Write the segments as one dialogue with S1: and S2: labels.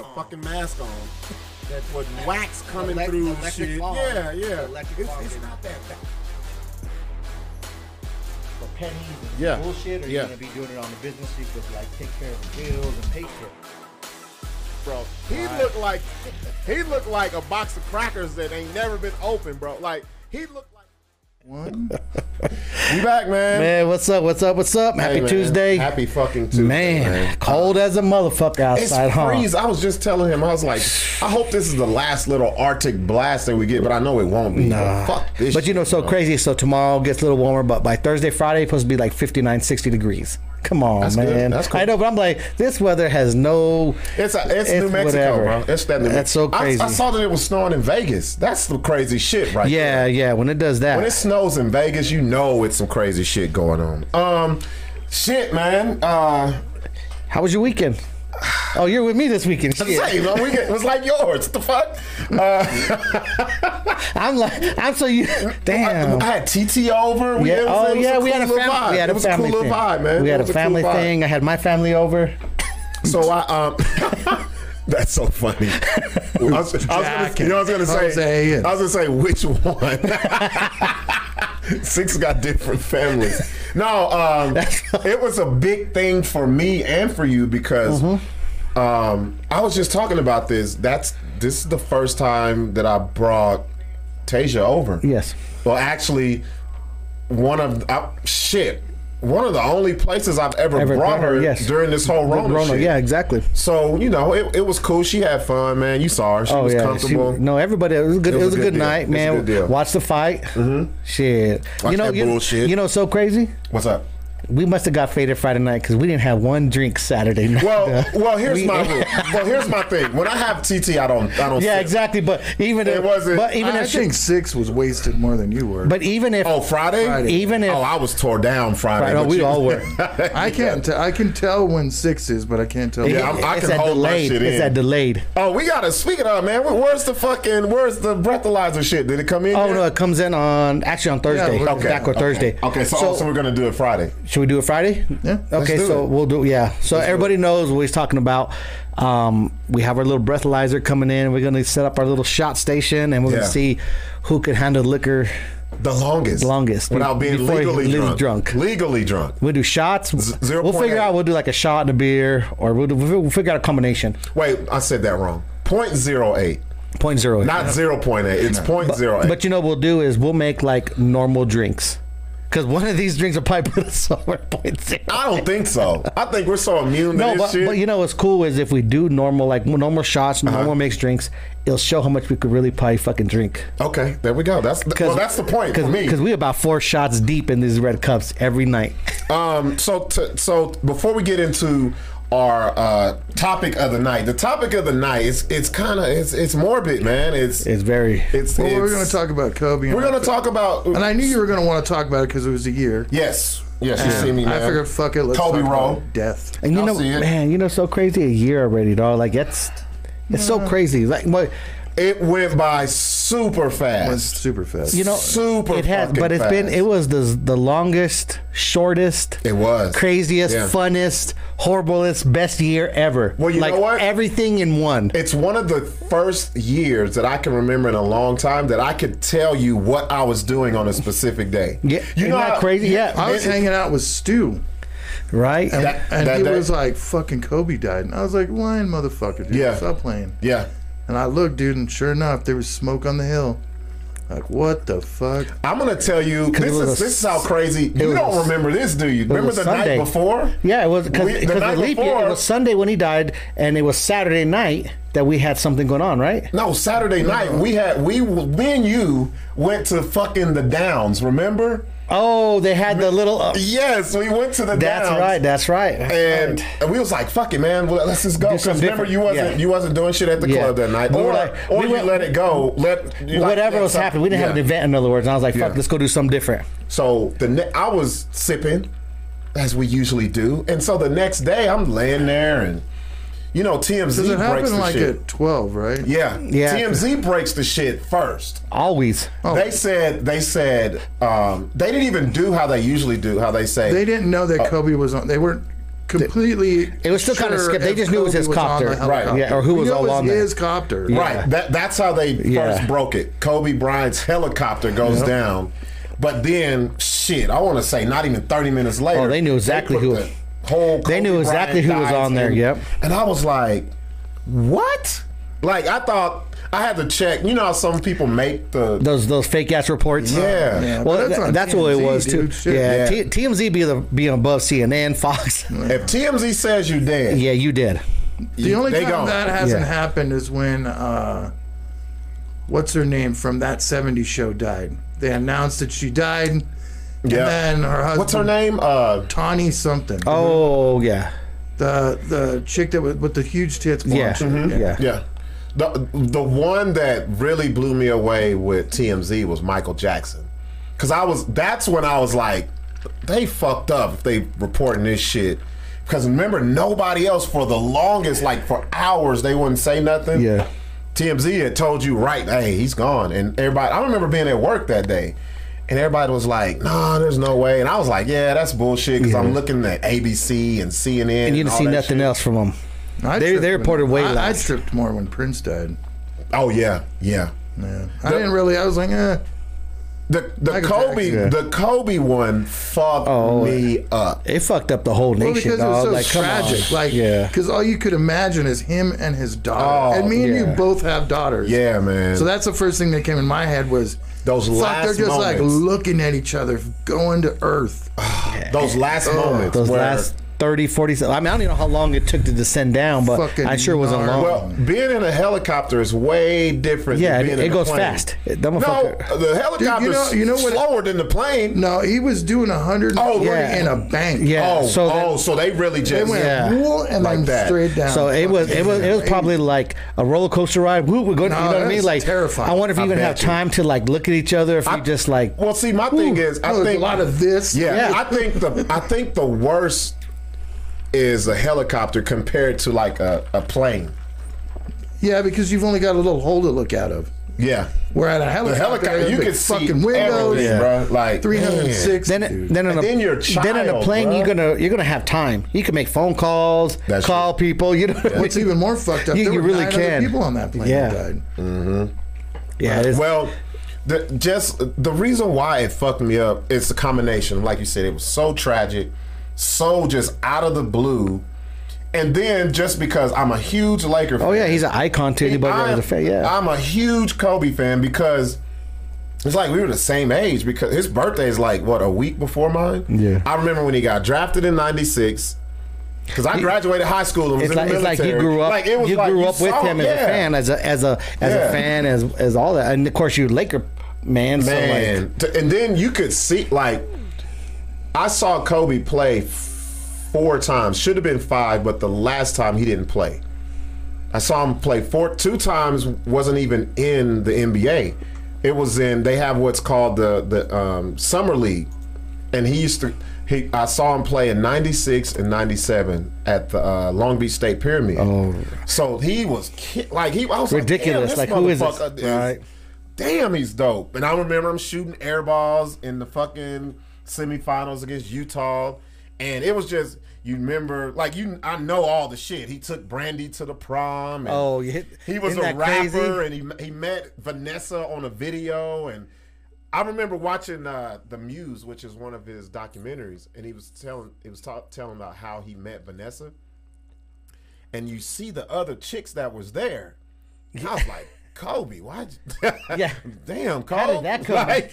S1: a fucking mask on with wax coming
S2: Elec-
S1: through
S2: electric
S1: shit.
S2: fog.
S1: Yeah, yeah.
S2: Electric
S1: it's
S2: fog
S1: it's
S2: in
S1: not that bad.
S2: for pennies and
S1: Yeah.
S2: bullshit, or
S1: Yeah.
S2: you're gonna be doing it on the business you could like take care of the bills and pay for it.
S1: bro. He looked like he looked like a box of crackers that ain't never been opened, bro. Like he looked like
S2: One
S1: we back, man.
S2: man, what's up? What's up? What's up?
S1: Hey,
S2: Happy
S1: man.
S2: Tuesday,
S1: Happy fucking Tuesday,
S2: man, Cold as a motherfucker
S1: It's
S2: outside, huh?
S1: freeze. I was just telling him. I was like, I hope this is the last little Arctic blast that we get, but I know it won't be. But
S2: Nah.
S1: fuck this.
S2: But you know, so crazy. So tomorrow gets a little warmer, but by Thursday, Friday, it's supposed to be like 59, 60 degrees. Come on,
S1: That's good.
S2: man.
S1: That's cool.
S2: I know, but I'm like, this weather has no.
S1: It's, a, it's, New Mexico,
S2: whatever.
S1: bro. It's that New
S2: That's so
S1: I-
S2: crazy.
S1: I, saw that it was snowing in Vegas. That's some crazy shit, right? there.
S2: yeah, yeah. When it does that,
S1: When it snows in Vegas, you know it's some crazy shit going on. Um, shit, man. Uh,
S2: how was your weekend? Oh, you're with me this weekend.
S1: It's
S2: Shit.
S1: the same. My weekend was like yours. What the fuck?
S2: I'm like, I'm so you. Damn.
S1: I, I had TT over. We,
S2: yeah.
S1: it was-
S2: oh
S1: it was
S2: yeah,
S1: a
S2: we had a
S1: cool little
S2: family.
S1: vibe.
S2: We had
S1: it
S2: a
S1: was a cool
S2: family
S1: little
S2: thing.
S1: vibe, man.
S2: We
S1: It
S2: had a
S1: was cool
S2: family
S1: vibe.
S2: thing. I had my family over.
S1: So I um. That's so funny. I was, I was gonna, you know, I was gonna say.
S3: Jacking.
S1: I was gonna say which one. Six got different families. No, um, it was a big thing for me and for you because um, I was just talking about this. That's this is the first time that I brought Tasia over.
S2: Yes.
S1: Well, actually, one of I, shit, one of the only places I've ever,
S2: Ever
S1: brought
S2: brought her,
S1: her
S2: yes.
S1: during this whole Rona,
S2: Rona,
S1: shit.
S2: yeah, exactly.
S1: So you know, it, it was cool. She had fun, man. You saw her. She was
S2: Oh, yeah,
S1: comfortable.
S2: She, no, everybody. It was a good. It was, a good,
S1: deal.
S2: night,
S1: It's a
S2: man.
S1: good deal.
S2: Watch the fight. Mm-hmm. Shit.
S1: Watch
S2: you know,
S1: that
S2: you,
S1: bullshit.
S2: you know, so crazy.
S1: What's up?
S2: We must have got faded Friday night because we didn't have one drink Saturday night.
S1: Well, well, here's
S2: We-
S1: my rule. well, here's my thing. When I have TT, I don't, I don't.
S2: yeah,
S1: sip.
S2: exactly. But even
S1: It
S2: if,
S1: wasn't-
S2: But even
S3: I
S2: if, she-
S3: think six was wasted more than you were.
S2: but even if,
S1: Oh, Friday.
S3: Friday.
S2: even if,
S1: oh, I was tore down Friday.
S2: Friday, no,
S1: but
S2: we
S1: you-
S2: all were.
S3: I can't. T- I can tell when six is, but I can't tell.
S1: Yeah, I'm-
S3: when-
S1: I
S2: it's
S1: can
S2: that
S1: hold my
S2: delayed.
S1: shit
S2: it's
S1: in.
S2: that delayed.
S1: Oh, we gotta speak it up, man. Where- Where's the fucking? Where's the breathalyzer shit? Did it come in?
S2: Oh
S1: yet?
S2: no, it comes in on actually on Thursday.
S3: we're-
S2: okay.
S3: Okay.
S2: Back on Thursday.
S1: Okay, so, oh, so we're gonna do it Friday.
S2: Should we do it Friday?
S3: Yeah, let's
S2: Okay,
S3: do
S2: so
S3: it.
S2: we'll do yeah. So everybody knows what he's talking about. Um, we have our little breathalyzer coming in. We're gonna set up our little shot station, and we're
S1: Yeah.
S2: gonna see who can handle liquor.
S1: The longest.
S2: Longest.
S1: Without being
S2: Before he
S1: legally
S2: was
S1: drunk.
S2: drunk.
S1: Legally drunk.
S2: We'll do shots.
S1: zero
S2: we'll
S1: point
S2: figure
S1: eight.
S2: out. We'll do like a shot and a beer, or we'll, do, we'll figure out a combination.
S1: Wait, I said that wrong. 0.08.
S2: Point zero.
S1: Not 0.8. It's 0.08.
S2: But you know what we'll do is we'll make like normal drinks. Because one of these drinks will probably put us somewhere at point zero.
S1: I don't think so. I think we're so immune to
S2: No,
S1: this
S2: but,
S1: shit.
S2: but you know what's cool is if we do normal like normal shots,
S1: Uh-huh.
S2: normal mixed drinks, it'll show how much we could really probably fucking drink.
S1: okay, there we go. That's well, that's the point for me.
S2: Because we about four shots deep in these red cups every night.
S1: Um, so t- so before we get into our uh, topic of the night, the topic of the night is it's kind of it's it's morbid, man. It's it's
S2: It's very.
S1: it's.
S3: Well, we're going to talk about Kobe. and
S1: We're gonna
S3: I-
S1: talk about.
S3: And I knew you were going to want to talk about it because it was a year.
S1: Yes, yes, you see me, man.
S3: I figured, fuck it. Let's
S1: Kobe
S3: talk about
S1: Roll.
S3: death.
S2: And you
S1: I'll
S2: know,
S1: see it.
S2: man, you know, so crazy a year already, dog. Like that's, it's so crazy. Like what,
S1: It went by super
S3: was
S1: fast.
S3: super fast.
S2: you know,
S1: Super
S2: It has,
S1: fucking
S2: but it's been.
S1: fast.
S2: It was the the longest, shortest,
S1: It was
S2: craziest,
S1: Yeah.
S2: funnest, horriblest, best year ever.
S1: Well, you
S2: like
S1: know what?
S2: everything in one.
S1: It's one of the first years that I can remember in a long time that I could tell you what I was doing on a specific day.
S2: Yeah,
S1: you
S2: isn't that
S1: how-
S2: crazy? Yeah.
S3: I was
S1: it-
S3: hanging out with Stu,
S2: right?
S3: and,
S1: That-
S3: and
S1: that
S3: he
S1: day?
S3: was like, "Fucking Kobe died," and I was like, "Lying motherfucker, dude,
S1: Yeah.
S3: stop playing."
S1: Yeah,
S3: And I looked, dude, and sure enough, there was smoke on the hill. Like, what the fuck?
S1: I'm gonna tell you.
S2: it
S1: This
S2: was
S1: is
S2: a
S1: this is how crazy. You
S2: was
S1: don't
S2: a-
S1: remember this, do you? Remember
S2: was
S1: the
S2: Sunday.
S1: night before?
S2: Yeah, it was
S1: We- the
S2: because the,
S1: night
S2: leap year.
S1: before-
S2: It was Sunday when he died, and it was Saturday night that we had something going on, right?
S1: No, Saturday night we had we me and you went to fucking the Downs. Remember?
S2: Oh, they had the little. uh,
S1: Yes, we went to the
S2: that's
S1: Downs.
S2: right. That's right. that's
S1: And
S2: right.
S1: we was like, "Fuck it, man. Well, let's just go."
S2: Do something
S1: Because remember,
S2: different.
S1: you wasn't
S2: Yeah.
S1: you wasn't doing shit at the
S2: Yeah.
S1: club that night,
S2: We were
S1: or
S2: like-
S1: or
S2: we
S1: you
S2: went-
S1: let it go. Let you like-
S2: Whatever was
S1: that's-
S2: happening, we didn't have
S1: yeah.
S2: an event. In other words, and I was like, "Fuck,
S1: Yeah.
S2: let's go do something different."
S1: So the ne- I was sipping, as we usually do, and so the next day I'm laying there, and you know TMZ
S3: Does it
S1: breaks
S3: happen
S1: the
S3: like
S1: shit.
S3: at twelve, right?
S1: yeah,
S2: Yeah. Oh.
S1: TMZ breaks the shit first.
S2: Always.
S1: They said they said um, they didn't even do how they usually do. How they say
S3: They didn't know that Kobe was on. They weren't completely.
S2: It was still kinda
S3: sure
S2: skip- Oh. they
S3: if
S2: just knew it was
S3: Kobe
S2: his
S3: on the
S2: copter. Right.
S3: helicopter.
S2: Yeah, or who
S3: We
S2: was
S3: knew it
S2: all on there.
S3: His copter.
S2: Yeah.
S1: Right. That that's how they
S2: Yeah.
S1: first broke it. Kobe Bryant's helicopter goes down, but then shit, I want to say not even thirty minutes later.
S2: Oh, they knew exactly
S1: put
S2: who-
S1: the Whole
S2: They
S1: Kobe
S2: knew exactly
S1: Bryant
S2: who was
S1: dies
S2: on there,
S1: in.
S2: yep.
S1: And I was like, what? Like I thought I had to check. You know how some people make the.
S2: Those those fake ass reports.
S1: Yeah.
S3: Yeah,
S2: Well,
S3: but that's
S2: that's,
S3: on
S2: that's what it
S3: TMZ,
S2: was
S3: dude.
S2: too.
S3: Shit.
S2: Yeah,
S1: Yeah. Mm-hmm.
S2: T- TMZ be the being above CNN, Fox.
S1: if TMZ says you dead,
S2: yeah, you did.
S1: Mm-hmm.
S3: The only
S1: They
S3: time
S1: gone.
S3: that hasn't
S2: Yeah.
S3: happened is when uh, what's her name from that '70s show died. They announced that she died, and
S1: Yeah.
S3: then her husband.
S1: what's her name? Uh,
S3: Tawny something.
S2: Oh yeah,
S3: the the chick that was with the huge tits.
S2: yeah, Mm-hmm.
S3: blonde chick.
S2: yeah.
S1: yeah. The the one that really blew me away with TMZ was Michael Jackson, because I was that's when I was like, they fucked up if they reporting this shit. Because remember, nobody else for the longest, like for hours, they wouldn't say nothing.
S2: Yeah.
S1: TMZ had told you right, hey, he's gone, and everybody. I remember being at work that day. And everybody was like, "No, there's no way." And I was like, "Yeah, that's bullshit." Because I'm looking at ABC and CNN.
S2: And you didn't
S1: all
S2: see
S1: that
S2: nothing
S1: shit.
S2: else from them.
S3: I
S2: They-
S3: tripped
S2: they
S3: when-
S2: reported way
S3: I, I
S2: less.
S3: tripped more when Prince died.
S1: Oh yeah, yeah.
S3: Yeah. I didn't really. I was like, eh.
S1: The the
S3: Michael
S1: Kobe
S3: Jackson.
S1: the Kobe one fucked
S2: Oh,
S1: me up.
S2: It fucked up the whole
S3: Well,
S2: nation.
S3: because it
S2: dog.
S3: was so
S2: like, come on.
S3: tragic. Like,
S2: yeah,
S3: Because all you could imagine is him and his daughter.
S1: Oh,
S3: and me and you
S2: yeah.
S3: both have daughters.
S1: Yeah, man.
S3: So that's the first thing that came in my head was
S1: Those
S3: fuck,
S1: last
S3: they're just like
S1: moments.
S3: looking at each other, going to Earth.
S1: those last moments.
S2: those
S1: where-
S2: last 30, 40 se- I mean, I don't even know how long it took to descend down, but
S3: Fucking
S2: I sure wasn't
S3: gnar.
S2: long.
S1: Well, being in a helicopter is way different.
S2: Yeah,
S1: than
S2: it-
S1: being
S2: it
S1: in a
S2: goes
S1: plane.
S2: fast. It- that
S1: no,
S2: motherfucker-
S1: the helicopter's
S3: know- you know what-
S1: slower than the plane.
S3: No, he was doing 100
S1: Oh,
S2: yeah.
S3: in a bank.
S2: Yeah.
S1: Oh,
S2: so
S1: oh,
S2: that-
S1: so they really
S3: It
S1: just
S3: went
S2: Yeah.
S3: whoa, and
S1: Like
S3: then
S1: that.
S3: straight down.
S2: so it was it was it was probably like a roller coaster ride. Woo, we're going.
S3: No,
S2: you know what I
S3: that
S2: mean?
S3: was
S2: Like
S3: terrifying.
S2: I wonder if you
S1: I
S2: even
S1: bet
S2: have
S1: you.
S2: time to like look at each other. If you just like
S1: Well, see, my thing is, I
S3: No, there's
S1: think
S3: a lot of this.
S1: Yeah,
S2: Yeah.
S1: I think the I think the worst is a helicopter compared to like a, a plane.
S3: Yeah, because you've only got a little hole to look out of.
S1: Yeah,
S3: We're at a helicopter.
S1: the helicopter
S3: there's
S1: you
S3: big
S1: can see
S3: fucking windows,
S1: everything, bro. Like
S3: Three hundred
S1: man.
S3: six.
S2: then
S3: dude.
S2: then in
S1: And
S2: a
S1: then you're a
S2: then in a
S1: child,
S2: plane
S1: bruh.
S2: you're gonna you're gonna have time. You can make phone calls,
S1: That's
S2: call people. You know what I mean?
S3: What's even more fucked up?
S2: You-
S3: there
S2: you
S3: were
S2: really
S3: nine
S2: can.
S3: Other people on that plane
S2: Yeah.
S3: that died.
S2: Yeah, it is.
S1: Well, the, just the reason why it fucked me up is the combination. Like you said, it was so tragic, so just out of the blue, and then just because I'm a huge Laker. fan,
S2: oh yeah, he's an icon to anybody that has a fan. Yeah,
S1: I'm a huge Kobe fan because it's like we were the same age because his birthday is like what a week before mine.
S2: Yeah.
S1: I remember when he got drafted in '96. Because I graduated high school and was
S2: it's
S1: in
S2: like
S1: the
S2: it's like
S1: military.
S2: you grew up.
S1: it was
S2: you
S1: like
S2: grew up with
S1: saw-
S2: him as a
S1: yeah.
S2: fan, as a as a as
S1: Yeah.
S2: a fan, as as all that, and of course you Laker man. So like,
S1: Man, T- and then you could see like I saw Kobe play f- four times. Should have been five, but the last time he didn't play. I saw him play four two times. wasn't even in the NBA. It was in they have what's called the the um, summer league, and he used to. He, I saw him play in '96 and '97 at the uh, Long Beach State Pyramid. Oh. So he was ki- like he I was
S2: Ridiculous.
S1: Like,
S2: Like,
S1: damn,
S2: who
S1: this
S2: is this?
S1: motherfucker is
S2: Right.
S1: damn, he's dope. And I remember him shooting air balls in the fucking semifinals against Utah, and it was just you remember like you. I know all the shit. He took Brandy to the prom. And
S2: Oh, you hit-
S1: he was
S2: isn't
S1: a
S2: that
S1: rapper,
S2: crazy?
S1: and he he met Vanessa on a video and. I remember watching uh, the Muse, which is one of his documentaries, and he was telling he was ta- telling about how he met Vanessa, and you see the other chicks that was there. And I was like, Kobe, why?
S2: Yeah.
S1: damn, Kobe.
S2: How did that come
S1: Like,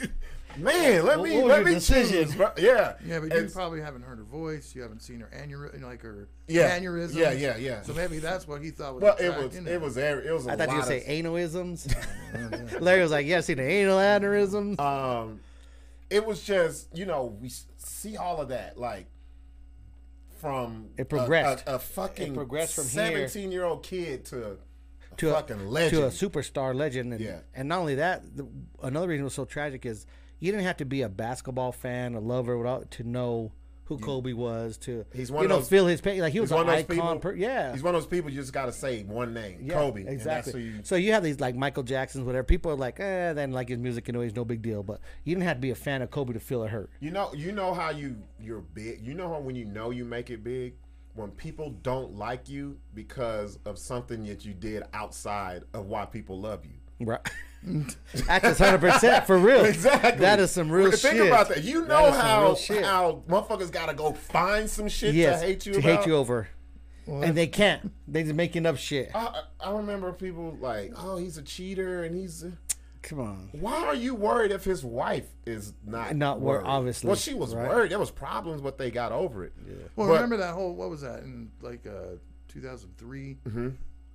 S1: man, let
S2: What
S1: me
S2: was
S1: let
S2: your
S1: me
S2: decision?
S1: choose, bro. Yeah,
S3: Yeah, but you
S1: And-
S3: probably haven't heard her voice. You haven't seen her aneurysm, like her
S1: Yeah.
S3: aneurysm.
S1: Yeah, yeah, yeah.
S3: So maybe that's what he thought was.
S1: well, it was
S3: attracting her.
S1: it was every- it was a
S2: I thought
S1: lot
S2: you would say
S1: of
S2: analisms. Larry was like, "Yeah, I've seen the anal aneurysms."
S1: um, it was just you know we s- see all of that like from
S2: It progressed.
S1: a, a, a fucking
S2: It progressed from here.
S1: seventeen year old kid to a
S2: to
S1: fucking
S2: a,
S1: legend.
S2: to a superstar legend. And,
S1: Yeah.
S2: and not only that, the, another reason it was so tragic is you didn't have to be a basketball fan, a lover, without to know who Kobe was to
S1: He's one
S2: you
S1: of
S2: know
S1: those-
S2: feel his pain. Like he was
S1: he's
S2: an
S1: one of those
S2: icon.
S1: people.
S2: Per, yeah,
S1: he's one of those people you just got to say one name,
S2: yeah,
S1: Kobe. and that's
S2: Exactly.
S1: who you-
S2: so you have these like Michael Jacksons, whatever. People are like, eh, then like his music and he's no big deal. But you didn't have to be a fan of Kobe to feel it hurt.
S1: You know, you know how you you're big. You know how when you know you make it big when people don't like you because of something that you did outside of why people love you.
S2: Right. That's just hundred percent for real.
S1: Exactly.
S2: That is some real
S1: Think
S2: shit.
S1: about that. You know
S2: is some
S1: how
S2: real shit.
S1: how motherfuckers gotta go find some shit
S2: Yes.
S1: to hate you
S2: to
S1: about.
S2: hate you over. And they can't. They just making up shit.
S1: I, I I remember people like, oh, he's a cheater, and he's. a-"
S2: Come on.
S1: Why are you worried if his wife is not
S2: Not wor-
S1: worried?
S2: obviously,
S1: Well, she was
S2: right?
S1: worried. There was problems, but they got over it. Yeah.
S3: Well,
S1: But-
S3: remember that whole what was that in like uh 2003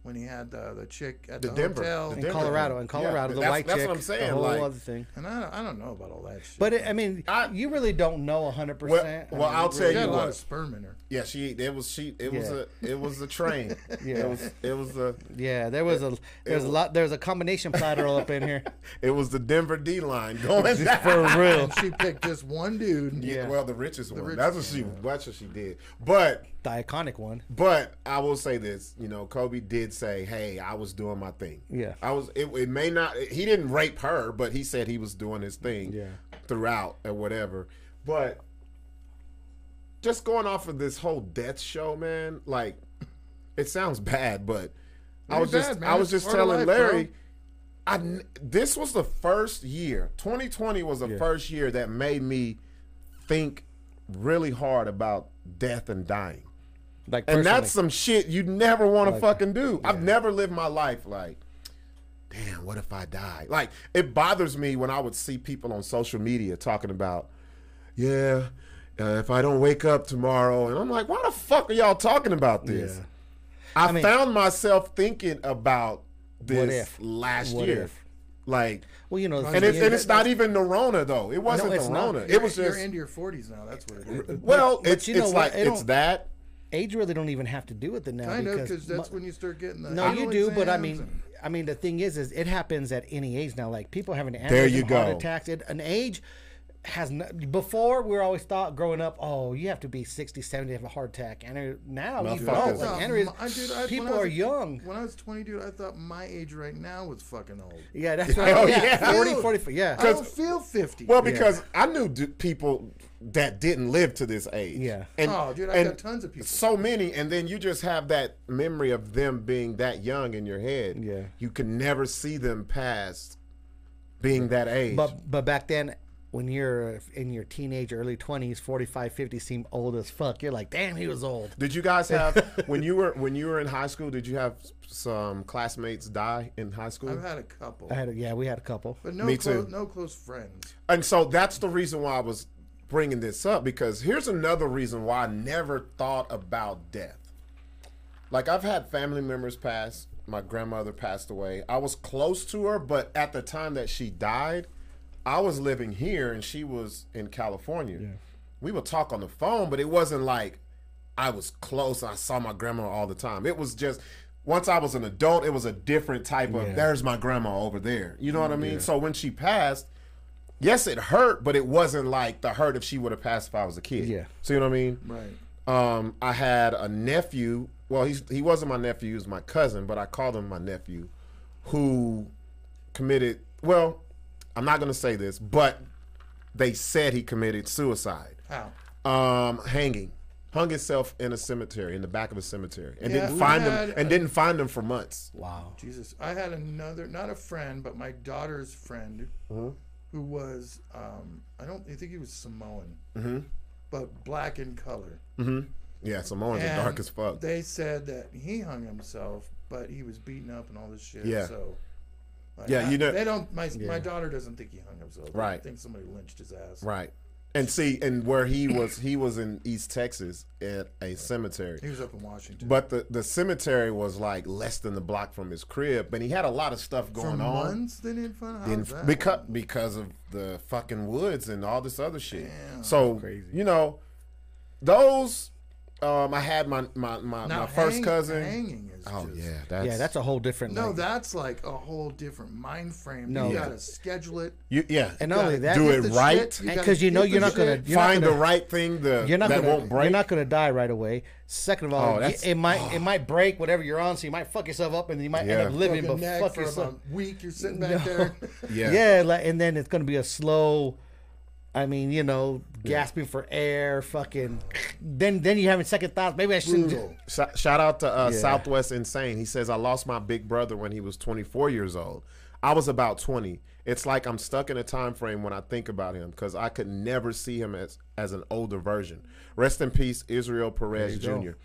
S3: when he had uh, the chick at the,
S1: Denver- Mm-hmm.
S3: hotel,
S1: the
S2: In
S1: Denver-
S2: Colorado, in Colorado,
S1: Yeah,
S2: the
S1: that's-
S2: white
S1: that's what
S2: chick,
S1: I'm saying,
S2: the whole
S1: like-
S2: other thing.
S3: and I don't, I don't know about all that shit.
S2: But it, I mean,
S1: I-
S2: you really don't know hundred percent.
S1: Well, well, I'll tell
S3: she had
S1: you
S3: a lot
S1: what.
S3: of sperm in her.
S1: Yeah, she. It was she. It was
S2: Yeah.
S1: a. It was a train.
S2: Yeah.
S1: It was. It was a.
S2: Yeah, there was a there's a lot there's a combination platter all up in here
S1: It was the Denver D line going down.
S2: for real.
S3: She picked just one dude.
S1: Yeah.
S2: Yeah.
S1: Well, the richest one.
S3: rich-
S1: that's what she. That's what she did. But
S2: The iconic one.
S1: But I will say this, you know, Kobe did say, "Hey, I was doing my thing."
S2: Yeah.
S1: I was. It, it may not. He didn't rape her, but he said he was doing his thing.
S2: Yeah.
S1: throughout or whatever. But just going off of this whole death show, man, like it sounds bad, but I
S3: Ain't
S1: was just
S3: bad, man.
S1: I was
S3: It's
S1: just
S3: part of
S1: telling
S3: life,
S1: Larry.
S3: bro.
S1: I n- this was the first year. 2020 was the first year that made me think really hard about death and dying.
S2: Like
S1: And
S2: personally.
S1: that's some shit you never want to fucking do. I've never lived my life like, damn, what if I die? Like, it bothers me when I would see people on social media talking about, yeah, uh, if I don't wake up tomorrow. And I'm like, why the fuck are y'all talking about this?
S2: Yeah.
S1: I,
S2: mean-
S1: found myself thinking about this
S2: if?
S1: last
S2: What
S1: year.
S2: if?
S1: Like,
S2: well, you know,
S1: and it's,
S2: yeah,
S1: and it's not even Nerona, though. It wasn't
S2: it's not.
S1: Nerona. It was
S3: You're
S1: just,
S3: into your 40s now. That's what it is.
S1: well,
S2: but
S1: it's,
S2: you know
S1: it's like,
S2: what? It
S1: it's
S2: don't-
S1: that.
S2: age really don't even have to do with it now.
S3: I know
S2: because
S3: because that's
S2: mu-
S3: when you start getting the.
S2: no, you do, but I
S3: exams
S2: mean,
S3: and-
S2: I mean, the thing is, is it happens at any age now. Like people having an
S1: There you
S2: aneurysm, heart
S1: go.
S2: attacks. It, an age has no, before we were always thought growing up, oh, you have to be 60, 70 to have a heart attack. And now you know,
S1: Motherfuckers.
S2: like
S1: No,
S2: aneurysm,
S3: my- dude, I- when
S2: people
S3: I was
S2: are
S3: a-
S2: young.
S3: When I was 20, dude, I thought my age right now was fucking old.
S2: yeah, that's right.
S1: Oh,
S2: yeah,
S1: yeah.
S2: 40, 45, yeah.
S3: I don't feel 50.
S1: Well, because I knew d- people that didn't live to this age.
S2: Yeah.
S1: And,
S3: Oh, dude, I
S1: and
S3: got tons of people.
S1: So many, and then you just have that memory of them being that young in your head.
S2: Yeah.
S1: You can never see them past being that age.
S2: But but back then, when you're in your teenage, early 20s, 45, 50 seem old as fuck. You're like, damn, he was old.
S1: did you guys have when you were when you were in high school? Did you have s- some classmates die in high school?
S3: I've had a couple.
S2: I had a, yeah, we had a couple.
S3: But no,
S1: Me
S3: close,
S1: too.
S3: no close friends.
S1: And so that's the reason why I was bringing this up because here's another reason why I never thought about death. Like I've had family members pass, my grandmother passed away. I was close to her, but at the time that she died, I was living here and she was in California. We would talk on the phone, but it wasn't like I was close. I saw my grandma all the time. It was just once I was an adult, it was a different type of there's my grandma over there. You know what I mean? So when she passed, yes, it hurt, but it wasn't like the hurt if she would have passed if I was a kid.
S2: Yeah.
S1: So you know what I mean?
S3: Right.
S1: Um, I had a nephew. Well, he's, he wasn't my nephew; he was my cousin, but I called him my nephew, who committed. Well, I'm not going to say this, but they said he committed suicide,
S3: How?
S1: um, hanging, hung himself in a cemetery in the back of a cemetery, and
S3: Yeah,
S1: didn't
S3: we
S1: find him,
S3: had-
S1: and didn't find him for months.
S2: Wow.
S3: Jesus. I had another, not a friend, but my daughter's friend
S2: Mm-hmm.
S3: who was, um, I don't I think he was Samoan,
S2: Mm-hmm.
S3: but black in color.
S1: Yeah, Samoans are
S3: And
S1: dark as fuck.
S3: They said that he hung himself, but he was beaten up and all this shit.
S1: Yeah.
S3: So. like,
S1: Yeah,
S3: I-
S1: you know-
S3: They don't. My my daughter doesn't think he hung himself. I
S1: Right.
S3: think somebody lynched his ass.
S1: right. And see, and where he was, he was in East Texas at a cemetery.
S3: He was up in Washington.
S1: But the, the cemetery was like less than the block from his crib, and he had a lot of stuff
S3: for
S1: going on
S3: months they didn't find out.
S1: in,
S3: How's that?
S1: because because of the fucking woods and all this other shit. so you know, those um, I had my my my,
S3: Now,
S1: my first
S3: hang-
S1: cousin.
S3: Hanging is
S1: oh
S3: just,
S1: yeah, that's
S2: Yeah, that's a whole different.
S3: No,
S2: like-
S3: that's like a whole different mind frame.
S2: No.
S3: you
S2: Yeah.
S3: gotta schedule it.
S1: you, yeah.
S2: and not only that,
S1: do
S2: you-
S1: it
S3: the
S1: right.
S3: shit, you gotta
S2: because you know
S3: get
S2: you're
S3: the
S2: not gonna
S3: shit.
S2: you're not
S1: find
S2: gonna-
S1: the right thing the,
S2: You're not
S1: that
S2: gonna
S1: won't break.
S2: you're not gonna die right away. Second of all,
S1: Oh, that's-
S2: it, it might it might break whatever you're on, so you might fuck yourself up, and you might
S1: Yeah.
S2: end up living,
S3: Fucking
S2: but
S3: nag
S2: fuck
S3: for
S2: yourself.
S3: about a week. You're sitting back there.
S1: yeah.
S2: yeah, like, and then it's gonna be a slow I mean, you know, gasping for air, fucking. Then, then you're having second thoughts. Maybe I shouldn't. do
S1: Sh- shout out to uh, Southwest Insane. He says, I lost my big brother when he was 24 years old. I was about 20. It's like I'm stuck in a time frame when I think about him because I could never see him as, as an older version. Rest in peace, Israel Perez Jr.
S2: There you go.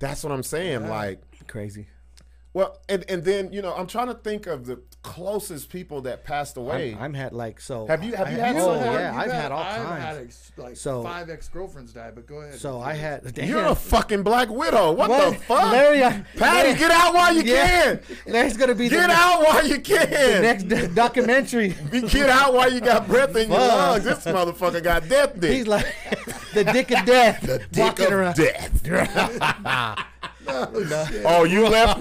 S1: That's what I'm saying. Like,
S2: Crazy.
S1: well, and, and then, you know, I'm trying to think of the closest people that passed away.
S2: I'm had like so.
S1: Have you- have
S2: I-
S1: you had
S2: Oh
S1: someone-
S2: yeah,
S1: you
S2: I've had all
S3: I've
S2: kinds.
S3: had ex, like
S2: So-
S3: five ex girlfriends die, but go ahead.
S2: so uh, I had. Damn.
S1: You're a fucking black widow. What, the
S2: What?
S1: fuck?
S2: Larry, I-
S1: Patty,
S2: Larry-
S1: get out while you
S2: Yeah.
S1: can.
S2: There's gonna be
S1: Get
S2: the
S1: out while you can.
S2: next d- documentary.
S1: Get out while you got breath in your
S2: Fuck.
S1: lungs. This motherfucker got death dick.
S2: He's like the dick of death. The
S1: dick of death. oh, you left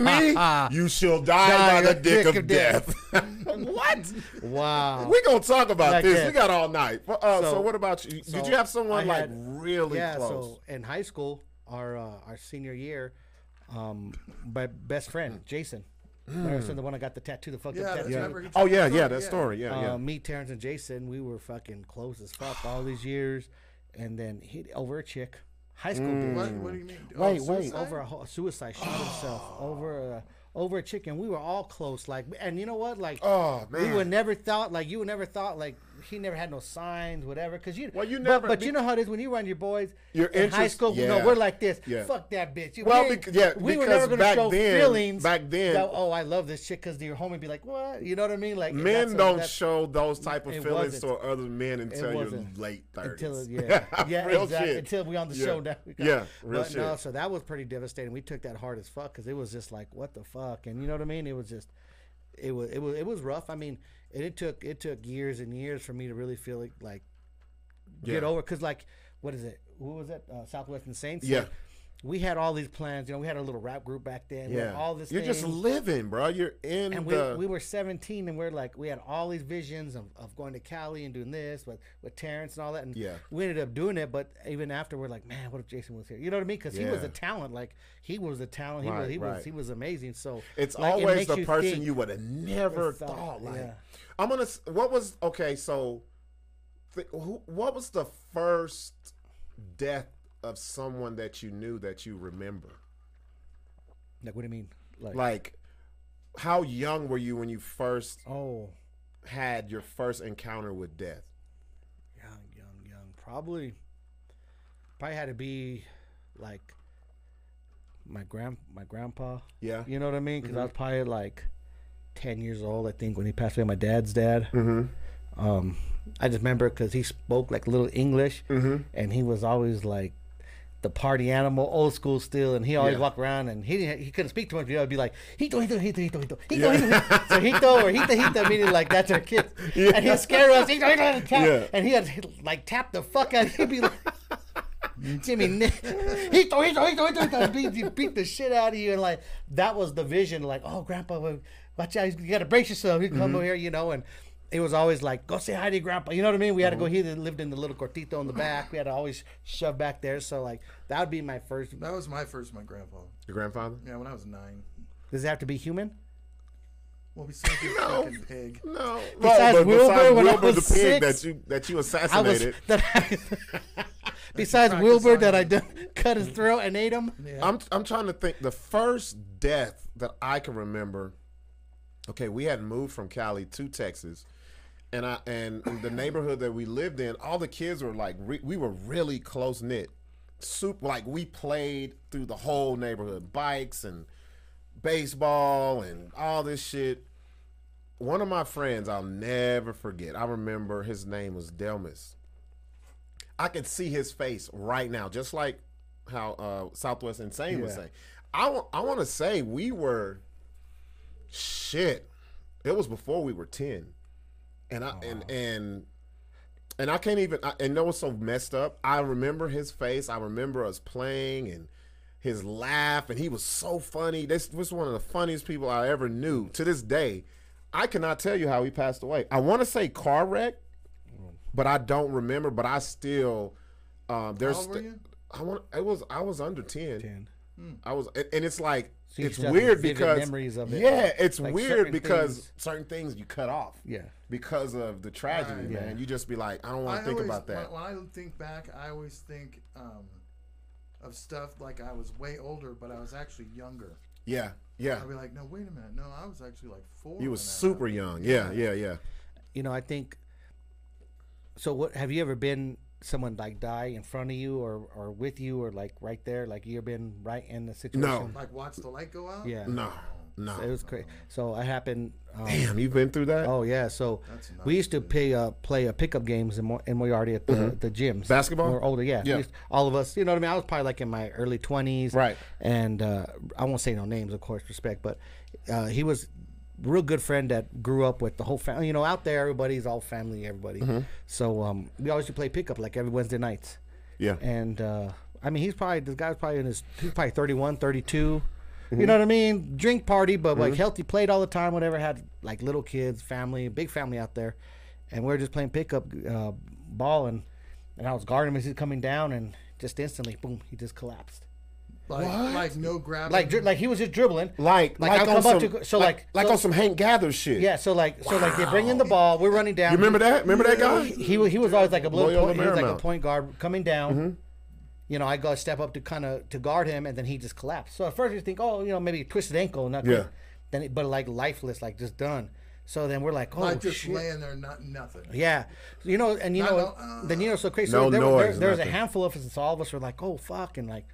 S1: me? You shall die,
S2: Die
S1: by
S2: a
S1: the dick,
S2: dick
S1: of,
S2: of
S1: death.
S2: death.
S1: what?
S2: Wow.
S1: We gonna talk about
S2: Like
S1: this.
S2: that.
S1: We got all night. Uh, Uh, so,
S2: So-
S1: what about you? Did
S2: so
S1: you have someone
S2: I
S1: like
S2: had-
S1: really
S2: yeah,
S1: close?
S2: so in high school, our uh, our senior year, um, my best friend Jason, Remember, so the one I got the tattoo, the fucked
S3: yeah,
S2: up
S3: that's
S2: tattoo.
S3: remember he
S1: oh
S3: told
S1: yeah,
S3: the
S1: yeah, that story. Yeah,
S2: Uh,
S1: yeah.
S2: Me, Terrence, and Jason, we were fucking close as fuck all these years, and then he over a chick, high school
S1: Mm.
S2: dude.
S3: What, what do you mean?
S1: Wait,
S3: oh,
S1: wait.
S3: suicide?
S2: over a, ho- a suicide shot himself over a, over a chicken. We were all close, like, and you know what, like,
S1: Oh, man.
S2: we would never thought, like, you would never thought, like, he never had no signs, whatever, because you,
S1: Well, you
S2: but-
S1: never-
S2: but, you know how it is when you run your boys
S1: Your
S2: in high
S1: interest-
S2: school.
S1: yeah.
S2: No, we're like this.
S1: Yeah.
S2: Fuck that bitch.
S1: Well,
S2: we, ain't-
S1: bec- yeah,
S2: we were
S1: because
S2: never gonna
S1: back
S2: show
S1: then-
S2: feelings.
S1: back then-
S2: that, oh, I love this shit because your homie be like, what? You know what I mean? Like, that's
S1: men
S2: a-
S1: don't
S2: that's-
S1: show those type of
S2: it
S1: feelings
S2: wasn't.
S1: to other men until your
S2: wasn't.
S1: late
S2: Until
S1: thirties.
S2: yeah, yeah, exactly. Until we on the
S1: Yeah.
S2: show now. We got-
S1: Yeah, real
S2: but no,
S1: shit.
S2: so that was pretty devastating. We took that hard as fuck because it was just like, what the fuck, and you know what I mean? It was just, it was, it was, it was rough. I mean, and it took it took years and years for me to really feel like like get
S1: Yeah.
S2: over because like what is it? Who was it? Uh, Southwestern Saints.
S1: Yeah.
S2: Like, we had all these plans. You know, we had a little rap group back then. We had all this.
S1: You're just
S2: thing.
S1: living, bro. You're in
S2: And we,
S1: the.
S2: we were 17 and we're like, we had all these visions of, of going to Cali and doing this with, with Terrence and all that. And
S1: Yeah.
S2: we ended up doing it. But even after, we're like, man, what if Jason was here? You know what I mean? Because he was
S1: Yeah.
S2: a talent. Like, he was a talent. He,
S1: Right,
S2: was, he,
S1: right.
S2: was, he was amazing. So
S1: it's
S2: like, it
S1: always
S2: makes
S1: the person
S2: think-
S1: you would have never
S2: thought,
S1: thought. Like,
S2: yeah.
S1: I'm gonna. s- What was okay? So, th- who, what was the first death of someone that you knew that you remember?
S2: Like, what do you mean? Like,
S1: Like, how young were you when you first
S2: oh,
S1: had your first encounter with death?
S2: young, young, young. Probably, probably had to be like my grand, my grandpa.
S1: Yeah.
S2: You know what I mean? Because I was probably like ten years old, I think, when he passed away. My dad's dad. Um, I just remember because he spoke like little English, and he was always like the party animal, old school still. And he always
S1: Yeah.
S2: walked around, and he didn't, he couldn't speak too much. But he would be like hito hito hito hito hito hito hito. So hito or hito hito meaning like that's our kids. And he'd scare us. Hito, hito, hito, tap.
S1: Yeah.
S2: And he had like tap the fuck out. He'd be like. Jimmy, Nick, he throw, he throw, he throw, he throw, he throw, beat, he beat the shit out of you, and like that was the vision. Like, oh, Grandpa, well, watch out, you gotta brace yourself. You come over here, you know, and it was always like, go say hi to your Grandpa. You know what I mean? We had to go. He lived in the little cortito in the back. We had to always shove back there. So like that would be my first.
S3: That was my first, my grandpa.
S1: Your grandfather?
S3: Yeah, when I was nine.
S2: Does it have to be human?
S3: Well, besides your
S1: No.
S3: fucking pig.
S1: No, no,
S2: Besides
S1: but
S2: Wilbur
S1: besides
S2: when I
S1: Wilbur
S2: was
S1: the pig
S2: six,
S1: that you that you
S2: I was
S1: assassinated.
S2: that I, besides
S3: practice
S2: Wilbur
S3: on
S2: that
S3: him.
S2: I done, cut his throat and ate him.
S3: Yeah.
S1: I'm I'm trying to think the first death that I can remember. Okay, we had moved from Cali to Texas, and I and the neighborhood that we lived in, all the kids were like re, we were really close knit, super like we played through the whole neighborhood, bikes and baseball and all this shit. One of my friends, I'll never forget. I remember his name was Delmas. I could see his face right now, just like how uh, Southwest Insane was
S2: Yeah.
S1: saying. I want to say we were shit. It was before we were ten, and
S3: Oh,
S1: I and and and I can't even. I, and that was so messed up. I remember his face. I remember us playing and his laugh, and he was so funny. This was one of the funniest people I ever knew. To this day, I cannot tell you how he passed away. I want to say car wreck but I don't remember. But I still, um, there's.
S3: old were
S1: st-
S3: you?
S1: I want. It was. I was under ten.
S2: Ten.
S4: I was, and and it's like
S2: So you
S4: it's
S2: just have
S4: weird
S2: vivid
S4: because
S2: memories of it,
S4: yeah,
S2: like-
S4: it's
S2: like
S4: weird
S2: certain
S4: because
S2: things-
S4: certain things you cut off,
S2: Yeah.
S4: because of the tragedy,
S2: Right.
S4: man.
S2: Yeah.
S4: You just be like, I don't
S3: I
S4: want to think
S3: always,
S4: about that.
S3: When, when I think back, I always think um, of stuff like I was way older, but I was actually younger.
S4: yeah, yeah.
S3: I'd be like, no, wait a minute, no, I was actually like four.
S4: You
S3: when
S4: was
S3: that
S4: super young. Yeah, yeah, yeah.
S2: you know, I think. So, what have you ever been? Someone like die in front of you, or or with you, or like right there, like you've been right in the situation.
S3: happened. Like watch the light go out.
S2: Yeah.
S4: No,
S2: So it
S4: no.
S2: was crazy. So I happened. Um,
S4: Damn, you've been through that
S2: Oh yeah. So we used to pay, uh, play uh, pickup games in, Mo- in Moriarty at the, the
S4: Mm-hmm.
S2: gyms.
S4: Basketball?
S2: When we were older, yeah. We
S4: Yeah.
S2: used- all of us, you know what I mean. I was probably like in my early twenties,
S4: Right.
S2: And uh, I won't say no names, of course, respect. But uh, he was real good friend that grew up with the whole family. You know, out there, everybody's all family, everybody.
S4: Mm-hmm.
S2: So um, we always used to play pickup like every Wednesday nights.
S4: Yeah.
S2: And uh, I mean, he's probably this guy's probably in his he's probably 31, 32.
S4: Mm-hmm.
S2: You know what I mean? Drink party, but like healthy, played all the time, whatever. Had like little kids, family, big family out there, and we were just playing pickup uh, ball, and and I was guarding him as he's coming down, and just instantly, boom, he just collapsed.
S3: Like, like no grabbing.
S2: Like dri- like he was just dribbling,
S4: like like,
S2: I'll
S4: on
S2: come
S4: some
S2: up to so like
S4: like
S2: so-
S4: on some Hank Gather shit.
S2: yeah, so like so like they bring in the ball, we're running down.
S4: you remember that? Remember that guy?
S2: he wa- he was always like a little
S4: Loyola
S2: point, he was like a
S4: Marymount. Mm-hmm.
S2: point guard coming down. You know, I go step up to kind of to guard him, and then he just collapsed. So at first you think, oh, you know, maybe twisted ankle, not
S4: Yeah.
S2: Then, it, but like lifeless, like just done. So then we're like, oh,
S3: Like just
S2: shit.
S3: laying there, not nothing.
S2: Yeah, you know, and you
S3: No,
S2: know,
S3: no, uh,
S2: then you know, so crazy.
S4: No
S2: so there, were- there-
S4: noise,
S2: there was a
S4: nothing.
S2: handful of us, and so all of us were like, "Oh fuck!" and like,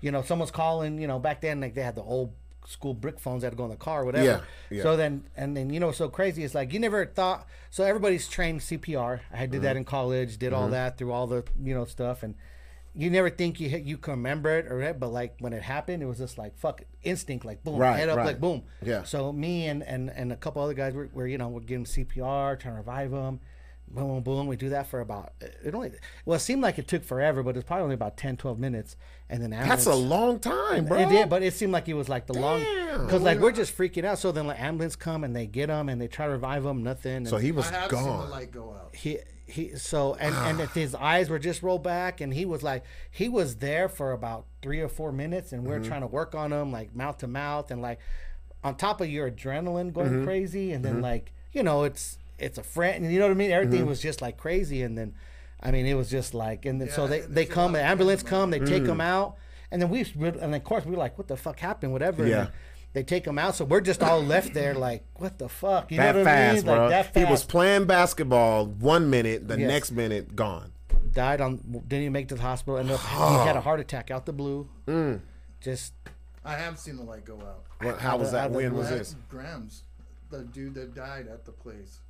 S2: you know, someone's calling. You know, back then, like they had the old school brick phones that had to go in the car, or whatever.
S4: Yeah, yeah.
S2: So then, and then you know, so crazy. It's like you never thought. So everybody's trained CPR. I did
S4: Mm-hmm.
S2: that in college. Did all that through all the you know stuff, and you never think you hit- you can remember it or it, but like when it happened, it was just like fuck instinct, like boom,
S4: Right,
S2: head up,
S4: right.
S2: like boom.
S4: Yeah.
S2: So me and and and a couple other guys were, were you know we're giving CPR, trying to revive them. Boom, boom, boom. We do that for about uh, it only. Well, it seemed like it took forever, but it's probably only about 10, 12 minutes, and then ambulance.
S4: That's a long time, bro.
S2: It did, but it seemed like it was like the long
S4: Damn.
S2: because like we're just freaking out. So then like ambulance come and they get him and they try to revive him. Nothing. And
S4: so he
S3: I
S4: was
S3: have seen the
S4: gone.
S3: light go out.
S2: he he so and and if his eyes were just rolled back and he was like he was there for about three or four minutes and we are
S4: Mm-hmm.
S2: trying to work on him like mouth to mouth and like on top of your adrenaline going
S4: Mm-hmm.
S2: crazy and then like you know it's it's a friend and you know what i mean everything
S4: Mm-hmm.
S2: was just like crazy and then i mean it was just like and then so
S3: Yeah,
S2: they
S3: and
S2: they
S3: there's a
S2: come
S3: lot
S2: an
S3: of
S2: ambulance come they take
S4: Mm.
S2: him out and then we and of course we are like what the fuck happened whatever and
S4: Yeah.
S2: then they take him out so we're just all left there like what the fuck you
S4: that
S2: know what i
S4: fast,
S2: mean
S4: bro.
S2: like that
S4: He was
S2: fast.
S4: playing basketball one minute, the
S2: Yes.
S4: next minute gone.
S2: died on didn't even make it to the hospital ended up he had a heart attack out the blue
S1: Mm.
S2: just
S3: I have seen the light go out.
S4: What, how was
S2: the- out
S4: that?
S2: of the
S4: When was
S2: blue.
S4: this?
S3: Grams, the dude that died at the place.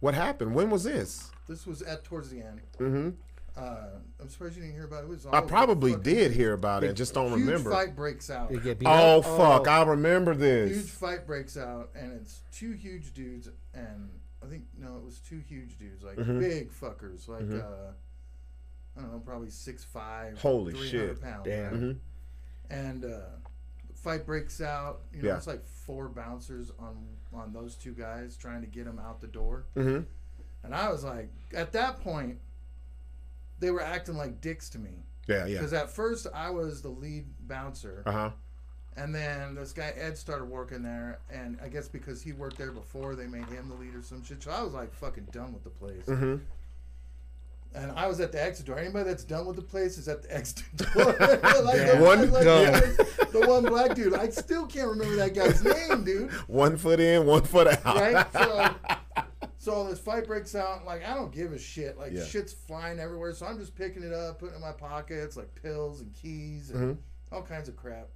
S4: What happened? When was this?
S3: This was at towards the end. Mm-hmm. Uh, I'm surprised you didn't hear about it. it was all
S4: I
S3: over the
S4: probably
S3: fucking-
S4: did hear about it. Just don't
S3: Oh, huge
S4: remember.
S3: fight breaks out.
S2: they get beat
S4: Oh
S2: up.
S4: fuck! I remember
S3: huge
S4: this.
S3: fight breaks out, and it's two huge dudes, and I think no, it was two huge dudes, like
S4: Mm-hmm.
S3: big fuckers, like uh, I don't know, probably six five,
S4: Holy
S3: 300
S4: shit.
S3: pounds,
S2: Damn.
S3: right?
S1: Mm-hmm,
S3: And uh, the fight breaks out. You know,
S4: Yeah.
S3: it's like four bouncers on on those two guys trying to get them out the door.
S4: Mhm.
S1: mm-hmm.
S3: And I was like, at that point, they were acting like dicks to me.
S4: Yeah, yeah.
S3: Because at first I was the lead bouncer,
S4: Uh huh.
S1: Uh-huh,
S3: and then this guy Ed started working there, and I guess because he worked there before, they made him the lead or some shit. So I was like fucking done with the place.
S1: mm-hmm.
S4: Mhm.
S3: And I was at the exit door. Anybody that's done with the place is at the exit door. like the,
S4: One
S3: one, like
S4: done.
S3: the, the one black dude. I still can't remember that guy's name, dude.
S4: One foot in, one foot out.
S3: Right? So, so this fight breaks out. Like I don't give a shit. Like
S4: Yeah.
S3: shit's flying everywhere. So I'm just picking it up, putting it in my pockets, like pills and keys and all kinds of crap.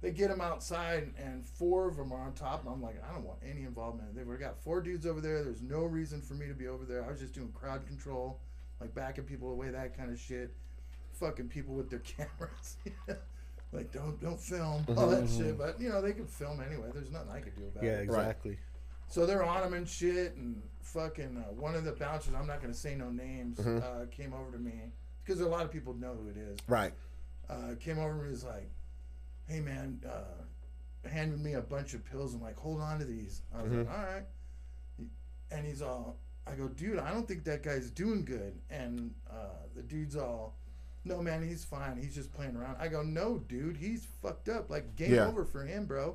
S3: They get them outside, and four of them are on top. And I'm like, I don't want any involvement. They've already got four dudes over there. There's no reason for me to be over there. I was just doing crowd control, like backing people away, that kind of shit. Fucking people with their cameras. Like don't don't film all that shit, but you know they can film anyway. There's nothing I could do about
S2: yeah
S3: it.
S2: exactly
S3: So they're on him and shit, and fucking uh, one of the bouncers, I'm not gonna say no names, uh, came over to me because a lot of people know who it is.
S4: Right.
S3: Uh, came over and was like, "Hey man," uh, handed me a bunch of pills. and like, "Hold on to these." I was like, "All right," and he's all, "I go, dude, I don't think that guy's doing good." And uh, the dude's all, no man, he's fine. He's just playing around. I go, no, dude, he's fucked up. Like game
S1: Yeah.
S3: over for him, bro.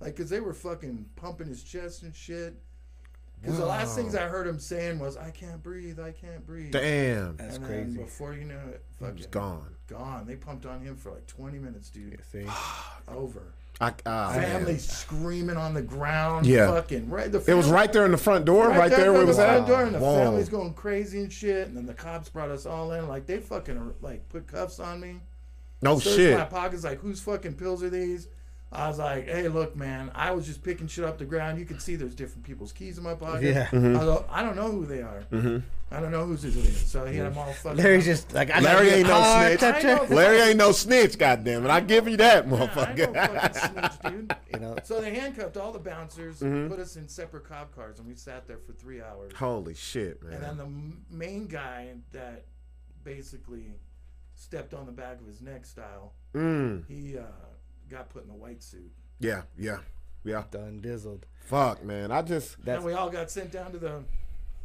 S3: Like, cause they were fucking pumping his chest and shit. Cause the last things I heard him saying was, "I can't breathe. I can't breathe."
S1: Damn,
S3: and
S2: That's
S3: then
S2: crazy.
S3: Before you know it,
S1: he's
S3: fucking gone.
S1: gone.
S3: They pumped on him for like 20 minutes, dude.
S2: See?
S3: Over.
S1: I, ah, man.
S3: Family screaming on the ground.
S1: Yeah.
S3: Fucking right. The
S1: It was right there in the front door, right, there where
S3: from
S1: it was
S3: the
S1: at.
S3: front door, and the
S1: Whoa.
S3: family's going crazy and shit. And then the cops brought us all in. Like they fucking like put cuffs on me.
S1: No
S3: Searched
S1: Oh, shit.
S3: my pockets. Like whose fucking pills are these? I was like, hey, look, man. I was just picking shit up the ground. You can see there's different people's keys in my pocket.
S2: Yeah.
S1: Mm-hmm.
S3: I, go, I don't know who they are. I don't know whose it is. So he had them all fucking.
S2: Larry's just like I
S1: Larry
S2: gotta be a
S1: ain't no
S2: car
S1: snitch.
S2: toucher.
S3: I know.
S1: Larry ain't no snitch, goddamn it! I give you that,
S3: I don't
S1: motherfucker.
S3: fucking snitch, dude.
S2: You know,
S3: So they handcuffed all the bouncers,
S1: Mm-hmm.
S3: put us in separate cop cars, and we sat there for three hours.
S1: Holy shit,
S3: And
S1: man!
S3: then the m- main guy that basically stepped on the back of his neck style,
S1: Mm,
S3: he uh, got put in the white suit.
S1: yeah, yeah, yeah.
S2: done dizzled.
S1: Fuck, man! I just
S2: That's
S3: and we all got sent down to the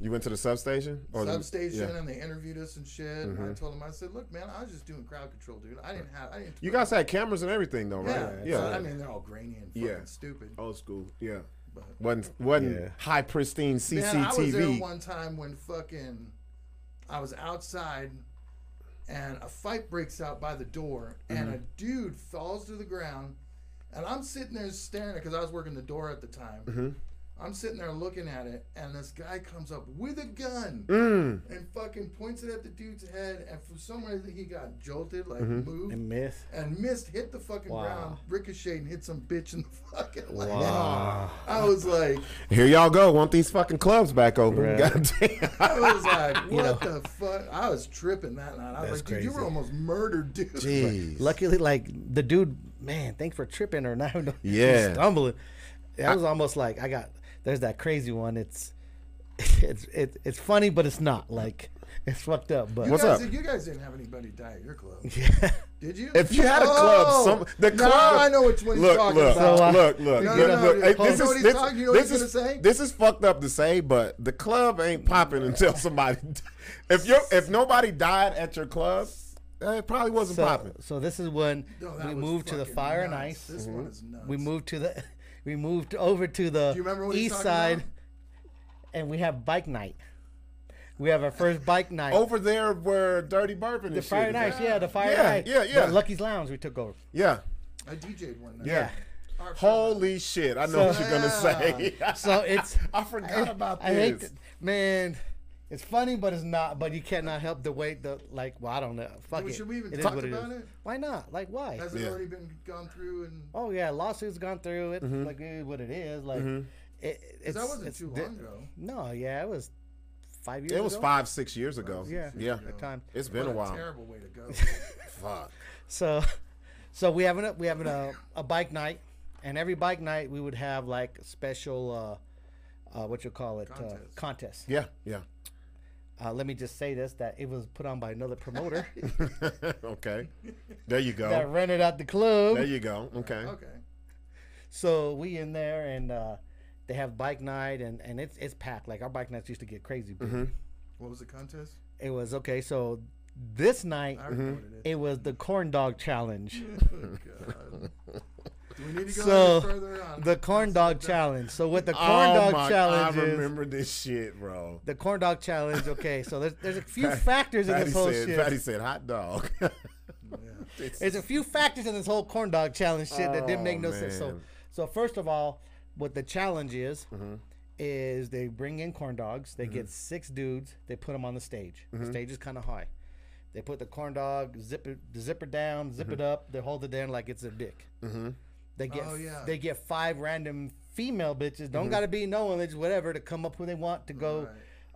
S1: you went to the substation or Oh, the-
S3: substation,
S1: yeah. Mm-hmm.
S3: and they interviewed us and shit. And I told him, I said, "Look, man, I was just doing crowd control, dude. I didn't have, I didn't."
S1: You guys had cameras and everything though,
S3: yeah,
S1: right?
S3: yeah. so, I mean, they're all grainy and fucking
S1: Yeah.
S3: stupid.
S1: old school. Yeah,
S3: But
S1: wasn't wasn't
S2: Yeah.
S1: high pristine
S3: Man, I was there
S1: CCTV.
S3: one time when fucking I was outside and a fight breaks out by the door and
S2: Mm-hmm.
S3: a dude falls to the ground and I'm sitting there staring at because I was working the door at the time.
S2: Mm-hmm.
S3: I'm sitting there looking at it and this guy comes up with a gun
S1: Mm,
S3: and fucking points it at the dude's head and for some reason he got jolted, like moved.
S2: Mm-hmm. and myth.
S3: and missed, hit the fucking
S2: Wow.
S3: ground, ricocheted, and hit some bitch in the fucking leg.
S1: Ah.
S2: Wow.
S3: I was like,
S1: here y'all go. Want these fucking clubs back open?
S2: Right.
S1: Goddamn.
S3: I was like, what
S2: know.
S3: the fuck? I was tripping that night. I was
S2: That's
S3: like, dude, you were
S2: crazy.
S3: almost murdered, dude.
S1: Jeez.
S2: Luckily, like the dude, man, thanks for tripping or not.
S1: Yeah.
S2: stumbling. That was almost like I got. There's that crazy one. It's, it's, it, it's funny, but it's not. Like it's fucked up. But
S3: You
S1: What's
S3: guys,
S1: up?
S3: You guys didn't have anybody die at your club,
S2: yeah,
S3: did you?
S1: If you had a club,
S3: Oh!
S1: some the
S3: Now
S1: club.
S3: I know which one he's
S1: look,
S3: talking
S1: look,
S3: about.
S2: So, uh,
S1: look, look,
S3: No,
S1: look,
S3: no,
S1: look.
S3: no,
S1: Hey,
S3: you
S1: this
S3: know what
S1: is
S3: he's
S1: this,
S3: talking- you know what
S1: this
S3: he's
S1: is
S3: gonna say?
S1: this is fucked up to say, but the club ain't popping until somebody. If you if nobody died at your club, eh, it probably wasn't
S2: so,
S1: popping.
S2: so this is when
S3: No, that
S2: we
S3: was
S2: moved to the
S3: fucking
S2: fire and
S3: nuts.
S2: ice. Mm-hmm.
S3: This one is nuts.
S2: We moved to the, we moved over to the
S3: you remember what he's
S2: east
S3: talking
S2: side,
S3: about?
S2: and we have bike night. We have our first bike night.
S1: Over there where Dirty Bourbon
S2: the
S1: and
S2: fire
S1: shit. is
S2: and
S1: at.
S2: ice, yeah, the fire
S1: Yeah,
S2: and ice.
S1: yeah, yeah.
S2: The Lucky's Lounge we took over.
S1: Yeah,
S3: I DJ'd one night.
S1: uh, yeah.
S3: Our
S1: Holy shit! I know what
S2: So-
S1: you're gonna say.
S2: So it's
S1: I forgot about
S2: I hate
S1: this.
S2: that, man. It's funny, but it's not. But you cannot help the way the like. Well, I don't know. Fuck
S3: Well,
S2: it.
S3: should we even
S2: It is
S3: talk
S2: what it
S3: about
S2: is.
S3: it?
S2: Why not? Like why?
S3: Has it
S1: Yeah.
S3: already been gone through? And
S2: oh yeah, lawsuits gone through. It's
S1: Mm-hmm.
S2: like it is what it is. Like it, it's.
S3: that wasn't
S2: it's
S3: too
S2: di-
S3: long ago.
S2: No, yeah, it was five years.
S1: It was
S2: ago?
S1: five, six years ago.
S2: Yeah.
S1: yeah.
S2: At the time.
S1: It's been
S3: what
S1: a while.
S3: Terrible way to go.
S1: Fuck.
S2: So, so we having a we having a, a bike night, and every bike night we would have like special, uh, uh, what you call it, uh,
S3: Contest.
S2: contest.
S1: Yeah, yeah.
S2: Uh, let me just say this: that it was put on by another promoter
S1: okay. There you go.
S2: that rented out the club.
S1: There you go. Okay.
S3: okay.
S2: so we in there, and uh, they have bike night, and and it's it's packed. Like our bike nights used to get crazy. busy.
S1: Mm-hmm.
S3: What was the contest?
S2: It was okay. So this night
S3: I
S1: Mm-hmm.
S3: recorded it.
S2: it was the corn dog challenge.
S3: Oh, God. Do we need to go
S2: So,
S3: any further on?
S2: The corn dog challenge. So what the corn
S1: Oh
S2: dog
S1: my-
S2: challenge
S1: I
S2: is.
S1: remember this shit, bro.
S2: the corn dog challenge. Okay, so there's there's a few factors in
S1: Patty
S2: this whole
S1: said, Patty
S2: shit.
S1: said, hot dog.
S3: Yeah.
S2: There's a few factors in this whole corn dog challenge shit that didn't make no
S1: Oh,
S2: sense. So
S1: man. Mm-hmm.
S2: so first of all, what the challenge is is they bring in corn dogs. They get six dudes. They put them on the stage.
S1: Mm-hmm.
S2: The stage is kind of high. They put the corn dog zip it, the zipper down, zip
S1: Mm-hmm.
S2: it up. They hold it down like it's a dick. They get
S3: Oh, yeah.
S2: they get five random female bitches.
S1: Mm-hmm.
S2: Don't gotta be no one. They just whatever to come up who they want to go
S3: Right.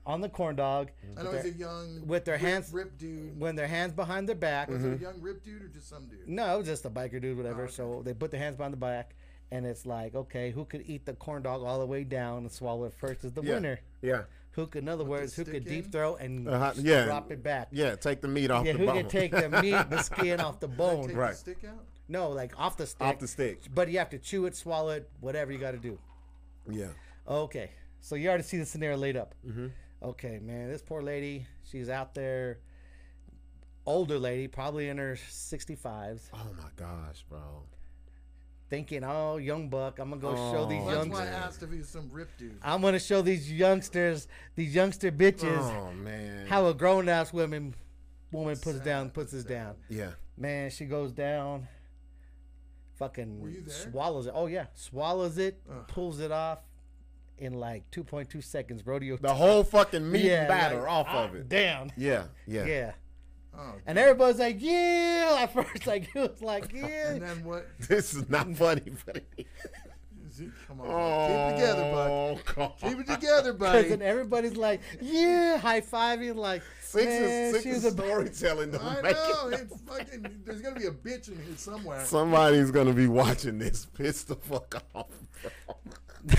S2: on the corn dog.
S3: I know
S2: They're-
S3: he's a young
S2: with their
S3: rip,
S2: hands-
S3: rip dude.
S2: when their hands behind their back.
S1: Mm-hmm.
S3: Was it a young rip dude or just some dude?
S2: No, it was just a biker dude, whatever. So they put their hands behind the back, and it's like, okay, who could eat the corn dog all the way down and swallow it first is the
S1: yeah.
S2: winner.
S1: Yeah.
S2: Who could, in other words, who
S3: stick
S2: could
S3: in?
S2: deep throw and
S1: Uh-huh, yeah.
S2: drop it back?
S1: Yeah. Take the meat off
S2: Yeah,
S1: the
S2: who
S1: bone.
S2: could take the meat, the skin off the bone?
S3: Take
S1: Right.
S3: The stick out.
S2: No, like off the stick.
S1: off the stick.
S2: But you have to chew it, swallow it, whatever you got to do.
S1: Yeah.
S2: Okay, so you already see the scenario laid up. Okay, man, this poor lady, she's out there older lady, probably in her 65s,
S1: Oh my gosh, bro.
S2: thinking, "Oh, young buck, I'm gonna go show these
S1: Oh.
S3: That's why I
S2: youngsters.
S3: asked if he was some rip dude.
S2: I'm gonna show these youngsters, these youngster bitches,
S1: Oh man.
S2: how a grown ass woman, woman puts down, puts us down.
S1: yeah.
S2: Man, she goes down,
S3: you
S2: fucking
S3: there?
S2: swallows it. Oh yeah, swallows it, pulls it off in like 2.2 seconds. Rodeo
S1: The whole fucking meat
S2: Yeah,
S1: and batter
S2: like,
S1: off
S2: ah,
S1: of it.
S2: Down.
S1: Yeah, yeah.
S2: Yeah.
S3: Oh,
S2: And everybody's like, yeah. At first, like, it was like,
S3: and
S2: yeah.
S3: then what?
S1: This is not funny, buddy.
S3: Z- Come on, keep it together,
S1: Oh.
S3: bud.
S1: God.
S3: Keep it together,
S2: Because then
S3: buddy.
S2: everybody's like, yeah, high fiving. Like,
S1: Six
S2: man,
S1: is, six
S2: she's
S1: is
S2: a
S1: storytelling to
S3: I
S1: make
S3: know.
S1: it.
S3: It's fucking. There's gonna be a bitch in here somewhere.
S1: Somebody's gonna be watching this. Piss the fuck off. bro.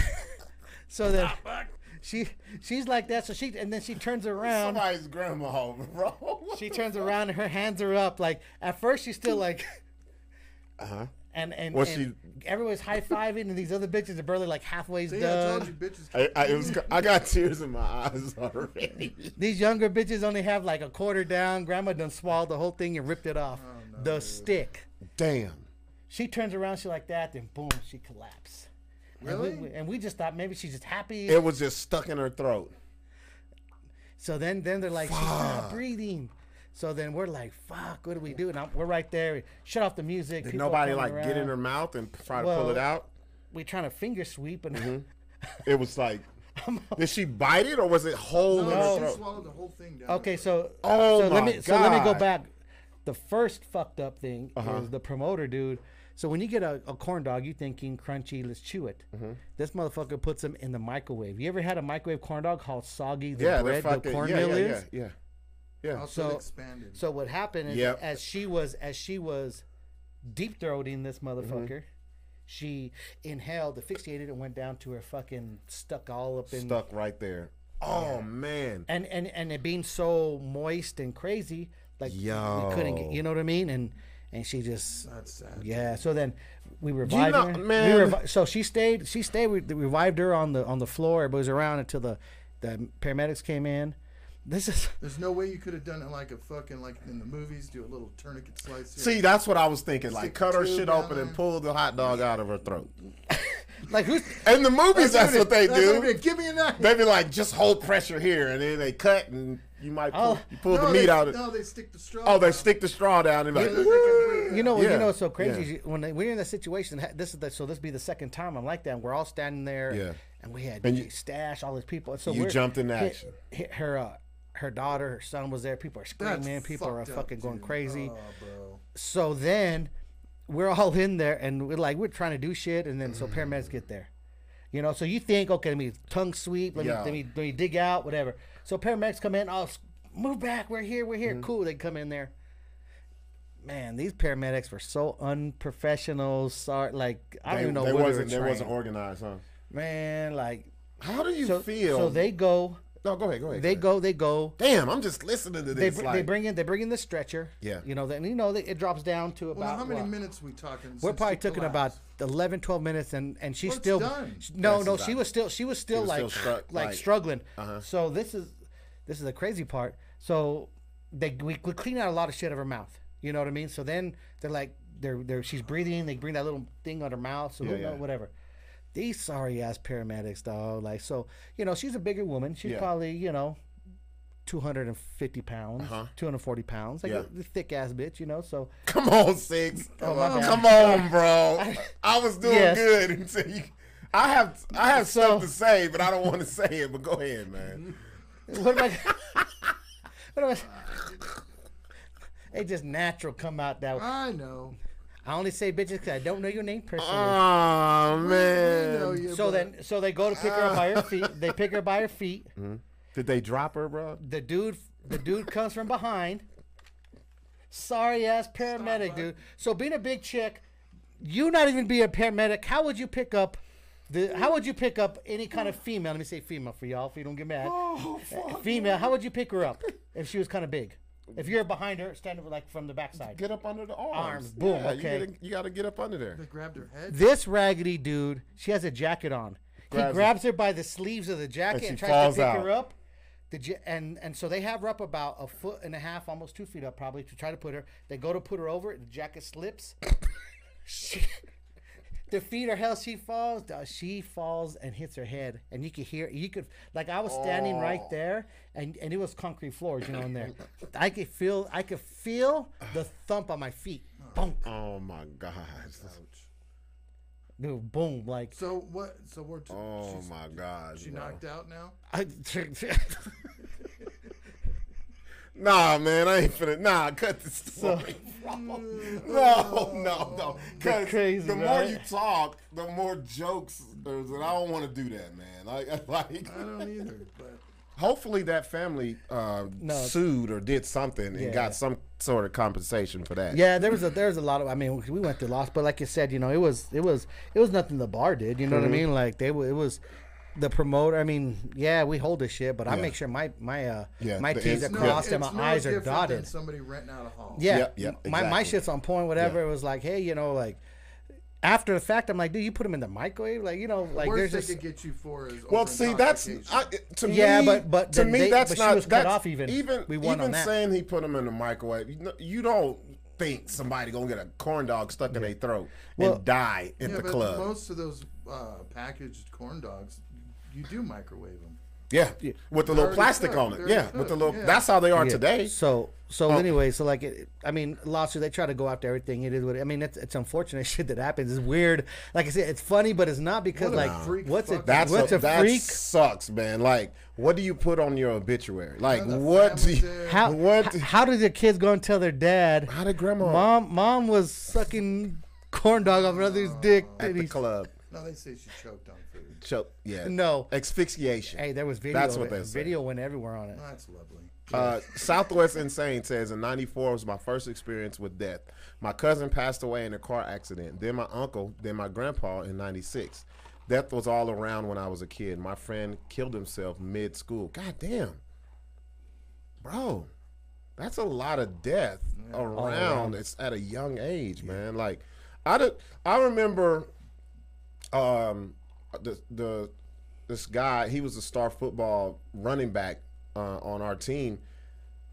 S2: so then she she's like that. So she and then she turns around.
S1: Somebody's grandma, bro.
S2: She turns around and her hands are up. Like at first, she's still like.
S1: Uh-huh.
S2: And and,
S1: Well,
S2: and everyone's high fiving, and these other bitches are barely like halfway
S3: See, I told you,
S2: done.
S3: bitches.
S1: I, I, it was, I got tears in my eyes already.
S2: These younger bitches only have like a quarter down. Grandma done swallowed the whole thing and ripped it off.
S3: Oh,
S2: the stick.
S1: Damn.
S2: She turns around, she like that, then boom, she collapsed. And we,
S3: Really?
S2: and we just thought maybe she's just happy.
S1: It was just stuck in her throat.
S2: so then, then they're like, she's not breathing. So then we're like, fuck, what do we do? And I'm, we're right there. Shut off the music.
S1: Did
S2: people are
S1: nobody like
S2: coming
S1: get in
S2: around.
S1: her mouth and try to
S2: Well-
S1: pull it out?
S2: We're trying to finger sweep, and
S1: Mm-hmm. It was like, did she bite it or was it whole in her
S3: No, she
S1: throat?
S3: swallowed the whole thing down.
S2: okay, so uh,
S1: Oh
S2: so let
S1: my
S2: me so let me go
S1: God. Uh-huh.
S2: back. The first fucked up thing is the promoter dude. So when you get a, a corn dog, you thinking crunchy, let's chew it.
S1: Mm-hmm.
S2: This motherfucker puts them in the microwave. You ever had a microwave corn dog? How soggy the
S1: Yeah, they're
S2: bread, the
S1: fucking. yeah,
S2: cornmeal
S1: yeah,
S2: is?
S1: yeah, yeah, yeah.
S3: Also
S2: so-
S3: expanded.
S2: So what happened is
S1: Yep.
S2: as she was as she was deep throating this
S1: Mm-hmm.
S2: motherfucker, she inhaled, asphyxiated, and went down to her fucking stuck all up in
S1: Stuck right there. Oh man.
S2: and and and it being so moist and crazy, like we couldn't get
S1: Yo.
S2: you know what I mean? And and she just
S3: That's sad.
S2: yeah. So then we revived
S1: know-
S2: her.
S1: man.
S2: We revi- so she stayed. She stayed. We we revived her on the on the floor. Everybody was around until the the paramedics came in. This is
S3: There's no way you could have done it like a fucking like in the movies. Do a little tourniquet slice. Here.
S1: See, that's what I was thinking. Like,
S3: Stick
S1: cut her
S3: two
S1: shit
S3: down
S1: open and
S3: there.
S1: pull the hot dog out of her throat.
S2: like who's
S1: In the movies, that's,
S3: it-
S1: what they
S3: that's
S1: do.
S3: it is. Give me a knife.
S1: They be like, just hold pressure here, and then they cut, and you might pull,
S2: Oh.
S1: you pull the
S3: No,
S1: meat
S3: they,
S1: out. Of,
S3: No, they stick the straw.
S1: Oh, they
S3: down.
S1: stick the straw down and be like,
S3: So they can breathe.
S2: You know,
S1: Yeah,
S2: you know, it's so crazy.
S1: yeah.
S2: is you- When they- we're in that situation, ha- this is the, so this be the second time I'm like that. And we're all standing there,
S1: Yeah.
S2: and we had
S1: And you-
S2: stash all these people. So
S1: You
S2: we're-
S1: jumped into
S2: hit-
S1: action.
S2: hit her, uh, her daughter, her son was there. People are
S3: That's
S2: screaming. people are
S3: fucked up,
S2: fucking going
S3: dude.
S2: crazy.
S3: Oh, bro.
S2: So then we're all in there, and we're like we're trying to do shit, and then so
S1: Mm-hmm.
S2: paramedics get there. You know, so you think, okay, let me tongue sweep, let,
S1: Yeah.
S2: me, let me let me dig out, whatever. So paramedics come in, oh, s- move back, we're here, we're here,
S1: Mm-hmm.
S2: cool. They come in there man, these paramedics were so unprofessional. Sorry, like I don't
S1: they,
S2: even know
S1: they
S2: where
S1: wasn't,
S2: they
S1: they
S2: were
S1: wasn't
S2: trained.
S1: organized, huh?
S2: Man, like
S1: How do you
S2: so,
S1: feel?
S2: so they go,
S1: no, go ahead, go ahead.
S2: they
S1: go.
S2: go, they go.
S1: Damn, I'm just listening to
S2: They,
S1: this.
S2: br-
S1: like,
S2: they bring in they bring in the stretcher.
S1: Yeah.
S2: you know, then you know they, it drops down to about.
S3: Well, now how many
S2: what?
S3: minutes we talking?
S2: We're
S3: since
S2: probably
S3: she
S2: talking about
S3: collapsed?
S2: 11, 12 minutes, and and she's
S3: Well, it's
S2: still
S3: done.
S2: sh- no,
S1: Yes,
S2: no,
S1: it's
S2: she
S1: done.
S2: was still she was still
S1: was
S2: like
S1: still struck, Uh-huh.
S2: like,
S1: like-
S2: struggling. So this is this is the crazy part. So they we, we clean out a lot of shit of her mouth. You know what I mean? So then they're like they're they're she's breathing. They bring that little thing on her mouth. So who
S1: yeah.
S2: know- whatever. These sorry ass paramedics, dog. Like so, you know, she's a bigger woman. She's
S1: Yeah.
S2: probably you know. 250 pounds, 240 pounds, like
S1: Uh-huh. Yeah.
S2: a thick ass bitch, you know. So,
S1: Come on, six. Come,
S2: my
S1: on,
S2: bad.
S1: bro. I was doing
S2: Yes.
S1: good until you. I have I have
S2: So-
S1: stuff to say, but I don't want to say it. But go ahead, man.
S2: What am I? what am I? They just natural come out that way.
S3: I know.
S2: I only say bitches because I don't know your name personally.
S1: Oh
S3: I know
S1: man.
S3: you.
S2: so
S3: but
S2: then, so they go to pick her up by her feet. They pick her by her feet.
S1: Did they drop her, bro?
S2: The dude, the dude comes from behind. Sorry ass paramedic, dude. So being a big chick, you not even be a paramedic. How would you pick up? The, how would you pick up any kind of female? Let me say female for y'all, if you don't get mad. Uh,
S1: Oh fuck.
S2: female, how would you pick her up if she was kind of big? If you're behind her, standing like from the backside.
S1: Get up under the arms.
S2: Arms, boom,
S1: Yeah,
S2: okay.
S1: You, gotta, you gotta get up under there.
S3: they grabbed her head.
S2: this raggedy dude, she has a jacket on.
S1: Grabs her.
S2: he grabs her by the sleeves of the jacket
S1: And
S2: and,
S1: she
S2: tries to
S1: falls
S2: pick
S1: out.
S2: her up. Did you and and so they have her up about a foot and a half, almost two feet up, probably to try to put her. They go to put her over, the jacket slips. she, to feed her hell, she falls. dawg, She falls and hits her head, and you could hear. You could like I was standing right
S1: Oh.
S2: there, and and it was concrete floors, you know, in there. I could feel. I could feel the thump on my feet. Boom,
S1: Oh my god.
S3: Ouch.
S2: dude, boom, like.
S3: So what? So we're. T-
S1: Oh
S3: she's-
S1: my god.
S3: She
S1: bro.
S3: knocked out now.
S2: I,
S1: Nah, man, I ain't finna. Nah, cut the story. no, no, no. 'Cause
S2: crazy,
S1: the more
S2: right?
S1: you talk, the more jokes. There's, and I don't want to do that, man. I, I like.
S3: I don't either. But
S1: Hopefully, that family uh,
S2: No.
S1: sued or did something and
S2: Yeah.
S1: got some sort of compensation for that.
S2: yeah, there was a there's a lot of. I mean, we went through loss, but like you said, you know, it was it was it was nothing the bar did. You know
S3: Mm-hmm.
S2: what I mean? Like they were- it was the promoter. I mean, yeah, we hold this shit, but I
S1: Yeah.
S2: make sure my my uh
S1: Yeah,
S2: my
S1: the
S2: T's
S1: ins-
S2: are
S1: No,
S2: crossed and my
S3: it's no
S2: eyes are
S3: different than
S2: dotted.
S3: Somebody renting out a hall.
S2: Yeah,
S1: Yep, yep,
S2: my my
S1: exactly.
S2: shit's on point. Whatever it was like, hey, you know, like after the fact, I'm like, dude, you put them in the microwave, like you know, like there's
S3: Worst they
S2: just
S3: could get you for is
S1: Well,
S3: over
S1: see, that's I,
S3: intoxication.
S1: to me.
S2: Yeah, but- but
S1: to
S2: then
S1: me,
S2: they-
S1: that's
S2: but she
S1: not
S2: was cut
S1: that's,
S2: off even.
S1: even
S2: We won
S1: even
S2: on that.
S1: saying he put him in the microwave. You, know, you don't think somebody gonna get a corn dog stuck in their throat
S2: Well-
S1: and die at
S3: Yeah,
S1: the
S3: but
S1: club?
S3: most of those uh, packaged corn dogs, you do microwave them.
S1: yeah. with the little
S3: already
S1: plastic
S3: cooked,
S1: on it.
S3: they're
S1: Yeah,
S3: already
S1: with the
S3: cooked,
S1: little.
S3: yeah.
S1: That's how they are
S2: Yeah.
S1: today. Um,
S2: So so anyway, so like it, I mean, lawsuit. They try to go after everything. It is what I mean. It's, it's unfortunate shit that happens. It's weird. Like I said, it's funny, but it's not because
S3: What a
S2: like
S3: freak
S2: what's a
S3: fuck.
S1: That's
S2: what's
S1: a,
S2: a,
S1: that
S2: freak.
S1: sucks, man. Like, what do you put on your obituary? Like,
S3: Another
S1: what? Do
S3: family
S1: you,
S3: there.
S2: How
S1: What?
S2: h- how did the kids go and tell their dad?
S1: How did grandma-
S2: Mom mom was sucking corn dog off another's dick.
S1: at
S2: and
S1: the
S2: he's-
S1: club?
S3: No, they say she choked on food.
S1: Choke. Yeah.
S2: No.
S1: Asphyxiation.
S2: Hey, there was video.
S1: That's
S2: of
S1: what
S2: it.
S1: they say.
S2: Video went everywhere on it.
S3: Oh, that's lovely.
S1: Uh, Southwest Insane says in '94 was my first experience with death. My cousin passed away in a car accident. Then my uncle. Then my grandpa in '96. Death was all around when I was a kid. My friend killed himself mid school. God damn, bro, that's a lot of death around. It's at a young age, man. Like, I did, I remember um, the the this guy he was a star football running back uh, on our team,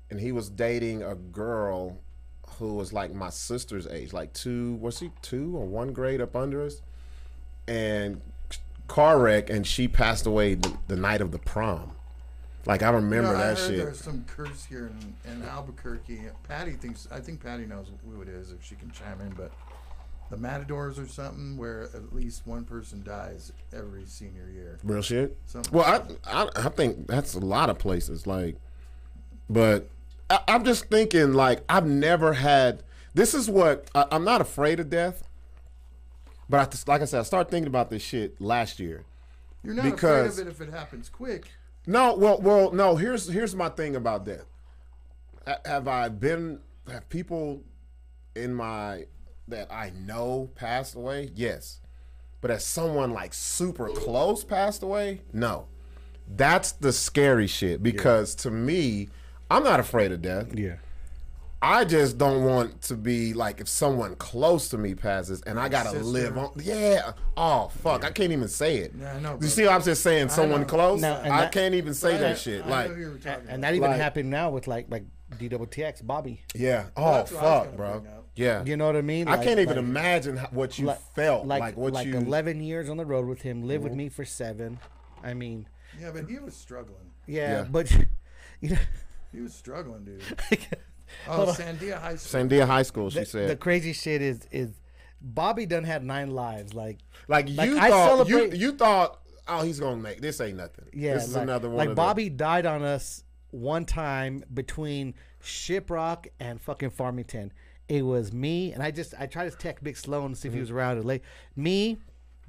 S1: and he was dating a girl who was like my sister's age, like two was she two or one grade up under us, and car wreck, and she passed away the, the night of the prom. Like I
S3: You know,
S1: remember
S3: I
S1: that
S3: heard
S1: shit.
S3: There's some curse here in, in Albuquerque. Patty thinks. I think Patty knows who it is if she can chime in, but. The Matadors or something, where at least one person dies every senior year.
S1: Real shit.
S3: Something
S1: Well, I, I I think that's a lot of places. Like, but I, I'm just thinking like I've never had. This is what I, I'm not afraid of death. But I just, like I said, I started thinking about this shit last year.
S3: You're not
S1: Because-
S3: afraid of it if it happens quick.
S1: No, well, well, no. Here's here's my thing about death. Ha- Have I been? Have people in my that I know passed away? Yes, but has someone like super close passed away? No. That's the scary shit because to me, I'm not afraid of death.
S2: Yeah.
S1: I just don't want to be like if someone close to me passes and I gotta live on. Yeah. Oh fuck, I can't even say it.
S3: Yeah, I know,
S1: You
S3: bro.
S1: see, how I'm just saying someone
S3: know.
S1: close.
S2: No, and
S1: I
S2: that-
S1: can't even say that shit.
S3: I
S1: like,
S3: know who you're talking
S2: And
S3: about.
S2: that even
S1: Like-
S2: happened now with like like DWTX Bobby.
S1: yeah. Oh
S3: that's what I was
S1: fuck,
S3: gonna
S1: bro.
S3: bring up.
S1: Yeah.
S2: You know what I mean?
S1: I can't
S2: Like-
S1: even
S2: like-
S1: imagine how, what you
S2: like-
S1: felt. Like, what you. Mm-hmm.
S2: 11 years on the road with him live with me for seven i mean
S3: yeah, but he was struggling.
S2: yeah,
S1: Yeah.
S2: but you know
S3: He was struggling, dude. Oh, Sandia High School.
S1: Sandia High School, she said.
S2: the crazy shit is is bobby done had nine lives like
S1: like you
S2: like, I
S1: thought, you,
S2: celebrate-
S1: you thought, oh, he's gonna make this. Ain't nothing.
S2: yeah
S1: This is
S2: like,
S1: another one.
S2: like
S1: of the-
S2: bobby died on us one time between shiprock and fucking farmington it was me and i just i tried to text big sloan to see
S1: Mm-hmm.
S2: if he was around it late me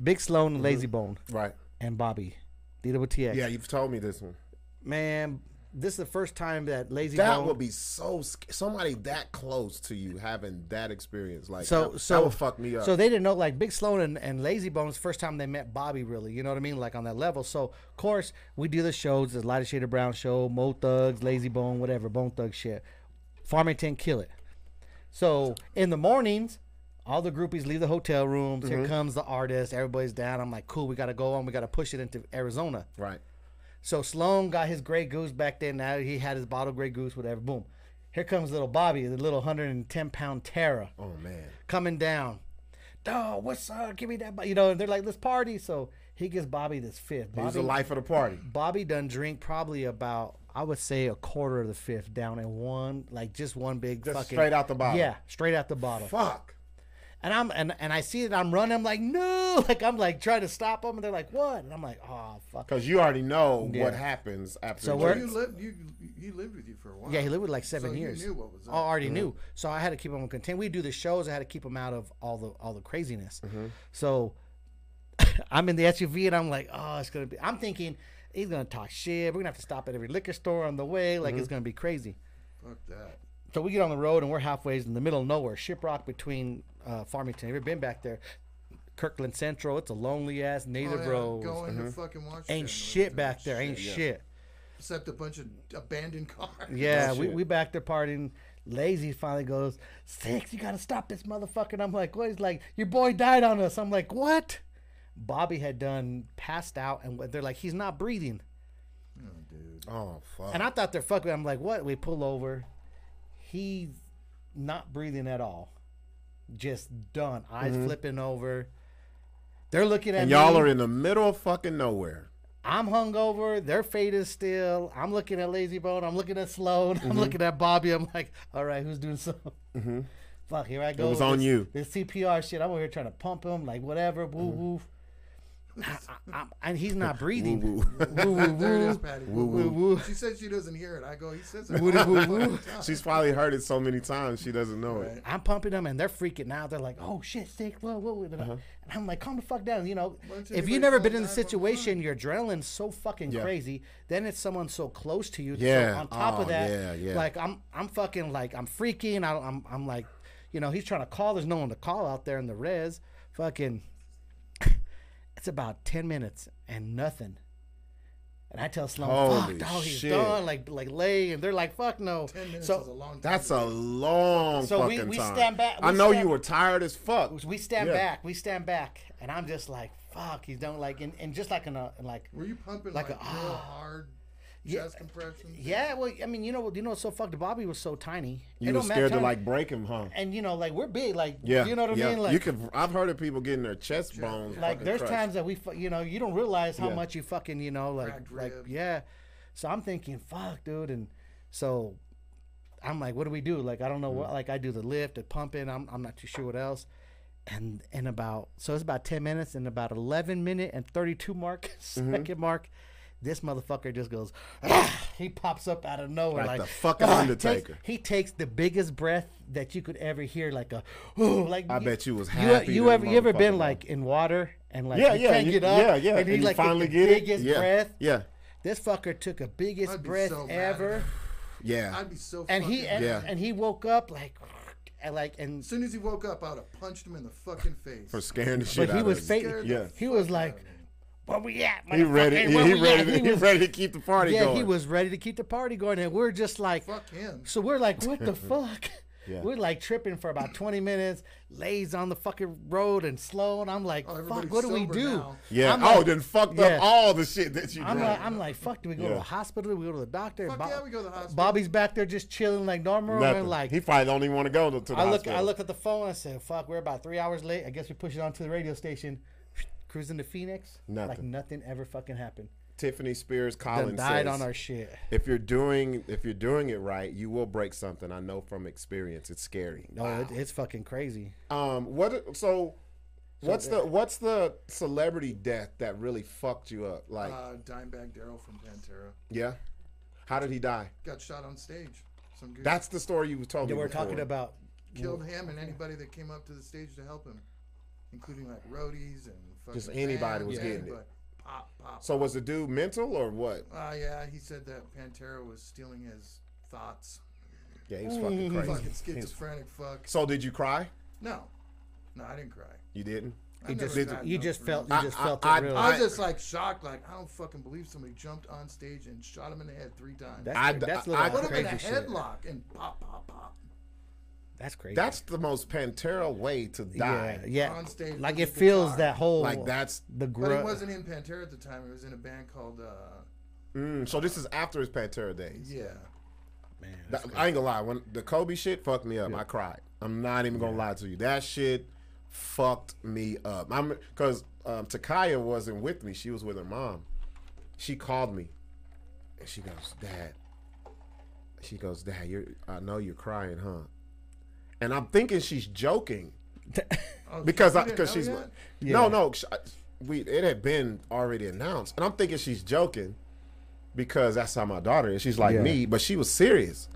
S2: big sloan lazy bone
S1: right.
S2: and bobby DWTX.
S1: Mm-hmm. Yeah, you've told me this one.
S2: Man, this is the first time that Lazy
S1: That
S2: Bone
S1: would be so sc- somebody that close to you having that experience. Like
S2: So
S1: that,
S2: so
S1: that would fuck me up.
S2: So they didn't know like Big Sloan and, and Lazy Bones first time they met Bobby really, you know what I mean? Like on that level. So of course we do the shows, the Light of Shade of Brown show, Mo Thugs, Lazy Bone, whatever, Bone Thug shit. Farmington kill it. So in the mornings, all the groupies leave the hotel rooms.
S1: Mm-hmm.
S2: Here comes the artist. Everybody's down. I'm like, cool. We gotta go on. We gotta push it into Arizona.
S1: right.
S2: So Sloan got his Grey Goose back then. Now he had his bottle Grey Goose, whatever. Boom. Here comes little Bobby, the little 110 pound Terra
S1: Oh man.
S2: coming down. Dog, what's up? Give me that. bo-" You know, and they're like, let's party. So he gives Bobby this fifth.
S1: He was
S2: Bobby,
S1: the life of the party.
S2: Bobby done drink probably about, I would say, a quarter of the fifth down in one, like just one big
S1: Just
S2: fucking.
S1: straight out the bottle.
S2: Yeah, straight out the bottle.
S1: Fuck.
S2: And I'm and, and I see that I'm running. I'm like, no, like I'm like trying to stop them, and they're like, what? And I'm like, oh fuck.
S1: Because you already know
S2: Yeah.
S1: what happens after.
S2: So
S1: you
S2: we're-
S1: drink.
S3: You lived, you, he lived with you for a while.
S2: Yeah, he lived with like seven
S3: So you
S2: years. Oh,
S3: knew what was
S2: I
S3: up.
S2: already knew. So I had to keep him contained. We do the shows. I had to keep him out of all the all the craziness.
S3: Mm-hmm.
S2: So I'm in the SUV and I'm like, oh, it's gonna be. I'm thinking he's gonna talk shit. We're gonna have to stop at every liquor store on the way. Like
S3: Mm-hmm.
S2: it's gonna be crazy.
S3: Fuck that.
S2: So we get on the road and we're halfway in the middle of nowhere, Shiprock between uh, Farmington. Have you ever been back there? Kirkland Central. It's a lonely ass
S3: Oh,
S2: native
S3: yeah,
S2: road.
S3: Going
S1: Mm-hmm.
S3: to fucking Washington.
S2: Ain't
S3: or
S2: shit
S3: something.
S2: back there. Ain't shit.
S3: Except a bunch of abandoned cars.
S2: Yeah, we,
S1: shit.
S2: we back there partying. Lazy finally goes, Six, you gotta stop this motherfucker. And I'm like, What? He's like, Your boy died on us. I'm like, What? Bobby had done passed out, and they're like, He's not breathing.
S3: Oh, dude.
S1: Oh fuck.
S2: And I thought they're fucking. I'm like, What? We pull over. He's not breathing at all. Just done. Eyes flipping over. They're looking at
S1: Mm-hmm. and
S2: me.
S1: y'all are in the middle of fucking nowhere.
S2: I'm hungover. Their fate is still. I'm looking at Lazy Bone. I'm looking at Sloan. I'm looking at Bobby. I'm like, all right, who's doing some? Fuck, here I go.
S1: was
S2: with
S1: on
S2: this-
S1: you.
S2: This CPR shit. I'm over here trying to pump him, like whatever. Woo woo. I, I, I'm- and he's not breathing. woo
S1: Woo woo.
S2: woo woo.
S3: There it is, Patty. Woo,
S2: woo,
S3: woo,
S2: woo.
S3: She said she doesn't hear it. I go, he says it.
S2: Woo,
S3: all
S2: woo,
S3: the
S2: woo.
S3: fucking time.
S1: She's probably heard it so many times she doesn't know it.
S3: Right.
S2: I'm pumping them, and they're freaking out. They're like, "Oh shit, sick!" Whoa, whoa, whoa.
S1: Uh-huh.
S2: And I'm like, "Calm the fuck down." You know,
S3: Why don't
S2: if
S3: anybody
S2: you've never
S3: call
S2: been in the
S3: 911?
S2: situation, your adrenaline's so fucking
S1: Yeah.
S2: crazy. Then it's someone so close to you. So
S1: Yeah.
S2: on top
S1: Oh,
S2: of that,
S1: yeah, yeah.
S2: like I'm, I'm fucking like I'm freaking. I, I'm, I'm like, you know, he's trying to call. There's no one to call out there in the res. Fucking, it's about ten minutes and nothing. And I tell Sloan,
S1: Holy
S2: "Fuck, dog, he's
S1: shit.
S2: done." Like, like lay, and they're like, "Fuck no."
S3: Ten minutes
S2: so
S3: is a long time.
S1: That's a long
S2: So we-
S1: fucking
S2: we
S1: time.
S2: stand back-
S1: I
S2: we
S1: know
S2: stand-
S1: you were tired as fuck.
S2: we stand
S1: Yeah.
S2: back, we stand back, and I'm just like, fuck, he's done like, and, and just like in a in like,
S3: Were you pumping
S2: Like
S3: like,
S2: a- ah.
S3: real hard chest compression?
S2: yeah, well, I mean, you know, what- you know, what's so fucked. Bobby was so tiny.
S1: You
S2: It
S1: were
S2: don't matter
S1: scared to
S2: time-
S1: like break him, huh?
S2: and you know, like we're big, like,
S1: Yeah.
S2: you know what I
S1: yeah.
S2: mean, like,
S1: you can. I've heard of people getting their chest bones.
S2: like
S1: fucking
S2: there's
S1: crushed.
S2: times that we, fu- you know, you don't realize how
S1: Yeah.
S2: much you fucking, you know, like,
S3: Cracked
S2: like,
S3: rib.
S2: yeah. So I'm thinking, fuck, dude, and so I'm like, what do we do? Like, I don't know
S1: Mm.
S2: what. Like, I do the lift, the pumping. I'm, I'm not too sure what else. And in about so it's about ten minutes and about eleven minute and thirty two mark
S1: Mm-hmm.
S2: second mark, this motherfucker just goes. "Ah!" He pops up out of nowhere
S1: Like
S2: like,
S1: the fucking
S2: "Ah!" Takes-
S1: Undertaker.
S2: he takes the biggest breath that you could ever hear, like a ooh, like
S1: I bet you was happy
S2: You,
S1: than a
S2: ever you ever
S1: motherfucker,
S2: been
S1: though.
S2: like in water and like
S1: Yeah,
S2: you
S1: yeah,
S2: can't
S1: you-
S2: get up,
S1: yeah, yeah,
S2: and he
S1: and you
S2: like took
S1: finally
S2: the
S1: get it?
S2: biggest
S1: Yeah,
S2: breath.
S1: yeah.
S2: this fucker took a biggest
S3: I'd be
S2: breath
S3: so mad.
S2: ever
S1: Yeah.
S3: I'd be so.
S2: and
S3: fucking
S2: he and,
S1: Yeah.
S2: and he woke up like and like and
S3: As soon as he woke up, I would have punched him in the fucking face.
S1: For scaring the shit out
S2: but he
S1: of
S2: was
S1: us.
S2: fake
S3: Scared the
S1: Yeah.
S2: he was
S3: fuck
S2: like
S3: out of me.
S2: where we at
S1: He ready.
S2: motherfucker?
S1: He
S2: Where we
S1: ready.
S2: at?"
S1: To, he ready to keep the party
S2: yeah
S1: going.
S2: he was ready to keep the party going and we're just like
S3: Fuck him.
S2: so we're like what the fuck
S1: Yeah.
S2: We're like tripping for about 20 minutes. Lays on the fucking road and slow, and I'm like,
S3: Oh,
S2: "Fuck,
S3: everybody's
S2: what do we
S3: sober
S2: do?"
S3: now.
S1: Yeah.
S2: I'm
S1: oh,
S2: like-
S1: then fucked
S2: Yeah.
S1: up all the shit that you
S2: I'm
S1: did.
S2: like, I'm like, fuck. Do we go to
S1: Yeah.
S2: a hospital? Do we go to the doctor?
S3: Fuck yeah, we go to the hospital.
S2: Bobby's back there just chilling like normal.
S1: Nothing.
S2: And like,
S1: he probably don't even want to go to, to the
S2: I look,
S1: hospital.
S2: I look at the phone. I said, "Fuck, we're about three hours late. I guess we push it onto the radio station." Cruising to Phoenix, like
S1: Nothing.
S2: nothing ever fucking happened.
S1: Tiffany Spears
S2: Then
S1: Collins
S2: died
S1: says,
S2: on our shit.
S1: if you're doing if you're doing it right, you will break something. I know from experience. It's scary.
S2: No, Oh, it, it's fucking crazy.
S1: Um, what? So, what's the what's the celebrity death that really fucked you up? Like,
S3: Uh, Dimebag Daryl from Pantera
S1: yeah, how did he die?
S3: got shot on stage. Some dude
S1: That's the story you told
S2: They
S1: me.
S2: were
S1: before.
S2: talking about
S3: killed him and anybody that came up to the stage to help him, including like roadies and fucking
S1: Just anybody
S3: fans,
S1: was getting it.
S3: anybody. Pop, pop.
S1: So was the dude mental or what?
S3: Uh, yeah, he said that Pantera was stealing his thoughts.
S1: Yeah, he was
S2: Mm-hmm.
S1: fucking crazy.
S3: Fucking schizophrenic fuck.
S1: So did you cry?
S3: No, no, I didn't cry.
S1: You didn't.
S3: I
S2: just-
S3: never cried,
S2: you
S3: no,
S2: just
S3: for
S2: felt you
S3: real.
S1: I-
S2: just
S1: I-
S2: felt
S1: I-
S2: it real.
S3: I was just like shocked, like I don't fucking believe somebody jumped on stage and shot him in the head three times.
S2: that's
S1: I-
S2: that's
S1: I-
S2: little
S1: I-
S3: Put him in a
S2: crazy shit.
S3: headlock and pop, pop, pop.
S2: That's crazy.
S1: That's the most Pantera way to
S2: yeah,
S1: die.
S2: yeah.
S3: On stage
S2: like it
S3: with the
S2: feels
S3: guitar.
S2: that whole
S1: Like that's
S2: the
S3: But he
S2: grunt.
S3: wasn't in Pantera at the time. He was in a band called uh,
S1: Mm, so this is after his Pantera days.
S3: Yeah.
S2: Man,
S1: Th- I ain't gonna lie. When the Kobe shit fucked me up, I cried. I'm not even gonna lie to you. That shit fucked me up. I'm because um, Takaya wasn't with me. She was with her mom. She called me, and she goes, "Dad." She goes, "Dad, you're. I know you're crying, huh?" And I'm thinking she's joking
S3: Oh,
S1: because
S3: you
S1: I
S3: didn't
S1: because
S3: know
S1: she's
S3: yet?
S2: Yeah.
S1: no no sh- I- we it had been already announced and I'm thinking she's joking because that's how my daughter is she's like
S2: Yeah.
S1: me but she was serious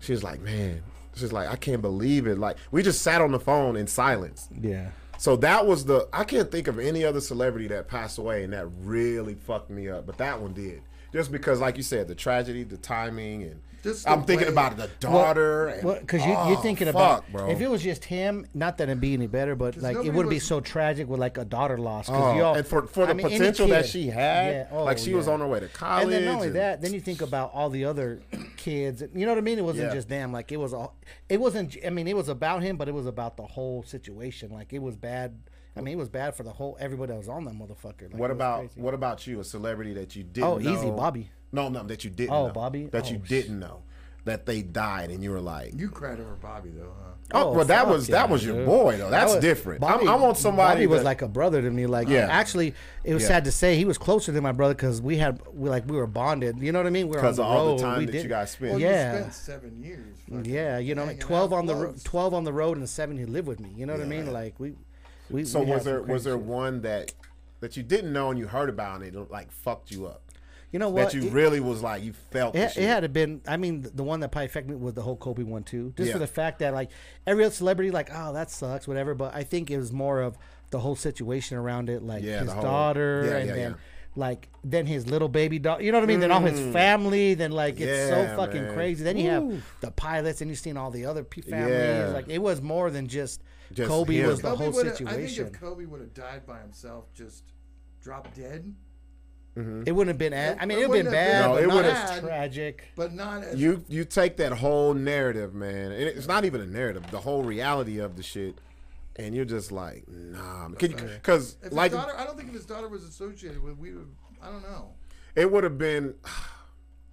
S1: she was like man she's like I can't believe it like we just sat on the phone in silence
S2: yeah.
S1: so that was the I can't think of any other celebrity that passed away and that really fucked me up but that one did just because like you said the tragedy the timing and
S3: Just the
S1: I'm thinking
S3: way-
S1: about the daughter and
S2: because you,
S1: oh,
S2: you're thinking
S1: fuck,
S2: about if it was just him, not that it'd be any better, but like it
S3: nobody
S2: wouldn't be
S3: was-
S2: so tragic with like a daughter loss. 'cause
S1: Oh,
S2: y'all-
S1: and for for the
S2: I mean, any
S1: potential that
S2: kid.
S1: she had,
S2: Yeah, oh,
S1: like she was
S2: yeah.
S1: on her way to college.
S2: And then not only
S1: and-
S2: that, then you think about all the other kids. and- You know what I mean? It wasn't
S1: Yeah.
S2: just them. Like it was all. It wasn't. I mean, it was about him, but it was about the whole situation. Like it was bad. I mean, it was bad for the whole everybody that was on that
S1: what
S2: motherfucker. Like, it was
S1: about
S2: crazy.
S1: what about you? A celebrity that you didn't?
S2: Oh,
S1: know,
S2: Easy Bobby.
S1: No, no, that you didn't.
S2: Oh,
S1: know,
S2: Bobby?
S1: that you
S2: Oh, sh-
S1: didn't know that they died, and you were like.
S3: You cried over Bobby though, huh?
S1: Oh, well, that
S2: fuck
S1: was
S2: yeah,
S1: that was your
S2: dude.
S1: boy though. That's
S2: That was-
S1: different. I'm-
S2: Bobby-
S1: I want somebody.
S2: Bobby was
S1: that-
S2: like a brother to me. Like,
S1: Yeah.
S2: actually, it was
S1: Yeah.
S2: sad to say he was closer than my brother because we had we like we were bonded. You know what I mean? We were on
S1: 'Cause of
S2: the
S1: all the
S2: road,
S1: time
S2: we
S1: that you
S2: did-
S1: guys spent.
S3: Well,
S2: yeah,
S3: you spent seven years. fucking
S2: yeah. You know, what I mean?
S3: hanging out
S2: twelve on the ro-
S3: close.
S2: twelve on the road and seven who lived with me. You know what I mean? Like we. we
S1: so
S2: we had
S1: was
S2: some
S1: there
S2: crazy
S1: was there
S2: shit.
S1: one that that you didn't know and you heard about and it like fucked you up?
S2: you know what
S1: that you
S2: It-
S1: really was like you felt. the
S2: It,
S1: shit.
S2: it had to been. I mean, th- the one that probably affected me was the whole Kobe one too. Just
S1: Yeah.
S2: for the fact that like every other celebrity, like oh that sucks, whatever. But I think it was more of the whole situation around it, like
S1: Yeah,
S2: his
S1: the whole-
S2: daughter,
S1: yeah,
S2: and
S1: yeah,
S2: then
S1: yeah.
S2: like then his little baby daughter. You know what I mean? Then all his family. Then like it's
S1: Yeah,
S2: so fucking
S1: man.
S2: crazy. Then you have the pilots, and you've seen all the other pe- families.
S1: Yeah.
S2: Like it was more than just,
S1: Just
S2: Kobe
S1: him.
S2: was the
S3: Kobe
S2: whole
S3: would've- I
S2: situation.
S3: think if Kobe would have died by himself, just dropped dead,
S2: it wouldn't have been. As, I mean,
S3: it
S2: it would have been
S3: wouldn't have been-
S2: bad.
S1: No,
S2: but
S1: it
S2: not
S1: would've-
S2: as tragic.
S3: but not as
S1: you you take that whole narrative, man, and it's not even a narrative, the whole reality of the shit, and you're just like, nah, because
S3: if
S1: like
S3: his daughter. I don't think if his daughter was associated with, we would. I don't know.
S1: it would have been.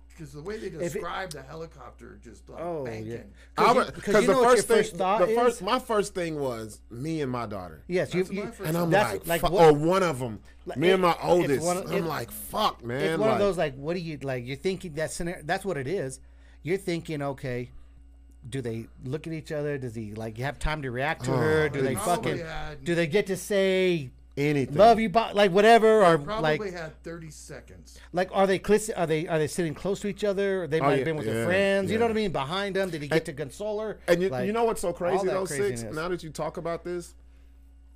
S3: Because the way they
S2: it-
S3: described the helicopter, just like
S2: Oh
S3: banking.
S2: yeah,
S1: I
S2: you-
S1: would- Because
S2: you
S1: the
S2: know what your
S1: first thing,
S2: first thought
S1: the
S2: is?
S1: first, my first thing was me and my daughter.
S2: Yes, you,
S3: That's
S2: you-
S3: my first
S1: And I'm
S2: that's
S1: like,
S2: like
S1: fuck,
S2: what-
S1: or one of them, me and my
S2: it- it's
S1: oldest.
S2: one of-
S1: I'm
S2: it-
S1: like, fuck, man.
S2: it's one
S1: like,
S2: of those like, what do you like? You're thinking that scenario. That's what it is. You're thinking, okay, do they look at each other? Does he like have time to react to her?
S1: Oh,
S2: Do
S3: They
S2: they
S3: probably
S2: fucking?
S3: had-
S2: Do they get to say
S1: anything.
S2: love you, but like whatever, or
S3: Probably
S2: like
S3: had 30 seconds.
S2: like are they clis- are they are they sitting close to each other? Or they might
S1: Oh, yeah,
S2: have been with
S1: yeah,
S2: their friends. You know
S1: yeah.
S2: what I mean? Behind them, did he get to console her?
S1: And you,
S2: Like,
S1: you know what's so crazy
S2: all that
S1: though, six?
S2: craziness.
S1: Now that you talk about this,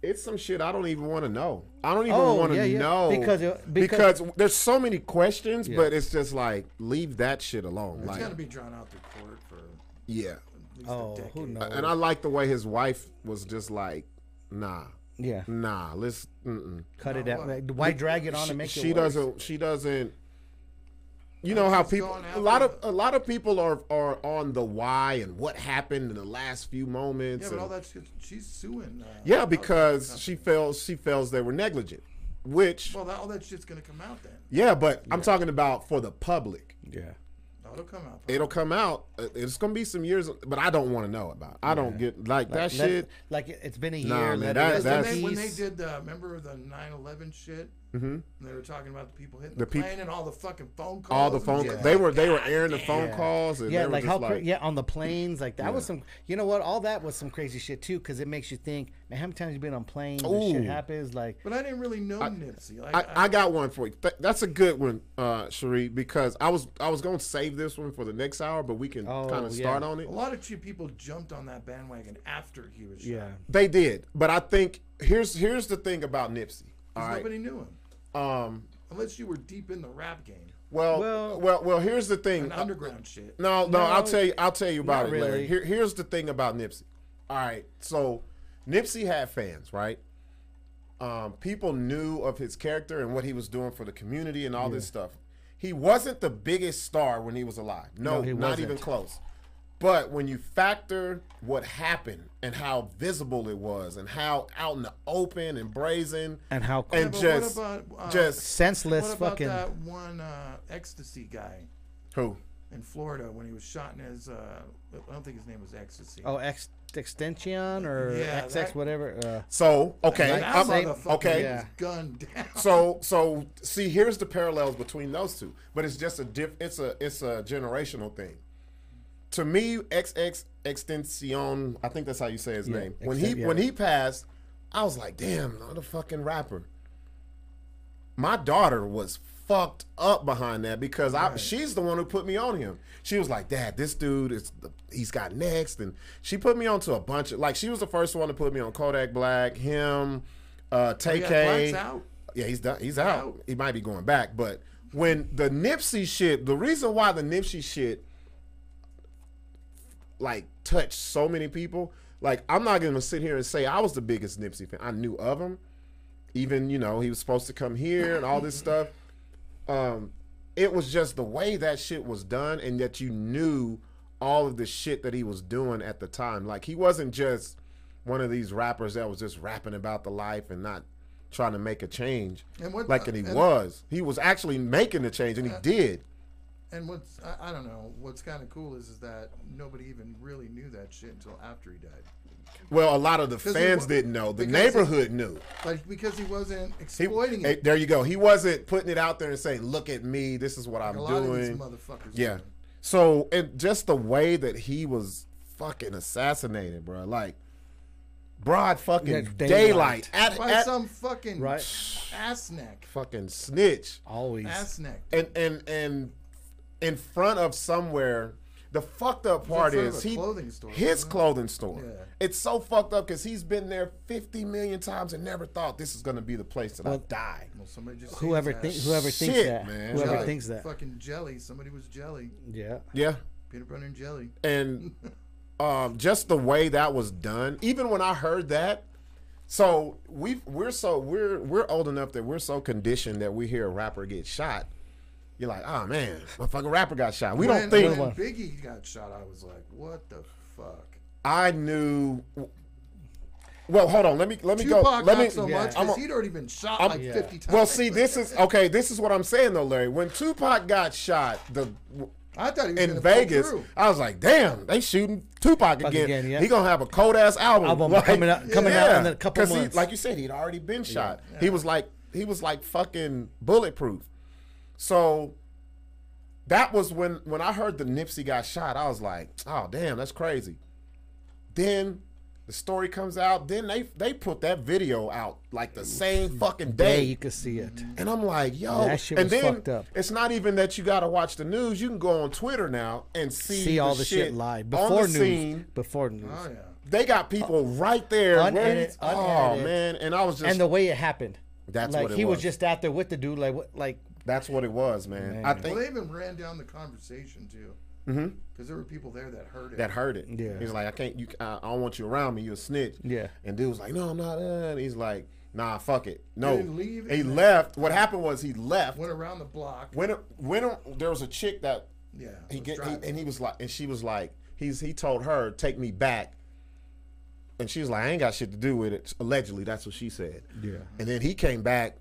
S1: it's some shit I don't even want to know. I don't even
S2: Oh,
S1: want to
S2: yeah, yeah.
S1: know
S2: Because it-
S1: because,
S2: because-
S1: there's so many questions, but it's just like leave that shit alone.
S3: It's
S1: like
S3: got to be drawn out through court for at
S1: yeah,
S3: least a
S2: Oh,
S3: decade.
S2: who knows?
S1: and I like the way his wife was just like, nah,
S2: yeah,
S1: nah, let's. Mm-mm.
S2: cut it out. Like, why drag it on and make
S1: she
S2: it? worse?
S1: doesn't. She doesn't. You know how
S3: It's
S1: people
S3: going
S1: a
S3: out
S1: lot
S3: there.
S1: of a lot of people are are on the why and what happened in the last few moments.
S3: Yeah, but
S1: and-
S3: all that shit, she's suing. Uh,
S1: Yeah, because she feels she feels they were negligent, which
S3: Well, that, all that shit's going to come out then.
S1: yeah, but I'm talking about for the public.
S2: Yeah.
S3: That'll come out.
S1: It'll come out. uh, It's gonna be some years, but I don't want to know about. It. I don't get like, that
S2: Let-
S1: shit.
S2: Like it- it's been a year.
S1: Nah, man,
S2: let it
S1: that-
S2: rest in
S1: that's-
S3: when, they, when they
S2: peace.
S3: did the remember the 9/11 shit, mm-hmm. they were talking about the people hitting
S1: The
S3: the,
S1: peop-
S3: plane and all the fucking phone calls.
S1: All the
S3: and
S1: phone
S3: shit.
S1: they were they were airing the phone calls and
S2: yeah,
S1: they were
S2: like
S1: just
S2: how cra-
S1: like
S2: yeah on the planes like that was some you know what all that was some crazy shit too because it makes you think man how many times you been on planes this
S1: Ooh.
S2: shit happens like
S3: But I didn't really know Nipsey. Like, I,
S1: I, I got one for you. Th- that's a good one, uh, Cherie, because I was I was gonna save this one for the next hour, but we can
S2: Oh,
S1: kind of
S2: yeah.
S1: start on it.
S3: a lot of cheap people jumped on that bandwagon after he was shot.
S2: yeah
S1: They did, but I think here's here's the thing about Nipsey. All
S3: 'Cause
S1: right,
S3: nobody knew him
S1: um,
S3: unless you were deep in the rap game
S1: well, well,
S2: Well-
S1: well, here's the thing. uh,
S3: and underground shit.
S1: No, no, I'll
S2: No,
S1: tell you. I'll tell you about it
S2: not
S1: later.
S2: really.
S1: Here, here's the thing about Nipsey. All right, so Nipsey had fans, right? Um, people knew of his character and what he was doing for the community and all this stuff. He wasn't the biggest star when he was alive. No,
S2: No, he
S1: not
S2: wasn't.
S1: even close. But when you factor what happened and how visible it was and how out in the open and brazen
S2: And how cool.
S1: and
S3: but
S1: just
S3: what about, uh,
S1: just
S2: senseless
S3: What about
S2: fucking
S3: that one uh, ecstasy guy
S1: who
S3: in Florida when he was shot in his? Uh, I don't think his name was ecstasy.
S2: oh ex extension or
S3: Yeah,
S2: XX
S3: that-
S2: whatever. Uh,
S1: so okay
S3: that
S1: I'm-
S3: motherfucker
S1: okay
S2: yeah.
S3: was gunned down.
S1: so so see here's the parallels between those two but it's just a diff it's a it's a generational thing to me xx extension i think that's how you say his name when he
S2: Exten- yeah.
S1: when he passed i was like damn not a fucking rapper my daughter was fucked up behind that because I she's the one who put me on him. She was like, "Dad, this dude is the, he's got next," and she put me onto a bunch of like she was the first one to put me on Kodak Black, him, uh,
S3: Oh, yeah,
S1: TK.
S3: Black's out.
S1: Yeah, he's done. He's out.
S3: Out.
S1: He might be going back, but when the Nipsey shit, the reason why the Nipsey shit like touched so many people, like I'm not gonna sit here and say I was the biggest Nipsey fan. I knew of him, even you know he was supposed to come here and all this stuff. Um, it was just the way that shit was done, and that you knew all of the shit that he was doing at the time. Like he wasn't just one of these rappers that was just rapping about the life and not trying to make a change
S3: And what-
S1: like and he
S3: and-
S1: was he was actually making the change and he did
S3: And what's I, I don't know. What's kind of cool is is that nobody even really knew that shit until after he died.
S1: well a lot of the
S3: 'Cause he
S1: fans
S3: wa-
S1: didn't know the
S3: because he-
S1: neighborhood knew
S3: Like because he wasn't
S1: he,
S3: exploiting
S1: eh,
S3: it.
S1: there you go he wasn't putting it out there and saying look at me this is what i'm
S3: A lot of these
S1: doing
S3: motherfuckers.
S1: yeah
S3: were.
S1: so and just the way that he was fucking assassinated bro like broad fucking
S2: Yeah,
S1: daylight,
S2: daylight.
S1: at,
S3: by
S1: at
S3: some fucking
S2: Right.
S3: ass neck.
S1: fucking snitch
S2: always
S3: Ass neck.
S1: and and and in front of somewhere. The fucked up part
S3: front of
S1: is
S3: a
S1: he
S3: clothing store,
S1: his
S3: wasn't it?
S1: clothing store.
S3: Yeah.
S1: It's so fucked up because he's been there fifty million times and never thought this is gonna be the place that I
S2: Well,
S1: die.
S3: Well, somebody just sings
S2: whoever
S3: that.
S2: thinks whoever thinks
S1: Shit,
S2: that
S1: man.
S2: whoever
S1: Jelly.
S2: thinks that
S3: Fucking jelly. Somebody was jelly.
S2: yeah
S1: Yeah,
S3: Peanut butter and jelly.
S1: and um, just the way that was done. Even when I heard that, so we we're so we're we're old enough that we're so conditioned that we hear a rapper get shot. You're like, oh man, motherfucking rapper got shot. We don't
S3: When-
S1: think
S3: when Biggie got shot, I was like, what the fuck?
S1: I knew. Well, hold on. Let me let me
S3: Tupac
S1: go. Let
S3: got
S1: me.
S3: so much
S1: I'm
S3: because
S1: a-
S3: he'd already been shot
S1: I'm-
S3: like 50 times.
S1: well, see, this is okay. This is what I'm saying though, Larry. When Tupac got shot, the
S3: I thought he was
S1: in
S3: gonna
S1: Vegas,
S3: pull through.
S1: I was like, damn, they shooting Tupac again.
S2: again, yeah.
S1: He gonna have a cold ass album,
S2: Album
S1: like-
S2: coming out- coming out in a couple
S1: 'cause he-
S2: months.
S1: like you said, he'd already been shot. He was like he was like fucking bulletproof. So that was when when I heard the Nipsey got shot, I was like, oh damn, that's crazy. Then the story comes out. Then they they put that video out like the same fucking
S2: yeah
S1: day.
S2: you can see it
S1: And I'm like, yo,
S2: That shit
S1: and
S2: was
S1: then
S2: fucked up.
S1: it's not even that you got to watch the news. You can go on Twitter now and see,
S2: see all the shit, live
S1: on
S2: before
S1: the
S2: news
S1: scene.
S2: before news
S3: Oh, yeah.
S1: They got people right there. where
S2: Unedited-
S1: he's- oh
S2: unedited.
S1: man, and I was just
S2: and the way it happened
S1: That's
S2: like
S1: what it
S2: he was.
S1: was.
S2: just out there with the dude like what like
S1: that's what it was, man. I
S3: Well,
S1: think Mm-hmm.
S3: they even ran down the conversation, too. Because there were people there that heard it.
S1: that hurt it.
S2: Yeah.
S1: He's like, I can't, you, I, I don't want you around me. You a snitch.
S2: Yeah.
S1: And dude was like, No, I'm not. Uh. And he's like, Nah, fuck it. No,
S3: Did he leave?
S1: he left. What happened was he left.
S3: Went around the block.
S1: When when there was a chick that
S3: yeah.
S1: he
S3: was
S1: get he,
S3: driving.
S1: and he was like and she was like he's he told her take me back and she was like i ain't got shit to do with it allegedly that's what she said yeah and then he came back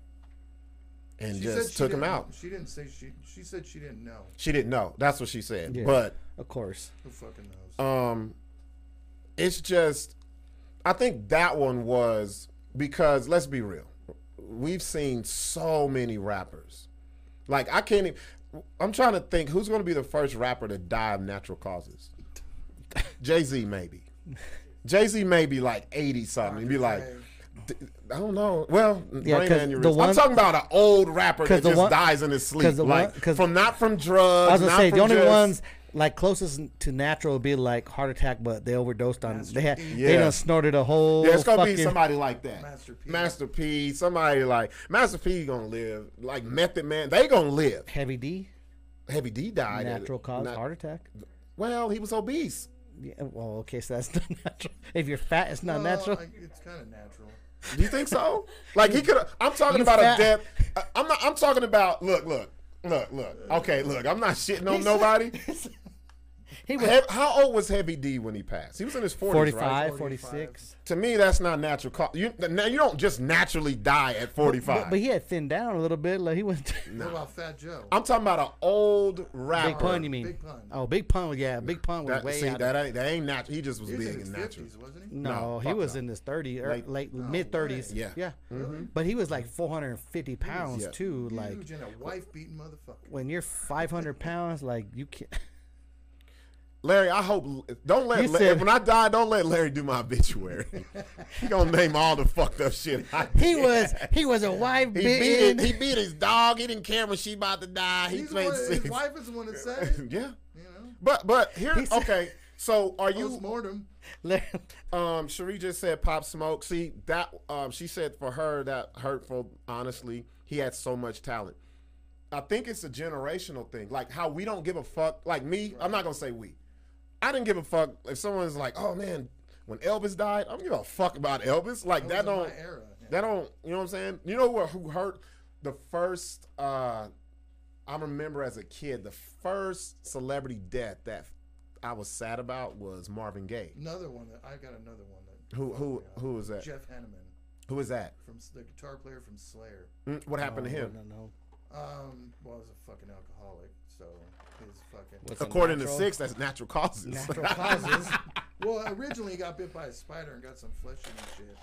S1: and
S3: She said
S1: just
S3: she
S1: took him
S3: didn't-
S1: out
S3: She didn't say she. She said she didn't know.
S1: she didn't know that's what she said
S2: Yeah.
S1: but
S2: of course
S3: Who fucking knows? Uh,
S1: um it's just i think that one was because let's be real we've seen so many rappers like i can't even i'm trying to think who's going to be the first rapper to die of natural causes jay-z maybe jay-z maybe like 80 something and be like d- I don't know. Well,
S2: Yeah,
S1: brain
S2: 'cause the
S1: aneurysm. I'm
S2: one-
S1: talking about an old rapper
S2: 'cause
S1: that
S2: the
S1: just
S2: one-
S1: dies in his sleep,
S2: 'cause the one-
S1: like
S2: 'cause-
S1: from not from drugs.
S2: I was gonna
S1: not
S2: say the
S1: from
S2: only
S1: just-
S2: ones like closest to natural would be like heart attack, but they overdosed on they had they
S1: Yeah.
S2: done snorted a whole.
S1: Yeah, it's gonna
S2: fucking,
S1: be somebody like that.
S3: Master P.
S1: Master P, somebody like Master P gonna live. Like Method Man, they gonna live.
S2: heavy D,
S1: Heavy D died. at-
S2: natural cause
S1: not-
S2: heart attack.
S1: Well, he was obese.
S2: Yeah, well, okay, so that's not natural. If you're fat, it's
S1: Uh,
S2: not natural.
S3: I, it's kind of natural.
S1: Do you think so? like he could. I'm talking
S2: You
S1: about
S2: fat-
S1: a death. I- I'm not. I'm talking about. Look, look, look, look. Okay, look. I'm not shitting on nobody.
S2: He was
S1: Hev- how old was Heavy D when he passed? He was in his 40s, right?
S2: 45,
S3: 45.
S2: 46.
S1: To me, that's not natural. Co- you, now, you don't just naturally die at 45.
S2: But, but he had thinned down a little bit. Like he was
S3: What about Fat Joe?
S1: I'm talking about an old rapper.
S2: big pun. You mean?
S3: Big Pun.
S2: Oh, big pun. Yeah, big pun was
S1: That,
S2: way
S1: see,
S2: out.
S1: that ain't, that ain't natural. He just was
S3: He was in
S1: big
S3: his
S1: and natural.
S3: fifties, wasn't he?
S2: no,
S1: no,
S2: he
S1: fuck
S2: was
S1: no.
S2: in his 30 or
S1: Late-
S2: late, mid 30s.
S1: way. Yeah. Mm-hmm.
S2: yeah.
S3: Really?
S2: But he was like 450 pounds
S1: yeah.
S2: too. Like
S3: Huge and a wife beating motherfucker.
S2: when you're 500 pounds, like you can't.
S1: Larry, I hope don't let
S2: You
S1: La-
S2: said-
S1: when I die, don't let Larry do my obituary. he gonna name all the fucked up shit. I did.
S2: He was he was a wife
S1: He beat,
S2: bitten.
S1: it, he beat his dog. He didn't care when she about to die. He
S3: He's the one,
S1: played
S3: his
S1: six.
S3: wife is the one that said it.
S1: yeah,
S3: You know, Oh,
S1: but but here,
S2: He said-
S1: okay. So are you?
S3: post mortem.
S2: Larry-
S1: Um, Cherie just said pop smoke. See that? Um, she said for her that hurtful. Honestly, he had so much talent. I think it's a generational thing, like how we don't give a fuck. Like me, I'm not gonna say we. I didn't give a fuck if someone's like, "Oh man, when Elvis died, I'm give a fuck about Elvis." Like that
S3: was in
S1: don't.
S3: my era.
S1: That don't. You know what I'm saying? You know what? Who hurt the first? uh I remember as a kid, the first celebrity death that I was sad about was Marvin Gaye.
S3: Another one that I got. Another one that
S1: Who who who is that?
S3: Jeff Hanneman
S1: Who is that?
S3: from S- the guitar player from Slayer.
S1: Mm, What happened to
S2: No,
S1: him?
S2: Oh, no, no.
S3: Um, well, he's a fucking alcoholic, so his fucking.
S2: What's a
S1: According to
S2: natural-
S1: six, that's natural causes.
S2: Natural causes.
S3: Well, originally he got bit by a spider and got some flesh in his shit.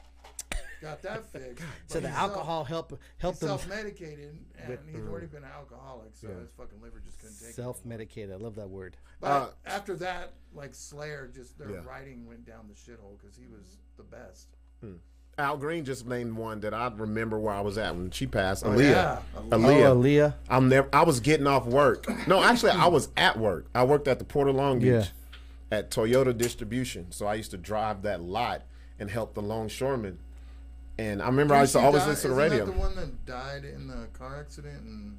S3: Got that fixed.
S2: So
S3: but
S2: the
S3: he's
S2: alcohol help
S3: Self,
S2: helped
S3: he's
S2: him
S3: self-medicated and he's already been an alcoholic, so his fucking liver just couldn't take it.
S2: self-medicate. I love that word.
S3: But
S1: Uh,
S3: after that, like Slayer, just their
S1: Yeah.
S3: writing went down the shithole because he was the best.
S1: Al Green just named one that I remember where I was at when she passed. Aaliyah.
S3: yeah.
S1: Aaliyah.
S2: Oh, Leah.
S1: I'm never. I was getting off work. No, actually, I was at work. I worked at the Port of Long Beach,
S2: Yeah.
S1: at Toyota Distribution. So I used to drive that lot and help the longshoremen. And I remember I used to
S3: She
S1: always
S3: died-
S1: listen to the
S3: isn't
S1: radio.
S3: That the one that died in the car accident and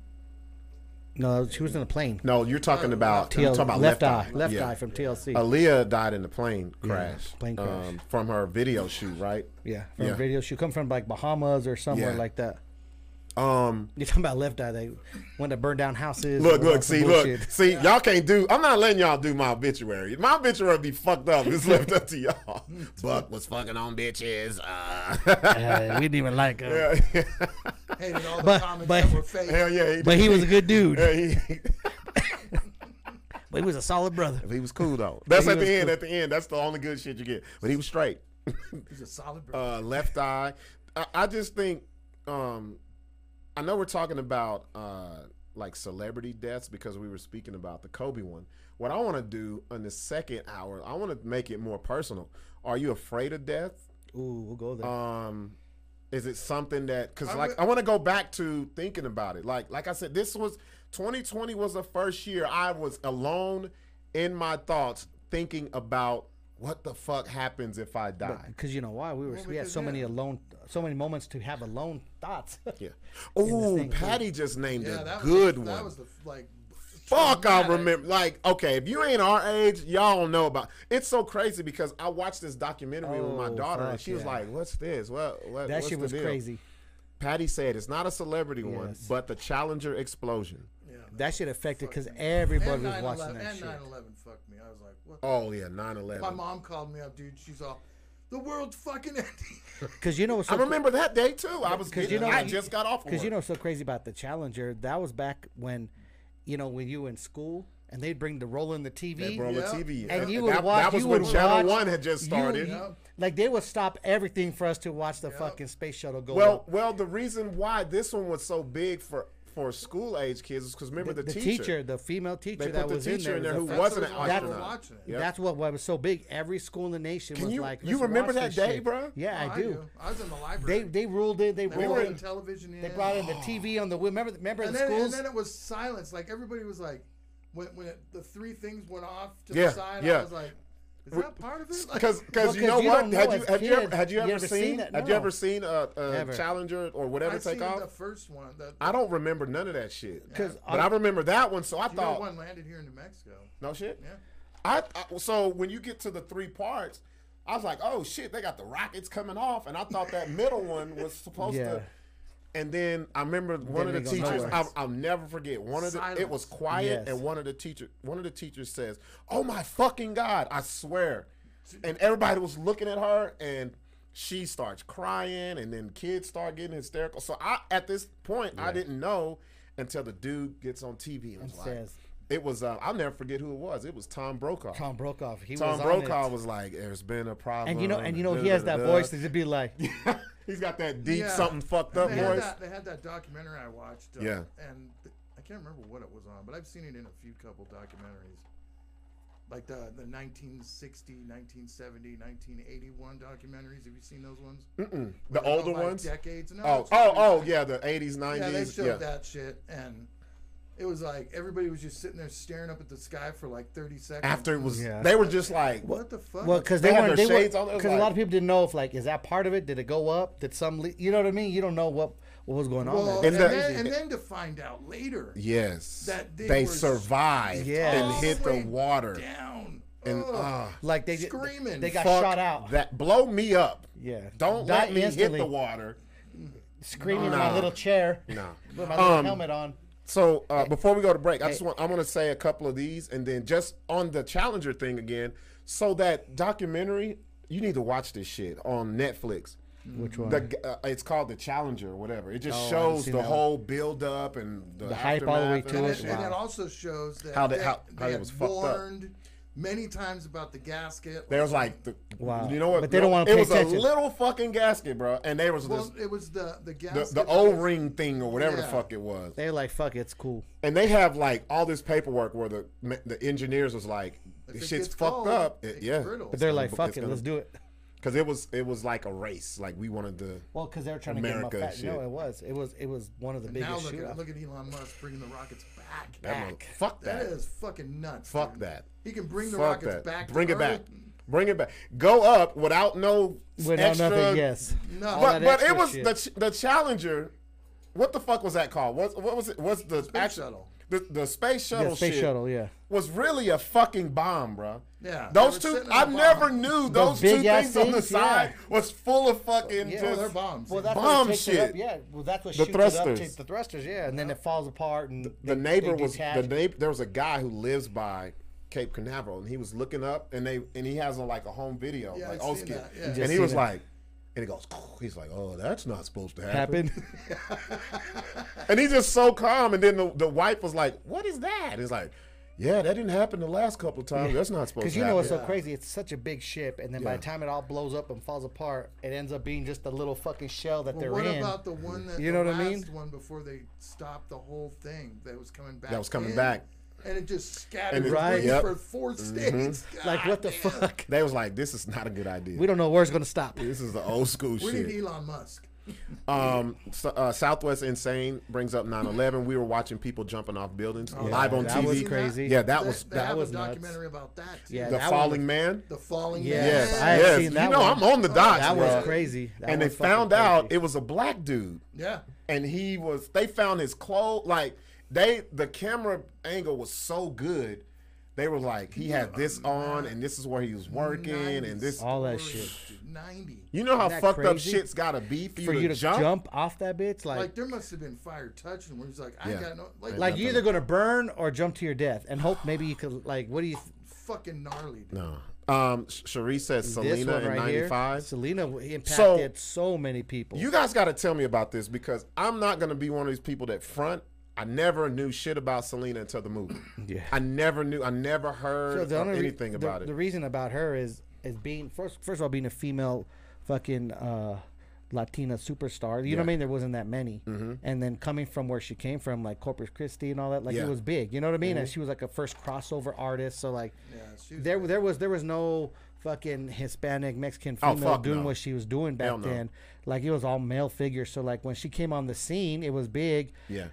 S2: No, she was in a plane.
S1: no, you're talking about you're
S2: TL,
S1: talking about
S2: Uh, left, eye, left
S1: Yeah.
S2: eye from TLC.
S1: Aaliyah died in the plane crash.
S2: plane crash.
S1: Um, from her video shoot, right?
S2: yeah, from
S1: yeah.
S2: a video. She come from like Bahamas or somewhere
S1: Yeah.
S2: like that.
S1: Um,
S2: You're talking about left eye. They went to burn down houses.
S1: Look,
S2: and
S1: look,
S2: lots of
S1: see, look,
S2: bullshit.
S1: see, y'all can't do. I'm not letting y'all do my obituary. My obituary be fucked up. It's left up to y'all. Buck was fucking on bitches. Uh.
S2: Uh, we didn't even like him.
S3: hated all the
S2: But-
S3: comments
S2: but-
S3: that were fake.
S1: Hell yeah, he,
S2: But he was a good dude.
S1: yeah, he,
S2: But he was a solid brother.
S1: he was cool though. That's
S2: He
S1: at the
S2: was
S1: end. At the end, that's the only good shit you get. But he was straight.
S3: He's a solid brother.
S1: Uh, left eye. I, I just think. Um, I know we're talking about uh, like celebrity deaths because we were speaking about the Kobe one. What I want to do in the second hour, I want to make it more personal. Are you afraid of death?
S2: Ooh, we'll go there.
S1: um is it something that because
S3: I
S1: like
S3: would-
S1: i want to go back to thinking about it like like i said this was 2020 was the first year i was alone in my thoughts thinking about what the fuck happens if i die
S2: because you know why we were we had
S3: because,
S2: so many
S3: yeah.
S2: alone, so many moments to have alone thoughts.
S1: yeah oh
S2: thing, too.
S1: patty just named
S3: yeah,
S1: a
S3: that
S1: good
S3: was,
S1: one
S3: That was the like.
S1: Fuck, I
S3: traumatic-
S1: remember. Like, okay, if you ain't our age, y'all don't know about. It's so crazy because I watched this documentary with my
S2: Oh,
S1: daughter, and
S2: fuck,
S1: she was
S2: yeah.
S1: like, "What's this? What? what
S2: that
S1: what's
S2: shit
S1: the
S2: was
S1: deal?"
S2: crazy.
S1: Patty said it's not a celebrity one,
S2: Yes.
S1: but the Challenger explosion.
S3: Yeah,
S2: That shit affected because everybody
S3: and
S2: was
S3: 9/11
S2: watching that
S3: and
S2: shit.
S3: 9/11 fucked me. I was like, what? the-
S1: Oh yeah,
S3: My
S1: 9/11.
S3: mom called me up, dude. She's all, the world's fucking ending.
S2: Because you know what's
S1: I
S2: so
S1: remember that day too. I was
S2: Because
S1: getting-
S2: you know-
S1: I just got off
S2: Because you
S1: work.
S2: know, what's so crazy about the Challenger. That was back when, you know, when you were in school and they'd bring the roll in the TV.
S1: They brought the
S3: Yeah.
S1: TV.
S2: and you would
S1: that,
S2: watch.
S1: that was
S2: you
S1: when
S2: would
S1: Channel
S2: watch-
S1: One had just
S2: you-
S1: started.
S2: you- like they would stop everything for us to watch the
S3: Yep.
S2: fucking space shuttle go.
S1: Well,
S2: up.
S1: well, the reason why this one was so big for for school age kids is because remember the,
S2: the
S1: teacher.
S2: the female teacher
S1: They
S2: that
S1: put the
S2: was in
S1: teacher
S2: there,
S1: in there
S2: was
S1: who
S2: a fuck-
S3: That's
S1: wasn't an
S3: the reason I was
S1: astronaut.
S3: watching it.
S1: Yep.
S2: That's what, what was so big. Every school in the nation was
S1: you-
S2: like.
S1: you
S2: "Let's
S1: remember
S2: watch
S1: that
S2: this
S1: day,
S2: shit."
S1: bruh?
S2: Yeah,
S3: Oh,
S2: I do.
S3: I was in the library.
S2: They they ruled in. They
S3: They
S2: rolled
S3: brought
S2: in.
S3: in television in.
S2: They brought in the TV on the. Remember, remember
S3: Oh. and
S2: the
S3: then,
S2: schools.
S3: and then it was silence. Like everybody was like, when when it, the three things went off to
S1: Yeah,
S3: the side,
S1: yeah.
S3: I was like, is that part of it? Like,
S1: Because,
S2: Well,
S1: because you
S2: 'cause
S1: know
S2: you
S1: what?
S2: don't know
S1: had you
S2: as
S1: had you ever
S2: kids.
S1: had you
S2: You
S1: ever
S2: ever
S1: seen
S2: seen that?
S1: had you
S2: No.
S1: ever seen a, a
S2: Ever.
S1: Challenger or whatever
S3: I seen
S1: take off?
S3: the first one. The,
S1: I don't remember none of that shit.
S2: 'Cause
S1: But I,
S2: I-
S1: remember that one, so I
S3: you know,
S1: thought
S3: one landed here in New Mexico.
S1: no shit.
S3: Yeah.
S1: I, I so when you get to the three parts, I was like, oh shit, they got the rockets coming off, and I thought that middle one was supposed
S2: Yeah.
S1: to. And then I remember one of
S2: they
S1: the
S2: go
S1: teachers.
S2: nowhere.
S1: I'll, I'll never forget. One of the it was
S3: Silence.
S1: quiet,
S2: Yes.
S1: and one of the teacher, one of the teachers says, "Oh my fucking god!" I swear. And everybody was looking at her, and she starts crying, and then kids start getting hysterical. So I, at this point, I didn't know until the dude gets on TV and was like,
S2: says-
S1: "It was." Uh, I'll never forget who it was. It was Tom Brokaw.
S2: Tom Brokaw. He
S1: Tom
S2: was
S1: Brokaw
S2: on it.
S1: was like, "There's been a problem,"
S2: And you know, and you know, he has that voice to be like,
S1: He's got that deep
S3: Yeah.
S1: something fucked up
S3: they had,
S1: voice.
S3: that, they had that documentary I watched. uh,
S1: Yeah.
S3: And th- I can't remember what it was on, but I've seen it in a few couple documentaries. Like the, the 1960, 1970, 1981 documentaries. Have you seen those ones? Mm-mm.
S1: Mm, The older ones.
S3: Decades. No,
S1: Oh,
S3: it's
S1: oh,
S3: just-
S1: oh, yeah, the eighties,
S3: Yeah, they
S1: nineties.
S3: showed
S1: Yeah,
S3: that shit. And it was like everybody was just sitting there staring up at the sky for like 30 seconds.
S1: after it was,
S2: Yeah.
S1: they were just like,
S3: What the fuck?
S2: well, because they,
S1: They had
S2: weren't,
S1: their
S2: they were
S1: shades on, it was
S2: because a lot
S1: like-
S2: of people didn't know if like is that part of it? Did it go up? Did some? Le- you know what I mean? You don't know what what was going on.
S3: Well,
S2: that
S3: and,
S1: And the-
S3: then, and then to find out later.
S1: yes,
S3: That they
S1: they,
S3: were
S1: survived
S2: Yes.
S1: and
S2: all
S1: hit
S3: the
S1: the
S3: way
S1: water
S3: Down.
S1: and
S3: Ugh.
S1: ah,
S2: like they
S3: Screaming.
S2: They got
S1: fuck
S2: shot out.
S1: That blow me up.
S2: Yeah.
S1: don't
S2: Die
S1: let me
S2: instantly.
S1: hit the water.
S2: screaming in
S1: Nah.
S2: my little chair.
S1: No.
S2: With my little
S1: Um,
S2: helmet on.
S1: So
S2: Eh,
S1: uh, before we go to break, I just want I'm going to say a couple of these, and then just on the Challenger thing again. So that documentary, you need to watch this shit on Netflix.
S2: Which one?
S1: The, g- uh, it's called the Challenger or whatever. It just
S2: Oh, I haven't
S1: shows
S2: seen
S1: the
S2: that one.
S1: whole build up and the,
S2: The hype all the way
S1: aftermath and
S2: to
S3: And
S2: it.
S3: it,
S1: shit.
S3: and
S2: Wow.
S3: it also shows that
S1: How they-
S3: that
S1: how- how it
S3: had
S1: was fucked up.
S3: warned many times about the gasket.
S1: There was like, the,
S2: Wow.
S1: you know what?
S2: But they don't
S1: no,
S2: wanna
S1: It
S2: pay
S1: was
S2: attention.
S1: a little fucking gasket, bro. And there was
S3: well,
S1: this
S3: it was the the
S1: the,
S3: gasket.
S1: the O ring thing or whatever the
S3: Yeah.
S1: fuck it was.
S2: They're like, fuck, it's cool.
S1: And they have like all this paperwork where the ma- the engineers was like,
S3: If
S1: this
S3: it
S1: shit's
S3: gets
S1: fucked
S3: cold,
S1: up.
S3: it
S1: It- yeah,
S3: brittles.
S2: But they're
S1: It's
S2: like,
S1: gonna-
S2: fuck
S1: it's
S2: it,
S1: gonna-
S2: let's do it.
S1: Cause it was it was like a race. Like we wanted to.
S2: Well, because they're trying to
S1: America
S2: get him a fat.
S1: shit.
S2: No, it was. It was. It was one of the
S3: Now
S2: biggest
S3: look at,
S2: shootouts.
S3: look at Elon Musk bringing the rockets back.
S1: that
S2: Back.
S1: mother- fuck
S3: that
S1: that.
S3: is fucking nuts.
S1: Fuck
S3: dude.
S1: that.
S3: He can bring the
S1: fuck
S3: rockets
S1: that.
S3: back. to
S1: Bring it back.
S3: Earth.
S1: Bring it back. Go up without no
S2: Without
S1: extra.
S2: nothing, yes.
S3: No.
S2: All
S1: But
S2: that
S1: but it
S2: extra
S1: was
S2: shit.
S1: the ch- the Challenger. What the fuck was that called? What what was it? What's the space
S3: shuttle.
S1: The, the space shuttle.
S2: Yeah, space
S1: shit
S2: shuttle, yeah.
S1: Was really a fucking bomb, bro.
S3: Yeah, they
S1: Those
S3: were
S1: two.
S3: sitting on
S1: I
S3: a bomb.
S1: never knew those two
S2: big ass
S1: things on the
S2: things,
S1: side was full of fucking
S2: Yeah.
S3: Oh,
S1: just.
S3: they're bombs.
S2: Well, that's
S1: Bomb
S2: what takes it
S1: shit.
S2: Up. Yeah. Well, that's what
S1: The
S2: shoots it up.
S1: thrusters.
S2: takes the thrusters. Yeah, and then it falls apart and
S1: the
S2: they-
S1: neighbor
S2: they
S1: was
S2: detach.
S1: the neighbor. There was a guy who lives by Cape Canaveral, and he was looking up, and they and he has a, like a home video,
S3: Yeah,
S1: like
S3: I've
S1: old
S3: seen
S1: school,
S3: that, yeah. You just
S1: and he
S2: seen
S1: was
S2: it.
S1: like, and he goes, he's like, oh, that's not supposed to happen.
S2: happened.
S1: And he's just so calm, and then the, the wife was like, what is that? He's like, yeah, that didn't happen the last couple of times. That's not supposed
S2: Because
S1: to
S2: you know
S1: happen.
S2: what's so crazy? It's such a big ship, and then by
S1: Yeah.
S2: the time it all blows up and falls apart, it ends up being just a little fucking shell that
S3: Well,
S2: they're
S3: what
S2: in.
S3: about the one that
S2: You
S3: the
S2: know what I mean?
S3: last One before they stopped the whole thing that was coming back.
S1: That was coming
S3: in,
S1: back.
S3: and it just scattered
S1: it-
S2: Right.
S3: right.
S1: Yep. Mm-hmm.
S3: for four states.
S2: like what the
S3: God damn.
S2: fuck?
S1: they was like, this is not a good idea.
S2: We don't know where it's gonna stop.
S1: this is the old school
S3: We
S1: shit.
S3: need Elon Musk.
S1: Um, so, uh, Southwest Insane brings up 9/11. We were watching people jumping off buildings
S3: Oh,
S1: live on
S2: that
S1: TV.
S2: was crazy.
S1: Yeah, that
S3: They-
S1: was
S3: they
S1: that,
S3: have
S2: was
S3: a
S2: nuts.
S3: documentary about that. Too.
S2: Yeah,
S1: the
S2: that was-
S1: falling man.
S3: the falling.
S2: Yes,
S3: Man.
S2: I have
S1: yes.
S2: seen that
S1: You know,
S2: one.
S1: I'm on the dot.
S2: That was
S1: bro.
S2: crazy. That
S1: and
S2: was
S1: they
S2: fucking
S1: found out
S2: crazy.
S1: it was a black dude,
S3: Yeah.
S1: and he was. They found his clothes. Like they, the camera angle was so good. They were like, he had this on, and this is where he was working, and this.
S2: All that
S3: stories,
S2: shit.
S3: dude. Ninety.
S1: You know how
S2: Isn't that
S1: fucked up
S2: crazy?
S1: shit's gotta be for you,
S2: for
S1: to, jump.
S2: off that bitch, like
S3: Like
S2: like,
S3: there must have been fire touching where he's like, I
S1: Yeah.
S3: got no like,
S1: Like-
S2: you're either gonna burn or jump to your deff and hope maybe you could like what do you th-
S3: fucking gnarly. Dude.
S1: No. Um, Sh- Cherie says
S2: this
S1: Selena
S2: one
S1: in
S2: right here?
S1: '95.
S2: Selena w-
S1: So-
S2: impacted so, many people.
S1: You guys got to tell me about this because I'm not going to be one of these people that front. I never knew shit about Selena until the movie.
S2: Yeah.
S1: I never knew. I never heard of
S2: re-
S1: anything
S2: the-
S1: about it.
S2: The reason about her is is being first first of all being a female fucking uh Latina superstar. You know what I mean? There wasn't that many.
S1: Mm-hmm.
S2: And then coming from where she came from, like Corpus Christi and all that, like
S1: Yeah. Mm-hmm.
S2: it was big. You know what I mean? And she was like a first crossover artist. So like
S3: Yeah, she was
S2: there there was there was no fucking Hispanic Mexican
S1: Oh,
S2: female
S1: fuck
S2: doing
S1: no.
S2: what she was doing back
S1: Hell no.
S2: then. Like it was all male figures. So like when she came on the scene, it was big.
S1: yeah.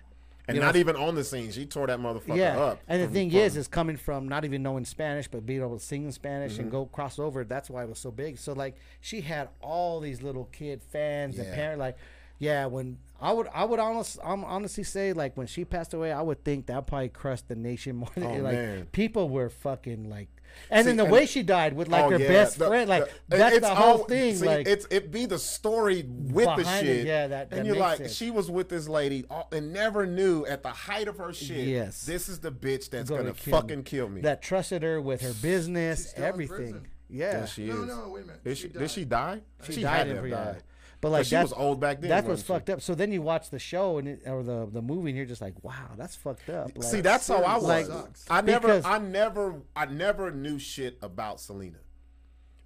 S1: And
S2: You
S1: not
S2: know-
S1: even on the scene. She tore that motherfucker
S2: Yeah,
S1: up. Mm-hmm.
S2: and the
S1: from
S2: thing
S1: front.
S2: is, is coming from not even knowing Spanish, but being able to sing in Spanish
S1: Mm-hmm.
S2: and go cross over. That's why it was so big. So like, she had all these little kid fans
S1: Yeah.
S2: and parents. Like, yeah, when I would, I would honest, I'm honestly say like when she passed away, I would think that probably crushed the nation more. Than
S1: Oh,
S2: like
S1: man.
S2: people were fucking like And then
S1: See,
S2: the
S1: and-
S2: way she died with like
S1: Oh,
S2: her
S1: yeah,
S2: best
S1: the-
S2: friend, like
S1: the-
S2: that's
S1: it's
S2: the whole
S1: all-
S2: thing.
S1: see,
S2: like
S1: it's it be the story with the
S2: Behind it,
S1: shit.
S2: yeah, that- that
S1: and you're
S2: makes
S1: like,
S2: sense.
S1: she was with this lady all- and never knew at the height of her shit.
S2: Yes.
S1: this is the bitch that's
S2: gonna
S1: gonna,
S2: kill me.
S1: fucking kill me.
S2: that trusted her with her business,
S3: still in
S2: everything.
S3: prison.
S2: Yeah,
S1: Yeah, she
S3: no,
S1: is.
S3: no, wait a minute.
S1: Did she, did she die?
S2: she, died
S1: to
S2: in
S1: have
S2: Brianna.
S1: died.
S2: But
S1: 'Cause
S2: like
S1: she
S2: that-
S1: was old back then,
S2: That's what's
S1: wasn't she?
S2: fucked up. So then you watch the show and it, or the the movie, and you're just like, wow, that's fucked up. Like,
S1: See, that's how I was.
S3: Like-
S1: I never,
S2: Because-
S1: I never, I never knew shit about Selena,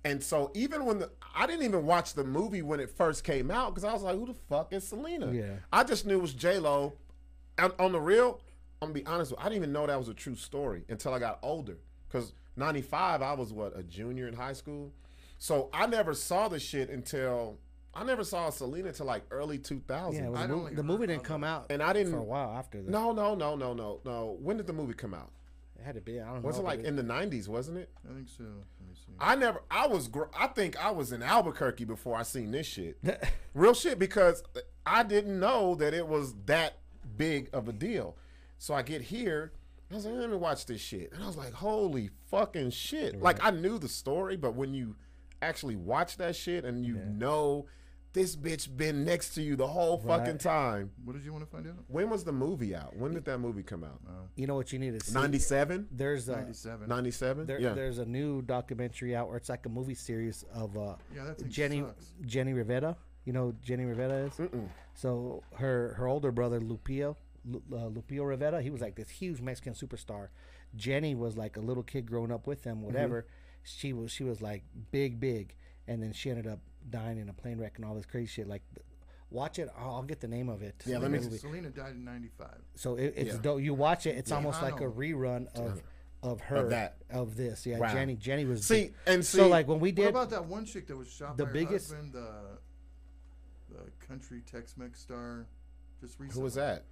S1: and so even when the, I didn't even watch the movie when it first came out because I was like, "Who the fuck is Selena?"
S2: Yeah.
S1: I just knew it was J Lo. And on the real, I'm gonna be honest with, you, I didn't even know that was a true story until I got older. Because '95, I was what a junior in high school, so I never saw the shit until I never saw Selena until like early 2000.
S2: yeah, it was
S3: I'd
S2: a movie-
S3: only
S2: the
S3: heard
S2: movie
S3: about
S2: didn't come out
S1: and I didn't.
S2: for a while after that.
S1: No, no, no, no, no, no. When did the movie come out?
S2: it had to be. I don't know.
S1: Was it
S2: but
S1: like in the '90s? Wasn't it?
S3: I think so. Let me see.
S1: I never. I was. Gr- I think I was in Albuquerque before I seen this shit. Real shit because I didn't know that it was that big of a deal. So I get here. I was like, let me watch this shit, and I was like, holy fucking shit! Like I knew the story, but when you actually watch that shit and you know this bitch been next to you the whole fucking time.
S3: What did you want to find out?
S1: When was the movie out? When did that movie come out?
S2: you know what you need to see.
S1: 97?
S2: There's a
S3: 97.
S1: 97?
S2: there,
S1: yeah.
S2: there's a new documentary out, or it's like a movie series of uh,
S3: Yeah, that thing
S2: Jenny
S3: sucks.
S2: Jenny Rivera. You know who Jenny Rivera is. So her her older brother Lupio Lu, uh, Lupio Rivera, he was like this huge Mexican superstar. Jenny was like a little kid growing up with
S1: Mm-hmm.
S2: them, whatever. She was she was like big big, and then she ended up dying in a plane wreck and all this crazy shit. Like, th- watch it. I'll, I'll get the name of it.
S1: Yeah, let
S2: The
S1: me-
S2: movie.
S3: Selena died in 95.
S2: So it, it's
S1: Yeah.
S2: dope. You watch it. It's almost
S3: I
S2: like a
S3: know.
S2: rerun of of her
S1: that.
S2: of this. Yeah,
S1: Wow.
S2: Jenny. Jenny was
S1: See,
S2: the-
S1: and see-
S2: so like when we
S3: What
S2: did.
S3: about that one chick that was shot
S2: The
S3: by her
S2: biggest-
S3: husband, the, the country Tex-Mex star, just recently?
S1: Who was that?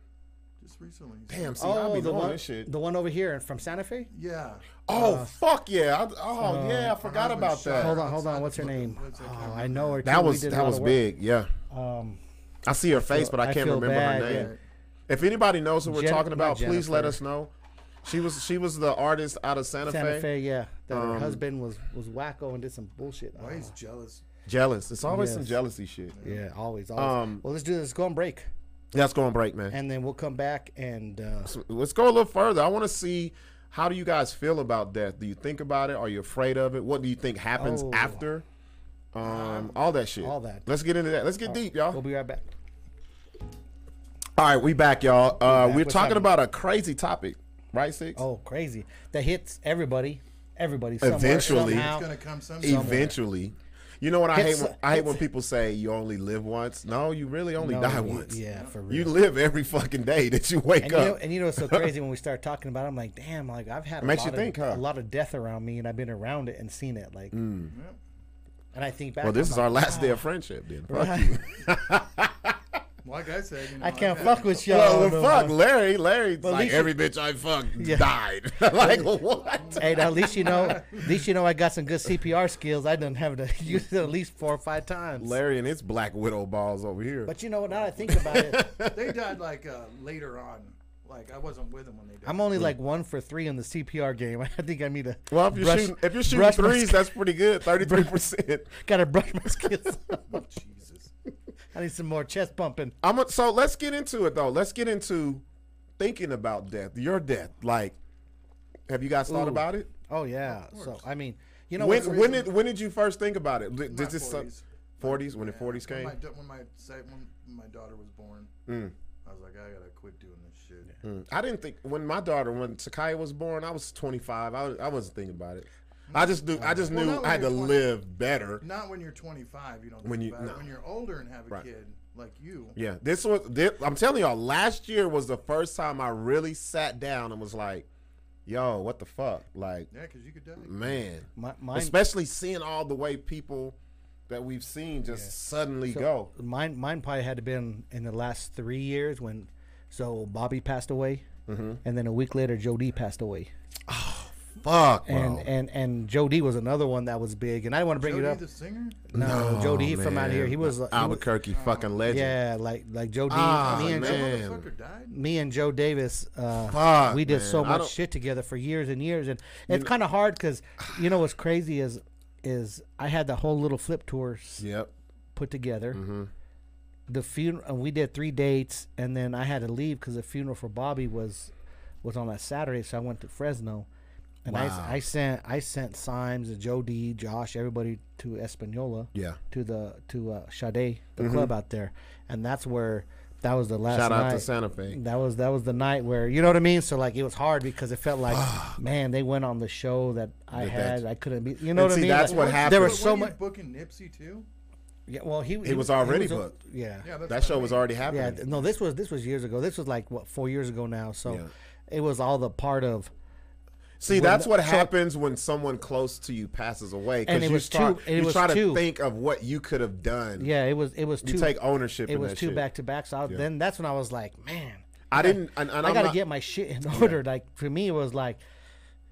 S3: Just recently.
S1: Damn, see, I'll
S2: Oh,
S1: be
S2: the
S1: knowing
S2: one,
S1: this shit.
S2: the one over here and from Santa Fe.
S3: Yeah.
S1: Oh fuck yeah! I, oh yeah, I forgot
S3: husband
S1: about
S3: shot
S1: that.
S2: Hold
S3: her
S2: on, hold
S3: outside
S2: on.
S3: the
S2: What's her
S3: fucking
S2: name?
S3: place. I can't
S2: Oh, I
S3: remember.
S2: know her. too.
S1: That
S2: We
S1: was
S2: did a
S1: that
S2: lot
S1: was
S2: of work.
S1: big. Yeah,
S2: Um,
S1: I see her face,
S2: feel-
S1: but I
S2: I
S1: can't
S2: feel
S1: remember
S2: bad,
S1: her name.
S2: yeah.
S1: If anybody knows who we're
S2: Jen-
S1: talking about,
S2: not
S1: please let
S2: Jennifer.
S1: us know. She was she was the artist out of Santa,
S2: Santa
S1: Fe. Um,
S2: Fe. Yeah, that her husband was was wacko and did some bullshit.
S3: Why he's
S2: Oh,
S3: jealous.
S1: Jealous. It's always some
S2: Yes.
S1: jealousy shit.
S2: yeah, always, always.
S1: Um,
S2: well, let's do this. Let's go on break,
S1: Let's go on break, man.
S2: and then we'll come back and uh,
S1: Let's go a little further. I want to see how do you guys feel about death? Do you think about it? Are you afraid of it? What do you think happens
S2: Oh.
S1: after? Um, all that shit.
S2: all that.
S1: Let's get into that. Let's get deep, y'all.
S2: we'll be right back.
S1: All right, we back, y'all. Uh,
S2: back.
S1: We're
S2: What's
S1: talking
S2: happening?
S1: about a crazy topic, right, Six?
S2: Oh, crazy! That hits everybody. Everybody. somewhere,
S1: Eventually.
S2: somehow.
S3: It's going to come sometime.
S1: Eventually. You know what I hate?
S2: It's-
S1: When, I hate when people say you only live once. No, you really only
S2: No,
S1: die
S2: you-
S1: once.
S2: Yeah, for real.
S1: You live every fucking day that you wake
S2: And you,
S1: up.
S2: know, and you know it's so crazy when we start talking about it, I'm like, damn, like I've had a
S1: Makes
S2: lot,
S1: you
S2: of,
S1: think, huh? Mm.
S2: a lot of death around me and I've been around it and seen it. Like
S3: Yep.
S2: and I think back
S1: well, this
S2: I'm
S1: is
S2: like,
S1: our last day of friendship, then. Fuck
S2: Right.
S1: you.
S3: Like I said, you know,
S2: I can't
S3: I've
S2: fuck
S3: had-
S2: with y'all.
S1: Well,
S2: no
S1: well, fuck,
S2: more.
S1: Larry. Larry's
S2: at
S1: like
S2: least
S1: every bitch I fucked
S2: Yeah.
S1: died. like what?
S2: Hey, now, at least you know at least you know I got some good CPR skills. I done have to use it at least four or five times.
S1: Larry and his black widow balls over here.
S2: But you know what, now that I think about it,
S3: They died like uh, later on. Like I wasn't with them when they died.
S2: I'm only like one for three in the CPR game. I think I need to
S1: Mm. well, if you're
S2: brush-
S1: shooting, if you're shooting
S2: brush my
S1: threes,
S2: sk-
S1: that's pretty good. Thirty-three percent.
S2: gotta brush my skills.
S3: Oh, Jesus.
S2: I need some more chest pumping.
S1: I'm a, so let's get into it though. Let's get into thinking about death, your death. Like, have you guys thought about it?
S2: Oh yeah. So I mean you know
S1: When
S2: what's-
S1: when did when did you first think about it? Did,
S3: My
S1: did this
S3: 40s.
S1: forties when the forties
S3: When
S1: came?
S3: my, da- when my sec- when my daughter was born, I was like, I gotta quit doing this shit.
S1: Mm. I didn't think when my daughter when Sakaya was born. I was 25. I, was- I wasn't thinking about it. I just knew I just
S3: Well,
S1: knew
S3: not
S1: I had to
S3: when you're
S1: live better.
S3: Not when you're 25, you don't.
S1: When
S3: When
S1: you-
S3: you
S1: no.
S3: when you're older and have a
S1: Right.
S3: kid like you,
S1: Yeah, this was. This, I'm telling y'all, last year was the first time I really sat down and was like, "Yo, what the fuck?" Like,
S3: yeah, because you could die.
S1: man,
S2: my, mine,
S1: especially seeing all the way people that we've seen just suddenly go.
S2: mine mine probably had to been in the last three years when
S1: Mm-hmm.
S2: so Bobby passed away, and then a week later Jody passed away.
S1: Fuck, bro.
S2: and and and Jody was another one that was big, and I didn't want to bring
S3: Jody
S2: it up.
S3: the singer?
S2: No, Jody he uh, from out here. He
S1: Oh, man.
S2: was like,
S1: Albuquerque fucking legend.
S2: yeah, like like Jody.
S1: Ah,
S2: me and
S1: man.
S2: Joe,
S1: Damn.
S3: Motherfucker died?
S2: me and Joe Davis, uh,
S1: Fuck,
S2: we did
S1: man.
S2: so
S1: I
S2: much
S1: don't-
S2: shit together for years and years, and it's kind of hard because you know what's crazy is is I had the whole little flip tours
S1: Yep.
S2: put together.
S1: Mm-hmm.
S2: The funeral, and we did three dates, and then I had to leave because the funeral for Bobby was was on that Saturday, so I went to Fresno, and
S1: Wow.
S2: I, I sent I sent Symes, Joe D, Josh, everybody to Espanola,
S1: Yeah. Mm-hmm.
S2: to the to uh, Sade, the club out there, and that's where that was the last
S1: Shout out to
S2: night.
S1: Santa Fe.
S2: That was that was the night where you know what I mean. So like it was hard because it felt like, man, they went on the show that I
S1: That-
S2: had. I couldn't be. You know
S1: And
S2: what
S1: see,
S2: I mean?
S1: that's
S2: Like,
S1: what
S2: There
S1: happened.
S2: was so
S3: Were you
S2: much.
S3: booking Nipsey too?
S2: Yeah, well, he he
S1: was already
S2: a-
S1: booked.
S2: Yeah,
S3: Yeah, that's
S1: That
S3: what I
S1: show was
S3: mean.
S1: already
S2: yeah.
S1: happening.
S2: th- No, this was this was years ago. This was like what four years ago now. So
S1: Yeah.
S2: it was all the part of.
S1: See, that's what
S2: so-
S1: happens when someone close to you passes away. 'cause
S2: And it
S1: you
S2: was
S1: start,
S2: two- and it
S1: you
S2: was
S1: try to
S2: two.
S1: think of what you could have done.
S2: Yeah, it was it was
S1: You
S2: two.
S1: take ownership.
S2: it
S1: in
S2: was
S1: that
S2: two
S1: shit.
S2: back to back. So I, then that's when I was like, man,
S1: I didn't. And, and
S2: I
S1: I'm
S2: got to
S1: not-
S2: get my shit in order. Like for me, it was like,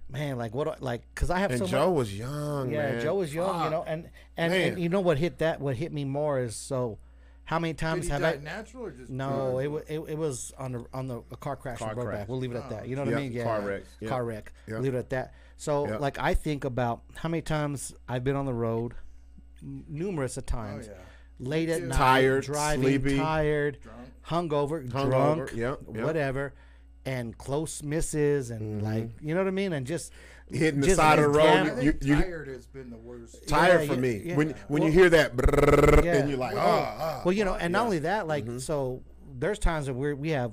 S2: man, like what? do I- Like because I have
S1: And
S2: so much.
S1: Joe was young.
S2: Yeah,
S1: man.
S2: Joe was young, you know, and and,
S1: Man.
S2: and you know what hit that? What hit me more is so, how many
S3: Did
S2: times
S3: he
S2: have
S3: die
S2: I?
S3: natural or just
S2: No, it, wa- it it was on the on the a car crash
S1: Car
S2: on road
S1: crash.
S2: back. We'll leave it at that. You know what
S1: Yep,
S2: I mean? Yeah,
S1: car wreck, yep.
S2: Car wreck.
S1: Yep.
S2: Leave it at that. So
S1: Yep.
S2: like I think about how many times I've been on the road, m- numerous of times,
S3: Oh, yeah.
S2: late at night,
S1: Tired,
S2: driving,
S1: sleepy,
S2: tired,
S3: Drunk.
S2: hungover,
S1: Hungover,
S2: drunk,
S1: yep, yep.
S2: whatever, and close misses,
S1: Mm-hmm.
S2: and like you know what I mean, and just
S1: Hitting the
S2: just
S1: side of the road,
S2: damn-
S3: I
S1: You-
S3: think
S1: you-
S3: tired has been the worst.
S1: Tired
S2: yeah,
S1: for
S2: yeah,
S1: me.
S2: yeah.
S1: When when you
S2: Well-
S1: hear that, brrrr,
S2: Yeah.
S1: and you're like, ah, ah.
S2: Well, you know, and not only that, like
S1: Mm-hmm.
S2: so, there's times that we are we have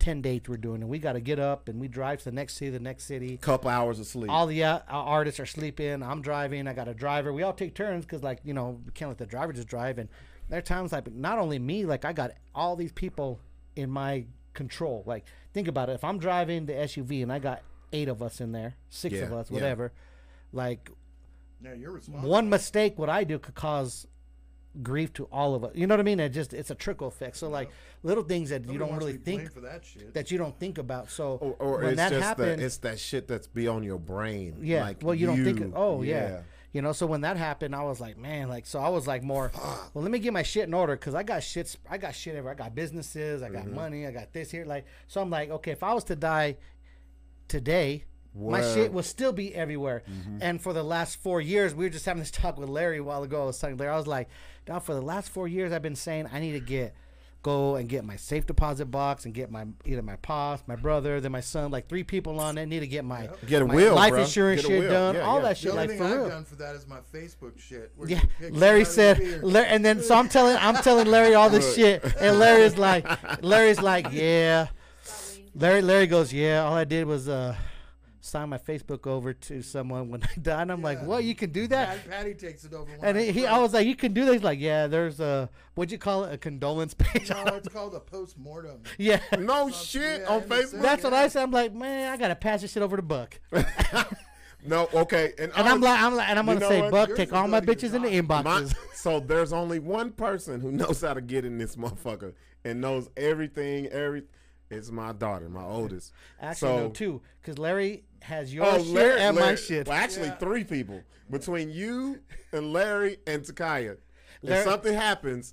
S2: ten dates we're doing, and we got to get up and we drive to the next city, the next city.
S1: couple hours of sleep.
S2: All the uh, our artists are sleeping. I'm driving. I got a driver. We all take turns because, like, you know, we can't let the driver just drive. And there are times like not only me, like I got all these people in my control. Like, think about it. If I'm driving the SUV and I got eight of us in there, six of
S1: Yeah,
S2: us,
S1: yeah.
S2: whatever, like
S3: Yeah, you're responsible.
S2: one mistake what I do could cause grief to all of us. You know what I mean? It just it's a trickle effect. So like little things that you
S3: Nobody
S2: don't
S3: wants to
S2: really
S3: be
S2: think
S3: blamed for that shit.
S2: that you don't think about. So
S1: or or
S2: when
S1: it's
S2: that
S1: just
S2: happened,
S1: the, it's that shit that's be on your brain.
S2: yeah.
S1: Like
S2: well, you don't think. Oh yeah. You know, so when that happened, I was like, man, like, so I was like more, well, let me get my shit in order because I got shit, sp- I got shit everywhere. I got businesses, I got money, I got this here, like, so I'm like, okay, if I was to die today, my
S1: Word.
S2: shit will still be everywhere. And for the last four years, we were just having this talk with Larry a while ago. I was talking to Larry, I was like, now for the last four years, I've been saying I need to get, go and get my safe deposit box and get my either my pops, my brother, then my son, like three people on it. Need to get my
S1: Get a
S2: my
S1: will,
S2: life
S1: bruh.
S2: insurance
S1: Get a
S2: shit
S1: will.
S2: done,
S1: Yeah,
S2: all
S1: yeah.
S2: that
S3: The
S2: shit,
S3: only
S2: like
S3: thing
S2: for
S3: I've
S2: real.
S3: done for that is my Facebook shit. where
S2: Yeah,
S3: you pick
S2: Larry
S3: somebody's
S2: said,
S3: beer.
S2: Larry, and then so I'm telling, I'm telling Larry all this shit, and Larry's like, Larry's like, yeah, Larry, Larry goes, yeah, all I did was uh, sign my Facebook over to someone when I died. And I'm like,
S3: Yeah.
S2: what? You can do
S3: Pat-
S2: that?
S3: Patty takes it over. when
S2: And
S3: I
S2: he, I
S3: cry.
S2: was like, you can do that. He's like, yeah, there's a, what'd you call it, a condolence page?
S3: No, it's called a post mortem.
S2: yeah.
S1: No shit
S3: yeah,
S1: on
S3: in the
S1: Facebook.
S3: sense-
S2: That's what I said. I'm like, man, I gotta pass this shit over to Buck,
S1: no, okay. And,
S2: and
S1: I
S2: I'm
S1: was-
S2: like, I'm like, and I'm
S1: You
S2: gonna
S1: know
S2: say,
S1: what?
S2: Buck,
S3: Yours
S2: take
S3: is
S2: all my
S3: not your
S2: bitches in the
S3: job.
S1: My,
S2: inboxes.
S1: so there's only one person who knows how to get in this motherfucker and knows everything. Every it's my daughter, my oldest.
S2: Actually,
S1: so,
S2: no, two, because Larry has your
S1: Oh,
S2: shit
S1: Larry,
S2: and my
S1: Larry-
S2: shit.
S1: Well, actually,
S3: Yeah.
S1: three people between you and Larry and Takaya.
S2: Larry-
S1: if something happens,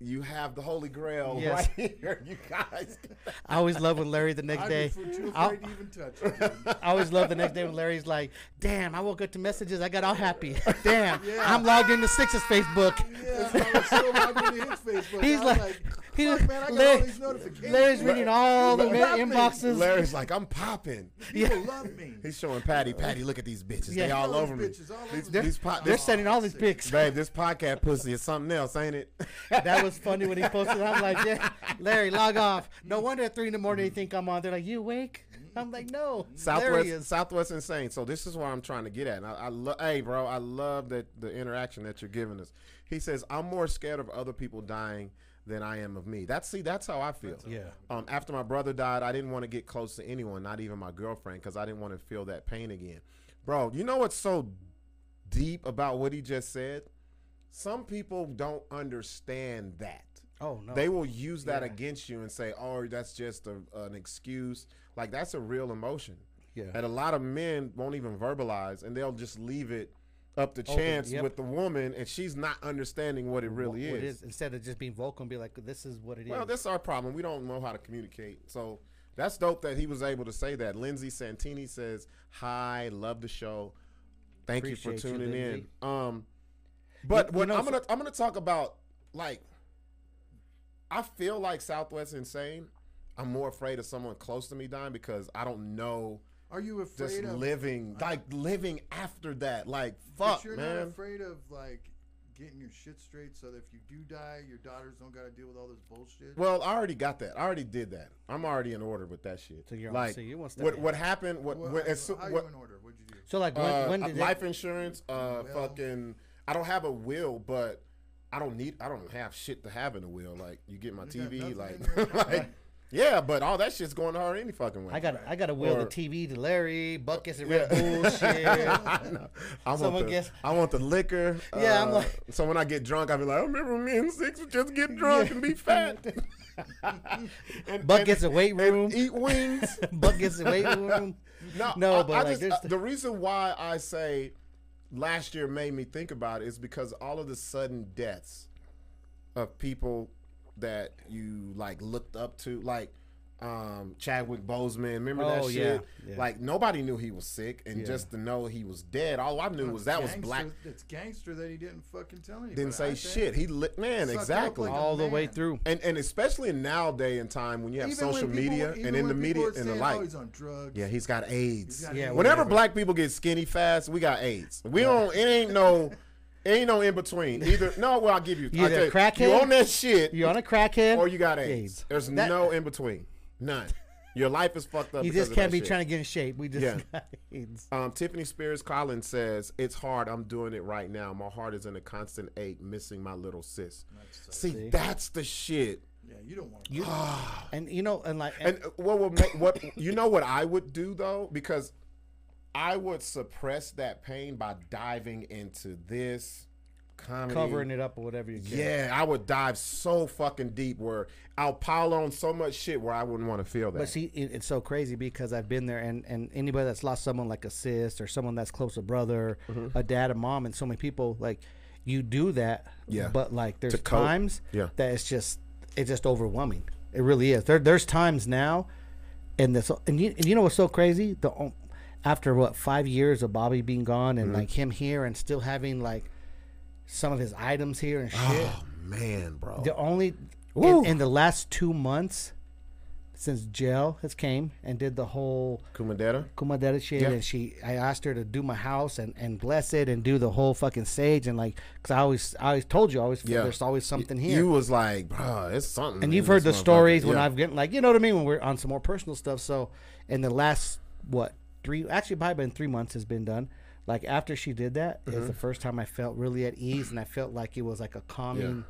S1: you have the Holy Grail
S2: Yes.
S1: right here. You guys,
S2: I always love when Larry the next
S3: I'd
S2: day.
S3: be too afraid
S2: I'll-
S3: to even touch it. dude.
S2: I always love the next day when Larry's like, "Damn, I woke up to messages. I got all happy. Damn, I'm logged into Six's Facebook."
S3: Yeah, I was so logged into his Facebook.
S2: He's
S3: I was
S2: like-
S3: like,
S2: he-
S3: "Fuck, man, I got
S2: Larry-
S3: all these notifications.
S2: Larry's reading all the
S3: Larry-
S2: inboxes.
S1: Larry's like, I'm popping.
S3: People love me.
S1: He's showing Patty, Patty, look at these bitches. They
S2: Yeah.
S1: all
S3: All
S1: over me.
S3: these bitches, all over
S1: These-
S3: me.
S1: these po-
S2: They're
S1: this-
S2: sending all these pics.
S1: Babe, this podcast pussy is something else, ain't it?
S2: That was funny when he posted. I'm like, yeah, "Larry, log off." No wonder at three in the morning they think I'm on. They're like, "You awake?" I'm like, "No." Larry
S1: Southwest,
S2: is.
S1: Southwest insane. So this is what I'm trying to get at. And I, I lo- hey, bro, I love that the interaction that you're giving us. He says, "I'm more scared of other people dying than I am of me." That's see, that's how I feel.
S2: Yeah.
S1: Um, after my brother died, I didn't want to get close to anyone, not even my girlfriend, because I didn't want to feel that pain again. Bro, you know what's so deep about what he just said? Some people don't understand that.
S2: Oh no.
S1: They will use that against you and say, "Oh, that's just a, an excuse." Like that's a real emotion.
S2: Yeah.
S1: And a lot of men won't even verbalize, and they'll just leave it up to chance
S2: Oh, yep.
S1: with the woman, and she's not understanding what it really
S2: What it
S1: is.
S2: is, instead of just being vocal and be like, this is what it is.
S1: Well, that's our problem. We don't know how to communicate. So that's dope that he was able to say that. Lindsay Santini says, "Hi, love the show. Thank you for
S2: Appreciate you,
S1: tuning in."
S2: Lindsay.
S1: Um, but
S2: You- you
S1: what
S2: know,
S1: I'm gonna I'm gonna talk about like I feel like Southwest Insane. I'm more afraid of someone close to me dying because I don't know.
S3: Are you afraid
S1: Just
S3: of?
S1: living, like living after that, like
S3: but
S1: fuck,
S3: you're
S1: man.
S3: not afraid of like getting your shit straight, so that if you do die, your daughters don't got to deal with all this bullshit.
S1: Well, I already got that. I already did that. I'm already in order with that shit.
S2: So you're-
S1: like,
S2: so you want
S1: what
S2: that-
S1: what happened? What,
S3: Well,
S1: what,
S3: how,
S1: as, so-
S3: how
S1: what
S3: you in order? What'd you do?
S2: so like, when,
S1: uh,
S2: when did
S1: life
S2: that,
S1: insurance? Uh,
S3: Will.
S1: fucking. I don't have a will, but I don't need. I don't have shit to have in a will. Like you get my
S3: You got
S1: TV,
S3: nothing in
S1: like,
S3: your account.
S1: like, yeah, but all that shit's going to her any fucking way.
S2: I got I got to will
S1: Or-
S2: the TV to Larry buckets and
S1: Yeah.
S2: Red Bull shit.
S1: I know. I
S2: Someone
S1: want the,
S2: gets-
S1: I want the liquor.
S2: Yeah, I'm
S1: uh,
S2: like-
S1: So when I get drunk, I'll be like, I remember me and Six would just get drunk and be fat. and,
S2: Buckets of weight room.
S1: and eat wings.
S2: Buckets and weight room.
S1: No,
S2: No,
S1: I-
S2: but
S1: I
S2: like,
S1: just-
S2: there's
S1: uh,
S2: the-
S1: the reason why I say last year made me think about it is because all of the sudden deaths of people that you like looked up to, like um Chadwick Boseman. Remember
S2: Oh,
S1: that
S2: yeah,
S1: shit?
S2: yeah.
S1: Like nobody knew he was sick, and just to know he was dead, all I knew was that was
S3: Gangster-
S1: black.
S3: It's gangster that he didn't fucking tell anybody.
S1: Didn't say
S3: I think.
S1: shit. He lit man
S3: Sucked up
S1: exactly.
S3: like a
S2: All the way
S3: man.
S2: through.
S1: and and especially nowadays in time when you have
S3: Even when
S1: social
S3: people-
S1: media
S3: even
S1: and in the
S3: when
S1: media
S3: people are
S1: and the
S3: saying,
S1: like.
S3: Oh, he's on drugs.
S1: Yeah, he's got AIDS.
S3: He's got
S2: Yeah,
S3: AIDS.
S1: Whenever black people get skinny fast, we got AIDS. We don't. It ain't no. It ain't no in between. Either no. Well, I'll give you. I'll
S2: You either
S1: tell you,
S2: crackhead,
S1: You on that shit,
S2: You on a crackhead?
S1: or you got AIDS. There's
S2: That-
S1: no in between. None. Your life is fucked up.
S2: You
S1: because
S2: just
S1: of
S2: can't
S1: that
S2: be
S1: shit.
S2: trying to get in shape. We just
S1: Yeah.
S2: got AIDS.
S1: Um, Tiffany Spears Collins says, It's hard. I'm doing it right now. My heart is in a constant ache, missing my little sis. See, that's the shit.
S3: Yeah, you don't want.
S2: You- and you know, and like,
S1: And what would make what you know what I would do though because I would suppress that pain by diving into this comedy
S2: covering it up or whatever you can.
S1: Yeah, I would dive so fucking deep where I'll pile on so much shit where I wouldn't want to feel that.
S2: But see, it, it's so crazy because I've been there, and, and anybody that's lost someone like a sis or someone that's close, a brother,
S1: Mm-hmm.
S2: a dad, a mom, and so many people, like you do that.
S1: Yeah.
S2: But like, there's
S1: cope.
S2: times
S1: Yeah.
S2: that it's just it's just overwhelming. It really is. There there's times now, and this and you and you know what's so crazy? The o- after what five years of Bobby being gone
S1: Mm-hmm.
S2: and like him here and still having like some of his items here and shit.
S1: oh man, bro.
S2: The only
S1: Woo.
S2: in, in the last two months since jail has came and did the whole
S1: Kumandetta?
S2: Kumadera shit,
S1: Yeah.
S2: and she I asked her to do my house and, and bless it and do the whole fucking sage and like because I always I always told you I always feel
S1: Yeah.
S2: there's always something here.
S1: You was like, bro, it's something.
S2: and
S1: in
S2: you've heard the
S1: this motherfucker."
S2: stories when
S1: Yeah.
S2: I've gotten like you know what I mean when we're on some more personal stuff. So in the last what three actually probably been three months has been done. Like after she did that, it
S1: Mm-hmm.
S2: was the first time I felt really at ease and I felt like it was like a calming.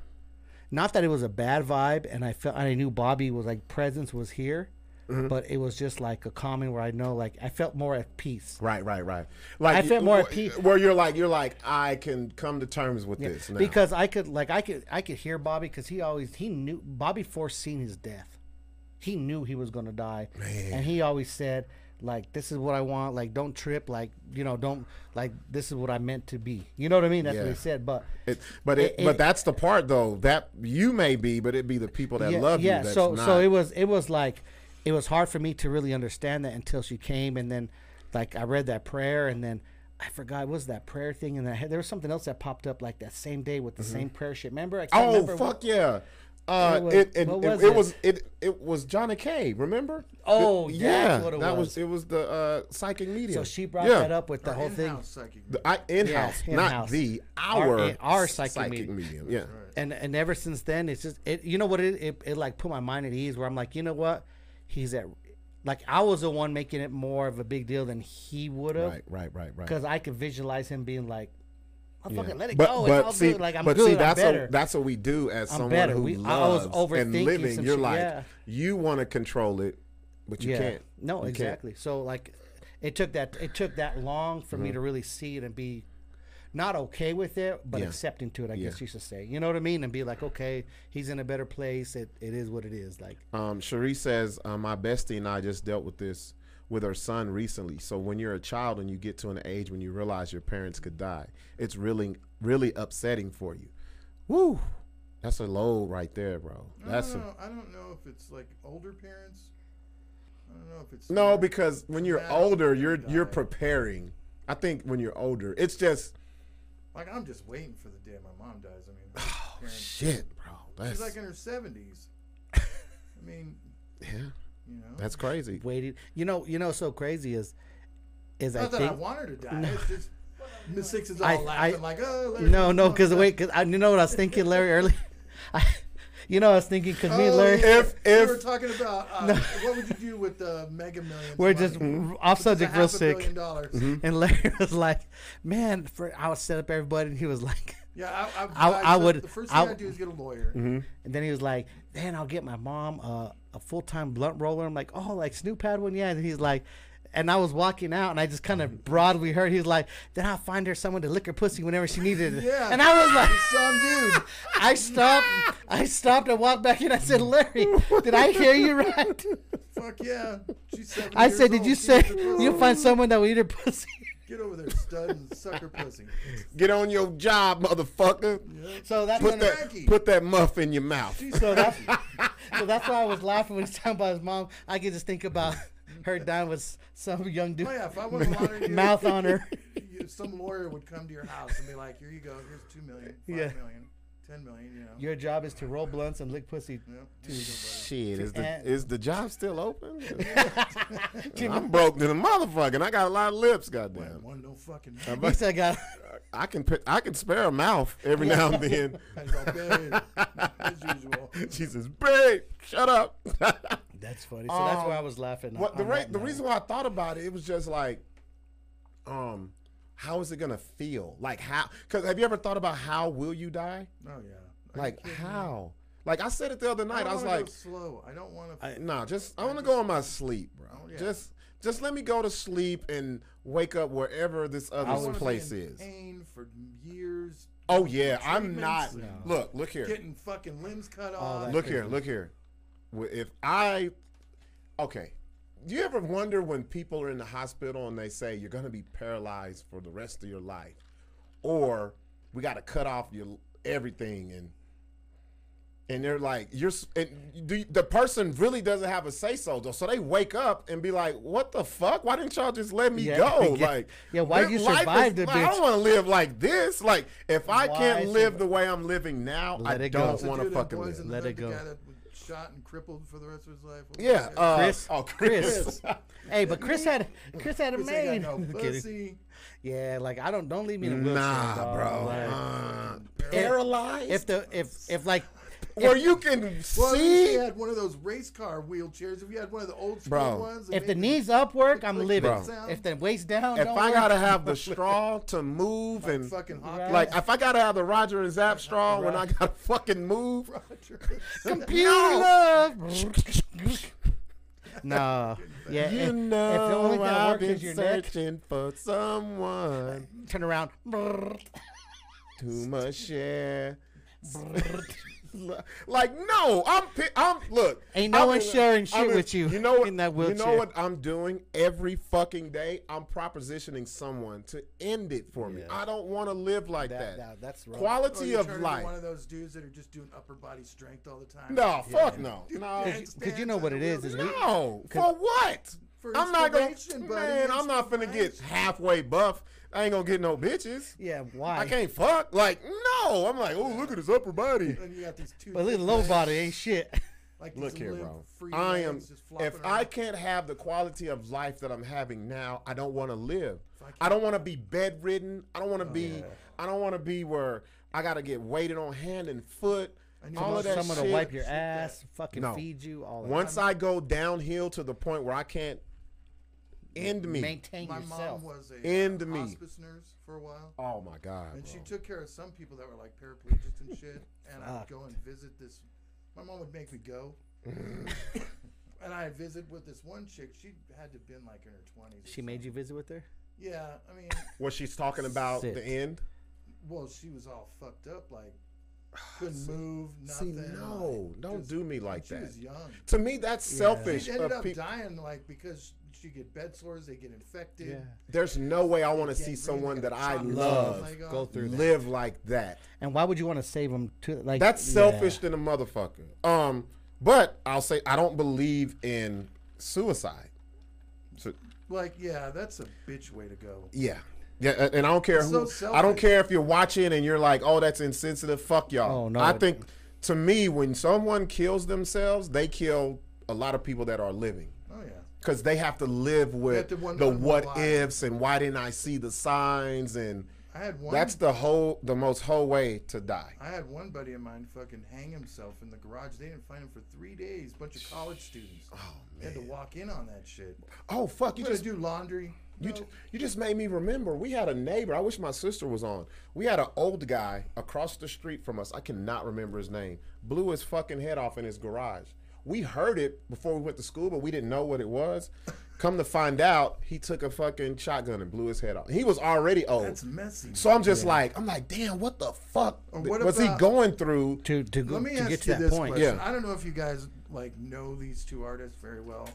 S2: Not that it was a bad vibe, and I felt I knew Bobby was like presence was here,
S1: Mm-hmm.
S2: but it was just like a calming where I know like I felt more at peace.
S1: Right, right, right. Like
S2: I felt more at
S1: wh-
S2: peace.
S1: Where you're like, you're like, I can come to terms with this now.
S2: because I could like I could I could hear Bobby because he always he knew Bobby foreseen his death. He knew he was gonna die, and he always said like this is what I want. Like don't trip. Like you know don't like this is what I meant to be. You know what I mean? That's what
S1: Yeah.
S2: he said. But
S1: It, but it,
S2: It-
S1: but
S2: it-
S1: that's the part though that you may be, but it be the people that love you. That's
S2: so
S1: not.
S2: so it was it was like it was hard for me to really understand that until she came, and then like I read that prayer, and then I forgot what was that prayer thing, and I had, there was something else that popped up like that same day with the same prayer shit. Remember? I can't
S1: Mm-hmm. oh
S2: remember what-
S1: fuck yeah. Uh,
S2: It was-
S1: it, it,
S2: what
S1: it,
S2: was
S1: it
S2: it?
S1: was it it was Johnny K. Remember?
S2: Oh,
S1: The-
S2: that's
S1: yeah,
S2: what it
S1: that was.
S2: was.
S1: It was the uh, psychic media.
S2: So she brought
S1: Yeah.
S2: that up with the whole thing,
S3: in-house psychic.
S1: The, I, in-house,
S2: Yeah,
S1: not
S2: in-house.
S1: the our
S2: Our- our psychic medium.
S1: medium. Yeah,
S2: and and ever since then, it's just it. You know what? It, it it like put my mind at ease where I'm like, you know what? He's at, like I was the one making it more of a big deal than he would have
S1: right, right, right, right.
S2: because I could visualize him being like, motherfucker, let it
S1: but,
S2: go.
S1: But
S2: it's all
S1: see,
S2: good. Like I'm
S1: but
S2: good.
S1: see,
S2: I'm
S1: that's
S2: better.
S1: a, that's what we do as someone
S2: better.
S1: who
S2: We- I
S1: loves
S2: was
S1: and
S2: overthinking
S1: living.
S2: some
S1: You're
S2: shit,
S1: like
S2: yeah.
S1: you want to control it, but you
S2: yeah.
S1: can't.
S2: No,
S1: You can't.
S2: exactly. So like, it took that it took that long for
S1: Mm-hmm.
S2: me to really see it and be not okay with it, but
S1: Yeah.
S2: accepting to it. I guess
S1: Yeah.
S2: you should say. You know what I mean? And be like, okay, he's in a better place. It it is what it is. Like.
S1: Um, Cherie says, uh, "My bestie and I just dealt with this. with her son recently. So when you're a child and you get to an age when you realize your parents could die, it's really really upsetting for you. Woo. That's a load right there, bro. That's
S3: I
S1: a,
S3: don't, know, I don't know if it's like older parents. I don't know if it's
S1: No,
S3: like-
S1: because when you're
S3: Bad
S1: older,
S3: when
S1: you're
S3: you
S1: you're
S3: die.
S1: preparing. I think when you're older, it's just
S3: like I'm just waiting for the day my mom dies. I mean, her parents,
S1: Oh, shit, bro. That's
S3: she's like in her seventies. I mean,
S1: yeah,
S3: you know,
S1: that's crazy.
S2: Waiting. You know. You know. what's So crazy is, is I
S3: not that I
S2: think.
S3: want her to die. It's just Miss Six is all
S2: I-
S3: laughing
S2: I-
S3: like, oh, Larry,
S2: No, no,
S3: come
S2: because
S3: on."
S2: wait, because you know what I was thinking, Larry. Early, I, you know, what I was thinking because me and
S3: Oh,
S2: Larry,
S3: yeah.
S1: If-
S3: we were
S1: if-
S3: talking about uh, what would you do with the Mega Millions?
S2: we're just
S3: money?
S2: off
S3: It's a
S2: subject real
S3: half a
S2: sick. Mm-hmm.
S3: billion dollars.
S2: And Larry was like, "Man, for I would set up everybody," and he was like,
S3: Yeah, I,
S2: I-
S3: I,
S2: I
S3: I,
S2: would-
S3: would. The first thing
S2: I- Mm-hmm.
S3: I, do is get a lawyer.
S2: and then he was like, "Then I'll get my mom a, a full time blunt roller." I'm like, "Oh, like Snoop had one, yeah." And he's like, and I was walking out, and I just kind
S3: Mm.
S2: of broadly heard he's like, "Then I'll find her someone to lick her pussy whenever she needed it."
S3: Yeah.
S2: And I was like.
S3: Some dude.
S2: I stopped. I stopped and walked back, and I said, "Larry, did I hear you right?"
S3: Fuck yeah. She's 70
S2: I
S3: years
S2: said,
S3: old.
S2: "Did you
S3: She
S2: say
S3: needs to-
S2: you'll find someone that will eat her pussy?"
S3: Get over there, stud and sucker pussy.
S1: Get on your job, motherfucker.
S2: So that's
S1: Put
S2: when
S1: that
S3: Frankie.
S1: put that muff in your mouth.
S3: She's
S2: so that's
S3: crazy.
S2: so that's why I was laughing when he's talking about his mom. I could just think about her dying with some young dude,
S3: Oh yeah, if I was a lottery
S2: mouth on her.
S3: you, some lawyer would come to your house and be like, "Here you go. Here's two million, five
S2: Yeah.
S3: million, ten million. You know.
S2: Your job is to roll blunts and lick pussy.
S3: Yeah, here you go, buddy.
S1: Shit, is
S2: And-
S1: the is the job still open? I'm broke to the motherfucker. and I got a lot of lips,
S3: When
S1: goddamn.
S3: one don't fucking.
S2: He said, "I got
S1: I can pi- I can spare a mouth every now and then.
S3: As all day, as usual.
S1: She says, "Babe, shut up."
S2: that's funny." So that's why I
S1: Um,
S2: was laughing.
S1: What the
S2: on
S1: ra-
S2: that
S1: the
S2: note.
S1: reason why I thought about it, it was just like, um, how is it gonna feel? Like how? Because have you ever thought about how will you die?
S3: Oh yeah. Are you
S1: Like
S3: kidding me?
S1: how? Like I said it the other
S3: I,
S1: night.
S3: don't
S1: I, was
S3: wanna go
S1: like,
S3: slow. I don't want to.
S1: I, nah, just I want to go in my sleep, bro.
S3: Oh, yeah.
S1: Just just let me go to sleep and wake up wherever this other place is.
S3: Pain for years.
S1: Oh yeah, I'm
S3: treatments
S1: not.
S3: and
S1: Look, look here.
S3: Getting fucking limbs cut off.
S2: that
S1: look here, look here. Wh- If I, okay, do you ever wonder when people are in the hospital and they say you're going to be paralyzed for the rest of your life, or we got to cut off your everything and and they're like you're s- and the, the person really doesn't have a say so though so they wake up and be like what the fuck why didn't y'all just let me
S2: Yeah,
S1: go
S2: yeah.
S1: like
S2: Yeah, why'd
S1: this
S2: you
S1: life
S2: survive
S1: is-
S2: the
S1: like, i
S2: bitch?
S1: don't want to live like this like if i
S2: Why
S1: can't live
S2: survive?
S1: the way i'm living now
S2: Let
S1: i
S2: it go.
S1: don't
S2: It's a
S1: want to
S3: Dude, that
S1: fucking
S3: boy's
S1: live
S3: in the
S2: Let
S3: hood,
S2: it
S3: the
S2: go.
S3: guy that was shot and crippled for the rest of his life. What was
S1: Yeah.
S3: that guy?
S1: Uh,
S2: Chris.
S1: Oh,
S2: Chris.
S1: Chris.
S2: Hey, but Chris had Chris had
S1: uh,
S2: a
S3: Chris ain't
S2: maid.
S3: got no
S2: I'm kidding.
S3: pussy.
S2: Yeah, like I don't don't leave me in a wheelchair.
S1: nah,
S2: dog.
S1: bro.
S2: Like,
S1: Uh,
S2: Paralyzed?
S1: paralyzed.
S2: if the if if like
S1: where you can
S3: Well, at least
S1: see.
S3: he had one of those race car wheelchairs. If you had one of the old school
S1: Bro.
S3: ones, that
S2: if the
S3: made
S2: knees up work,
S3: the
S2: I'm
S3: click
S2: living.
S3: sound.
S2: If the waist down,
S1: if
S2: don't
S1: I
S2: work,
S1: gotta have the straw to move
S3: like
S1: and
S3: fucking
S2: Right.
S3: Hawkins,
S1: like, if I gotta have the Roger and Zap straw when I gotta fucking move.
S2: computer
S1: No.
S2: love. no, yeah.
S1: You
S2: if,
S1: know,
S2: if the only thing that
S1: I've
S2: works
S1: been
S2: is your neck,
S1: searching for someone.
S2: turn around.
S1: Too much share. like no, I'm pi- I'm look.
S2: Ain't no
S1: I'm
S2: one
S1: in-
S2: sharing shit
S1: I'm in-
S2: with you
S1: You know what?
S2: in that
S1: you know
S2: wheelchair.
S1: what I'm doing every fucking day? I'm propositioning someone to end it for me. I don't want to live like that.
S2: That- that- that's wrong.
S3: Or
S1: Quality
S3: Oh, you
S1: of
S3: turn into
S1: life.
S3: One of those dudes that are just doing upper body strength all the time.
S1: No, fuck no, no,
S3: Handstands
S2: Because you know what
S3: on
S2: it
S3: the
S2: is,
S3: wheel.
S2: is we-
S1: no. For what?
S3: For
S1: I'm not gonna.
S3: inspiration, buddy,
S1: Man, I'm not finna get
S3: inspiration.
S1: halfway buff. I ain't gonna get no bitches.
S2: Yeah,
S1: I
S2: why?
S1: can't fuck. Like no. I'm like, oh, look at his upper body.
S3: Then you got these two.
S2: But look,
S3: thick
S2: the low
S3: legs,
S2: body ain't shit.
S3: Like
S1: Look
S3: these
S1: here,
S3: limp,
S1: bro.
S3: free
S1: I am.
S3: legs just flopping
S1: If I
S3: around.
S1: can't have the quality of life that I'm having now, I don't want to live.
S3: I can't- Oh,
S1: I don't want to be bedridden. I don't want to be. I don't want to be where I gotta get weighted on hand and foot.
S3: I need
S1: All of that
S2: Someone
S1: shit.
S2: to wipe your
S3: Shit.
S2: ass, fucking
S1: No.
S2: feed you, all that.
S1: Once I go downhill to the point where I can't end me.
S2: maintain
S3: my
S2: yourself.
S3: mom was a
S1: End
S3: uh,
S1: me.
S3: hospice nurse for a while.
S1: oh my god.
S3: And she
S1: bro.
S3: took care of some people that were like paraplegics and shit. And I'd go and visit this. My mom would make me go. and I'd visit with this one chick. She had to have been like in her 20s. or
S2: She made you visit with her.
S3: something. Yeah, I mean,
S1: What she's talking about
S2: Sick.
S1: the end.
S3: well, she was all fucked up. Like, couldn't move,
S1: See,
S3: nothing.
S1: no,
S3: like,
S1: don't
S3: just-
S1: do me like
S3: She
S1: that.
S3: was young.
S1: To me, that's selfish.
S3: She ended
S1: of
S3: up
S1: peop-
S3: dying, like, because she you get bed sores, they get infected.
S2: Yeah.
S1: There's no way I want to
S3: Get
S1: see
S3: really
S1: someone that I
S3: chopped
S1: love
S3: off. Like,
S2: go
S3: uh,
S2: through that.
S1: live like that.
S2: And why would you want to save them to like?
S1: That's
S2: yeah.
S1: selfish than a motherfucker. Um, but I'll say I don't believe in suicide. So,
S3: Like, yeah, that's a bitch way to go.
S1: yeah. Yeah, a- and I don't care
S3: It's
S1: who.
S3: so
S1: I don't
S3: selfish.
S1: care if you're watching and you're like, "Oh, that's insensitive." Fuck y'all.
S2: Oh, no,
S1: I
S2: it-
S1: think, to me, when someone kills themselves, they kill a lot of people that are living.
S3: Oh yeah.
S1: because they have to live with
S3: have to wonder
S1: the
S3: why.
S1: what ifs and why didn't I see the signs and
S3: I had one
S1: that's the whole the most whole way to die.
S3: I had one buddy of mine fucking hang himself in the garage. They didn't find him for three days. Bunch of college students. Oh They had to walk in on that shit.
S1: Oh fuck! You
S3: You just
S1: just
S3: do laundry.
S1: you,
S3: No.
S1: ju- you just made me remember. We had a neighbor. I wish my sister was on. We had an old guy across the street from us. I cannot remember his name. Blew his fucking head off in his garage. We heard it before we went to school, but we didn't know what it was. Come to find out, he took a fucking shotgun and blew his head off. He was already old.
S3: That's messy.
S1: So I'm just like, I'm like, damn, what the fuck
S3: Or what
S1: was
S3: about-
S1: he going through?
S2: to to, go,
S3: Let me
S2: to
S3: ask
S2: get to
S3: you
S2: that
S3: this
S2: point.
S3: question.
S1: Yeah.
S3: I don't know if you guys like know these two artists very well.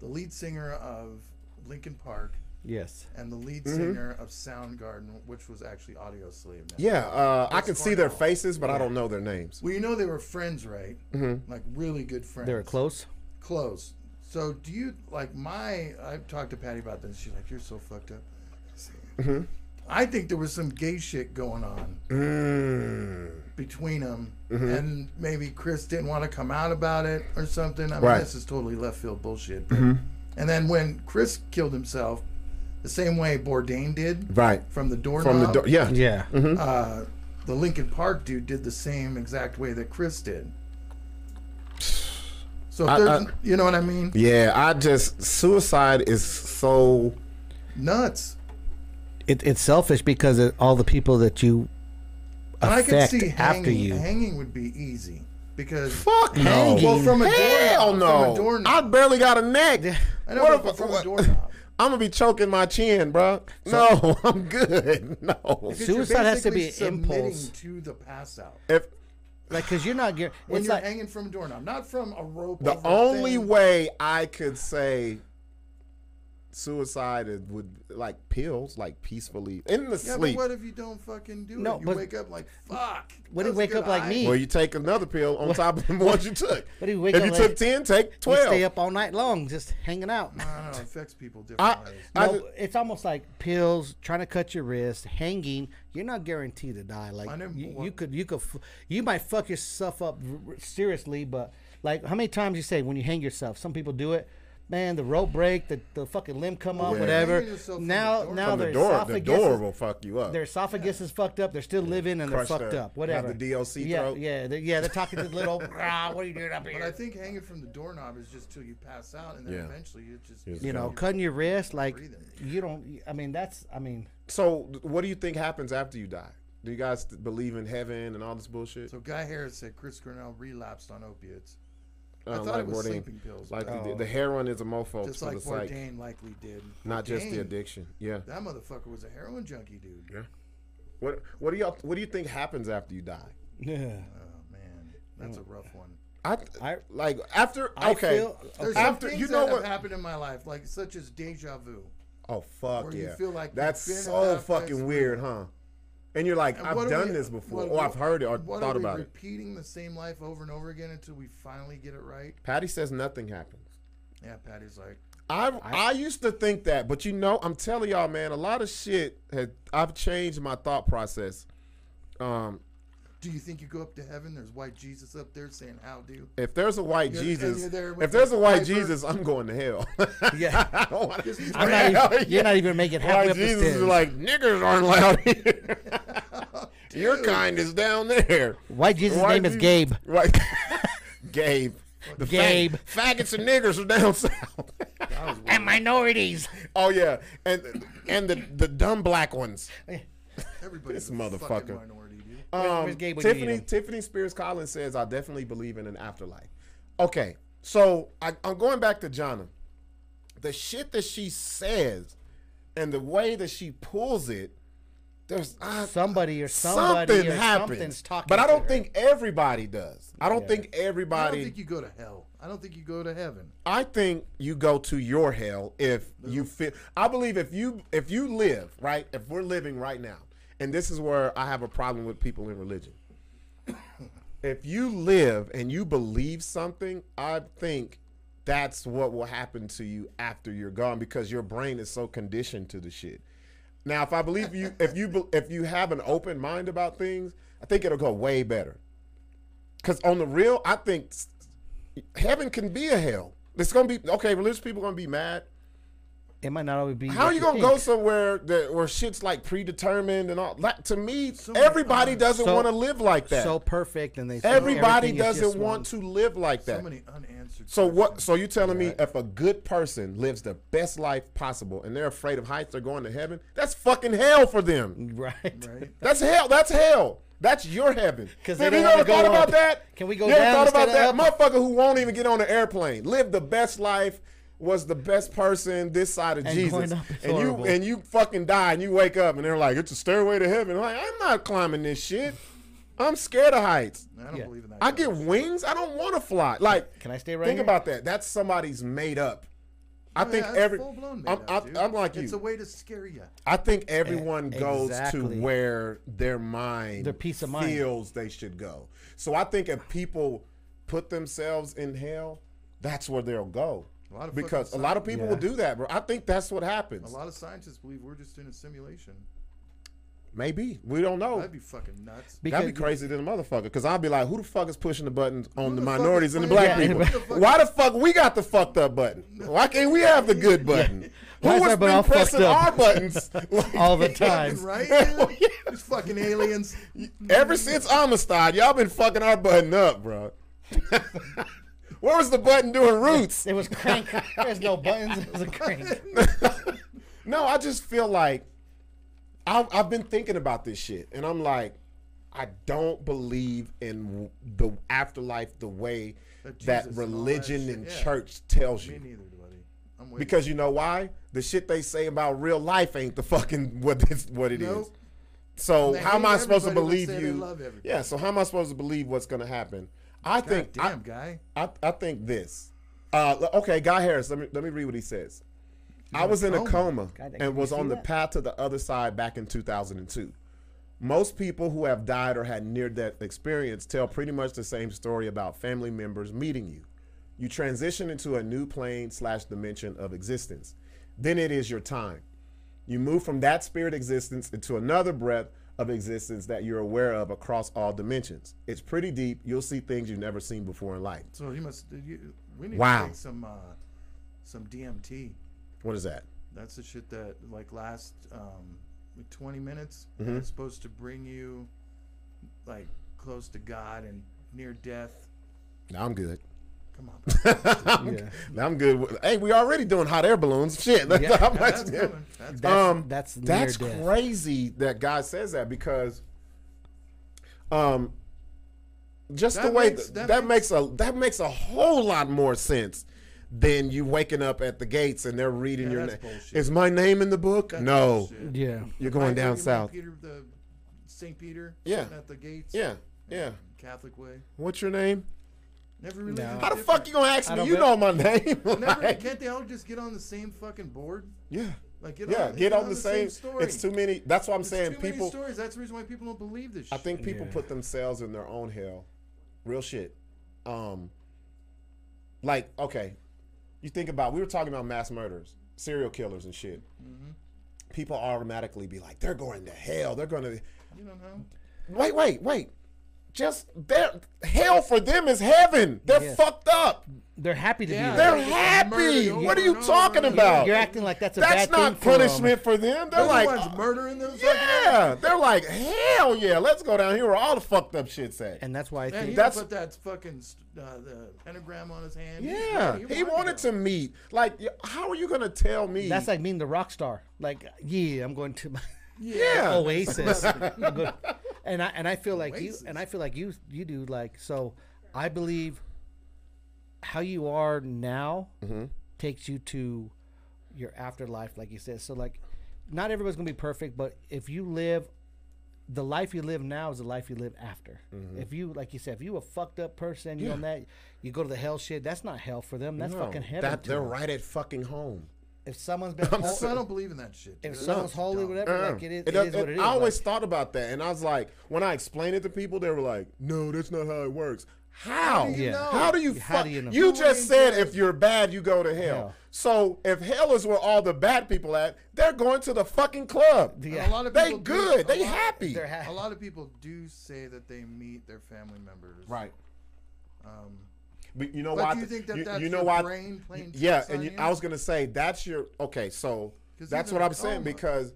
S3: The lead singer of Linkin Park
S2: Yes.
S3: and the lead singer of Soundgarden, which was actually Audio Slave. Now.
S1: Yeah, uh, I can see
S3: going
S1: their
S3: on?
S1: faces, but I don't know their names.
S3: Well, you know they were friends, right? Mm-hmm. Like really good friends.
S2: They were close.
S3: close. So do you like my? I've talked to Patty about this. She's like, "You're so fucked up."
S1: Mm-hmm.
S3: I think there was some gay shit going on Mm. between them,
S1: Mm-hmm.
S3: and maybe Chris didn't want to come out about it or something. I mean,
S1: Right. Mm-hmm.
S3: this is totally left field bullshit. but- And then when Chris killed himself, the same way Bourdain did,
S1: Right.
S3: from the doorknob,
S1: From the mm-hmm. door, yeah,
S2: Yeah.
S3: uh, the Lincoln Park dude did the same exact way that Chris did. So if
S1: I- I-
S3: there's, you know what I mean?
S1: yeah. I just suicide is so
S3: Nuts.
S2: It, it's selfish because of all the people that you
S3: And I could
S2: affect
S3: see
S2: after
S3: hanging,
S2: you.
S3: hanging would be easy because
S1: fuck no.
S2: Hanging. Well,
S3: from a
S1: Hell
S3: doorknob-
S1: no.
S3: from a doorknob.
S1: I barely got a neck.
S3: I know
S1: What
S3: but
S1: if-
S3: from
S1: what-
S3: a doorknob.
S1: I'm gonna be choking my chin, bro. No, I'm good. No.
S3: Because you're
S2: Suicide has to
S3: basically
S2: be
S3: submitting
S2: impulse.
S3: to the pass out.
S1: If
S2: Like, cause you're not. You're,
S3: When
S2: it's
S3: you're
S2: like
S3: hanging from a doorknob, not from a rope.
S1: the
S3: over a
S1: only
S3: thing.
S1: way I could say suicide is- would like pills, like peacefully in the
S3: Yeah,
S1: sleep.
S3: but what if you don't fucking do
S2: No,
S3: it? You
S2: but-
S3: wake up like fuck.
S2: What if
S3: that's
S2: wake
S3: good
S2: up like
S3: eye.
S2: me?
S1: Well, you take another pill on top of the ones you took.
S2: But if you wake up
S1: you
S2: late-
S1: took ten, take
S2: you
S1: twelve.
S2: stay up all night long just hanging out.
S3: I don't know. It affects people different
S1: I,
S3: ways.
S1: I
S2: No,
S1: ju-
S2: it's almost like pills, trying to cut your wrist, hanging. You're not guaranteed to die. Like
S3: I never-
S2: you,
S3: what-
S2: you could, you could, f- you might fuck yourself up r- r- seriously. But like, how many times you say when you hang yourself? Some people do it. Man, the rope break, the, the fucking limb come off,
S1: Yeah.
S2: whatever.
S3: Hanging yourself from
S2: Now,
S3: the door.
S2: now
S1: from
S2: their
S1: the door, the
S2: esophagus,
S1: door will fuck you up.
S2: their esophagus is fucked up. They're still living and they're
S1: Crushed
S2: fucked
S1: up.
S2: up. Whatever.
S1: Have the DOC
S2: yeah,
S1: throat.
S2: yeah, they're, yeah. They're talking to the little. "Rah, what are you doing up
S3: But I
S2: here?
S3: think hanging from the doorknob is just till you pass out, and then
S1: Yeah.
S3: eventually it just
S2: You know, cutting your wrist, like
S3: Breathing.
S2: you don't. I mean, that's. I mean.
S1: So, th- what do you think happens after you die? Do you guys th- believe in heaven and all this bullshit?
S3: So Guy Harris said Chris Cornell relapsed on opiates,
S1: I
S3: thought it was sleeping pills,
S1: Like
S3: but- uh,
S1: the, the heroin is a mofo
S3: just
S1: for
S3: like
S1: the psych,
S3: Bourdain likely did.
S1: not just the
S3: Bourdain,
S1: addiction. Yeah.
S3: That motherfucker was a heroin junkie, dude.
S1: Yeah. What What do y'all What do you think happens after you die?
S2: Yeah.
S3: Oh man, that's a rough one.
S1: I,
S2: I-
S1: like after
S2: I
S1: okay.
S2: feel-
S3: There's
S1: after
S3: some
S1: you
S3: things
S1: know
S3: that
S1: what?
S3: have happened in my life, like such as deja vu.
S1: Oh fuck
S3: Where you
S1: yeah!
S3: feel like you've
S1: that's
S3: been in
S1: so
S3: that place
S1: fucking weird, huh? And you're like,
S3: And what
S1: I've
S3: are
S1: done
S3: we-
S1: this before,
S3: what-
S1: or I've heard it, or
S3: what
S1: thought
S3: are we
S1: about it.
S3: Repeating the same life over and over again until we finally get it right.
S1: Patty says nothing happens.
S3: Yeah, Patty's like,
S1: I, I used to think that, but you know, I'm telling y'all, man, a lot of shit had I've changed my thought process. Um,
S3: "Do you think you go up to heaven? There's white Jesus up there saying, how do?'"
S1: if there's a white
S3: You're- and
S1: Jesus,
S3: you're there with
S1: if there's
S3: the
S1: a white
S3: piper.
S1: Jesus, I'm going to hell.
S2: Yeah.
S1: I don't want to.
S2: I'm not even, You're not even making halfway
S1: White
S2: up
S1: Jesus
S2: the
S1: is
S2: stairs.
S1: like niggers aren't allowed here. Your kind is down there.
S2: White Jesus'
S1: White
S2: name is
S1: Jesus-
S2: Gabe.
S1: Right, Gabe. The fag-
S2: Gabe.
S1: faggots and niggers are down south.
S2: And minorities.
S1: oh yeah, and and the the dumb black ones.
S3: Everybody's
S1: This
S3: a fucking
S1: motherfucker.
S3: minority, dude.
S1: Um,
S2: where's Gabe when you need
S1: Tiffany
S2: him?
S1: Tiffany Spears Collins says, "I definitely believe in an afterlife." Okay, so I, I'm going back to Jonna. The shit that she says, and the way that she pulls it, there's I,
S2: Somebody or somebody
S1: something
S2: or
S1: happens.
S2: something's talking.
S1: but I
S2: to
S1: don't
S2: her.
S1: think everybody does. I don't think
S3: I
S1: everybody.
S3: don't think you go to hell. I don't think you go to heaven.
S1: I think you go to your hell if you feel. I believe if you if you live right, if we're living right now, and this is where I have a problem with people in religion. if you live and you believe something, I think that's what will happen to you after you're gone because your brain is so conditioned to the shit. Now, if I believe you, if you be- if you have an open mind about things, I think it'll go way better. Because on the real, I think s- heaven can be a hell. It's gonna be okay. Religious people gonna be mad.
S2: It might not always be.
S1: How are
S2: what
S1: you gonna go
S2: think.
S1: somewhere that where shit's like predetermined and all? Like to me,
S3: So many
S1: everybody
S3: times.
S1: doesn't
S2: So-
S1: want to live like that.
S2: so perfect? And they think
S1: everybody
S2: everything is just
S1: doesn't
S2: one-
S1: want to live like that.
S3: So many unanswered.
S1: So what?
S3: questions.
S1: So you telling me if a good person lives the best life possible and they're afraid of heights, they're going to heaven? That's fucking hell for them.
S2: Right.
S3: Right.
S1: That's hell. That's hell. That's your heaven.
S2: 'Cause they
S1: Have you
S2: don't wanna
S1: ever thought
S2: go
S1: about
S2: up.
S1: that?
S2: Can we go
S1: You ever
S2: down
S1: thought about that
S2: instead of
S1: motherfucker who won't even get on an airplane? Lived the best life. Was the best person this side of
S2: And
S1: Jesus,
S2: going up is
S1: and you
S2: horrible.
S1: and you fucking die, and you wake up, and they're like, "It's a stairway to heaven." I'm like, I'm not climbing this shit. I'm scared of heights.
S3: I don't
S2: Yeah.
S3: believe in that.
S1: I get wings. I don't want to fly. Like,
S2: Can I stay right
S1: Think
S2: here?
S1: about that. That's somebody's made up. I think
S3: that's
S1: every.
S3: full-blown made
S1: I'm,
S3: up,
S1: I'm,
S3: dude.
S1: I'm like you.
S3: It's a way to scare you.
S1: I think everyone goes
S2: E-, exactly.
S1: to where their mind
S2: Their peace of mind.
S1: feels they should go. So I think if people put themselves in hell, that's where they'll go.
S3: A lot of
S1: because a
S3: fucking
S1: lot of people will
S2: science.
S1: do that, bro. I think that's what happens.
S3: A lot of scientists believe we're just in a simulation.
S1: Maybe we don't know.
S3: Oh. That'd be fucking nuts.
S2: Because
S1: That'd be crazy than a motherfucker. Because I'd be like, who the fuck is pushing the buttons on the,
S3: the fuck
S1: minorities
S3: is
S1: and the
S3: playing
S1: black
S2: that?
S1: people?
S2: Who
S3: the fuck
S1: Why the fuck we got the fucked up button? Why can't we have the good button?
S2: Why
S1: Who
S2: is our
S1: has
S2: button all
S1: been pressing
S2: fucked up?
S1: our buttons Oh, like,
S2: all the
S3: Fucking
S2: time.
S3: Right? dude? These fucking aliens.
S1: ever since Amistad? Y'all been fucking our button up, bro. Where was the button doing roots?
S2: It was crank. There's no buttons. It was a crank.
S1: No, I just feel like I've, I've been thinking about this shit, and I'm like, I don't believe in w- the afterlife the way
S3: That Jesus
S1: that
S3: and all that
S1: religion
S3: shit,
S1: and
S3: yeah.
S1: church tells
S3: Me
S1: you.
S3: neither, buddy. I'm waiting.
S1: Because you know why? The shit they say about real life ain't the fucking what it's what it is.
S3: Nope.
S1: So
S3: They
S1: how am I
S3: hate
S1: supposed to
S3: everybody,
S1: believe
S3: but say they
S1: you?
S3: love everybody.
S1: yeah. So how am I supposed to believe what's gonna happen? I think I-
S3: damn guy.
S1: I, I think this. Uh, l- okay, Guy Harris. Let me let me read what he says. I was in a coma
S2: God, can
S1: and was
S2: you see
S1: on the
S2: that?
S1: path to the other side back in 2002. Most people who have died or had near-death experience tell pretty much the same story about family members meeting you. You transition into a new plane slash dimension of existence. Then it is your time. You move from that spirit existence into another breath of existence that you're aware of across all dimensions. It's pretty deep. You'll see things you've never seen before in life.
S3: So he must. did You, we need
S1: Wow.
S3: to take some uh, some DMT.
S1: What is that?
S3: That's the shit that like last um, 20 minutes.
S1: Mm-hmm.
S3: It's supposed to bring you like close to God and near death.
S1: Now I'm good.
S3: Come on, bro.
S1: I'm, now I'm good. with- Hey, we already doing hot air balloons. Shit. that's
S2: Yeah.
S1: how much-
S3: that's coming. That's
S2: That's-
S1: um,
S2: that's near
S1: that's
S2: death.
S1: crazy that God says that because, um, just the
S3: That
S1: way
S3: makes-
S1: th- that,
S3: that
S1: makes, a that makes a whole lot more sense than you waking up at the gates and they're reading
S3: Yeah,
S1: your name.
S3: that's bullshit.
S1: Is my name in the book?
S3: that's
S1: no,
S3: bullshit.
S2: Yeah.
S1: you're going
S3: Right,
S1: down
S3: you remember
S1: south.
S3: Peter the St. Peter.
S1: Yeah.
S3: sitting At the gates.
S1: Yeah, yeah.
S3: Catholic way.
S1: What's your name?
S3: Every religion.
S2: No.
S3: is
S1: How the
S3: different.
S1: fuck you gonna ask
S2: I
S1: me?
S2: don't
S1: You
S2: get-
S1: know my name.
S3: Never,
S1: Like,
S3: can't they all just get on the same fucking board?
S1: yeah.
S3: Like get
S1: Yeah,
S3: on,
S1: get on the same.
S3: story.
S1: It's too many. That's what I'm
S3: There's
S1: saying.
S3: too many
S1: People,
S3: stories. That's the reason why people don't believe this.
S1: I
S3: Shit.
S1: think people
S2: Yeah.
S1: put themselves in their own hell. Real shit. Um like okay, you think about we were talking about mass murders, serial killers and shit.
S3: Mm-hmm.
S1: People automatically be like they're going to hell. They're going to
S3: you don't know.
S1: Wait, wait, wait. Just their hell for them is heaven. They're
S2: Yeah.
S1: fucked up.
S2: They're happy to
S3: Yeah.
S2: be
S1: They're
S2: there.
S3: They get
S1: happy.
S3: murdered
S1: What are
S3: over
S1: you
S3: and over
S1: talking
S3: and over.
S1: about?
S2: You're acting like that's a
S1: That's
S2: bad
S1: not
S2: thing for 'em.
S1: punishment for them. They're
S3: They're
S1: like
S3: the ones murdering those.
S1: Yeah, they're like, hell yeah, let's go down here where all the fucked up shit's at.
S2: And that's why I
S3: Man, he
S2: think
S1: That's-
S3: put that fucking st- uh, the pentagram on his hand.
S1: yeah,
S3: you're
S1: he
S3: right,
S1: wanted
S3: though.
S1: to meet. Like, y- how are you gonna tell me?
S2: that's like mean the rock star. Like, yeah, I'm going to my
S1: yeah,
S2: Oasis. I'm going- and I and I feel like
S3: Oasis.
S2: you and I feel like you you do like so I believe how you are now
S1: Mm-hmm.
S2: takes you to your afterlife, like you said. So like not everybody's gonna be perfect, but if you live the life you live now is the life you live after.
S1: Mm-hmm.
S2: If you, like you said, if you a fucked up person, you on that, you go to the hell shit. That's not hell for them. That's
S1: No,
S2: fucking heaven.
S1: that
S2: to
S1: they're
S2: them.
S1: right at fucking home.
S2: If someone's been,
S1: I'm
S2: hol-
S1: so-
S3: I don't believe in that shit.
S2: if
S3: dude.
S2: someone's
S3: That's
S2: holy,
S3: dumb.
S2: whatever, like
S1: Mm.
S2: it is,
S1: It
S2: it is
S1: does- it-
S2: what it is.
S1: I always
S2: like,
S1: thought about that, and I was like, when I explained it to people, they were like, "No, that's not how it works." How?
S2: do you Yeah. know?
S1: How do you?
S2: How
S1: fuck-
S2: do you know?
S1: You
S2: You
S1: just said if you're bad, you go to hell.
S2: Hell.
S1: So if hell is where all the bad people at, they're going to the fucking club.
S2: Yeah.
S3: And A lot of
S1: They
S3: people do-
S1: good.
S3: a
S1: They
S3: lot-
S1: happy.
S2: they're ha-
S3: A lot of people do say that they meet their family members.
S1: right.
S3: Um,
S1: But you know
S3: But
S1: why?
S3: do you
S1: th-
S3: think that that's
S1: know
S3: your
S1: why-
S3: brain playing
S1: Yeah,
S3: tricks
S1: and
S3: on
S1: you,
S3: you?
S1: I was gonna say that's your okay. So
S3: 'Cause
S1: that's
S3: he's
S1: what
S3: in a
S1: I'm saying
S3: coma.
S1: because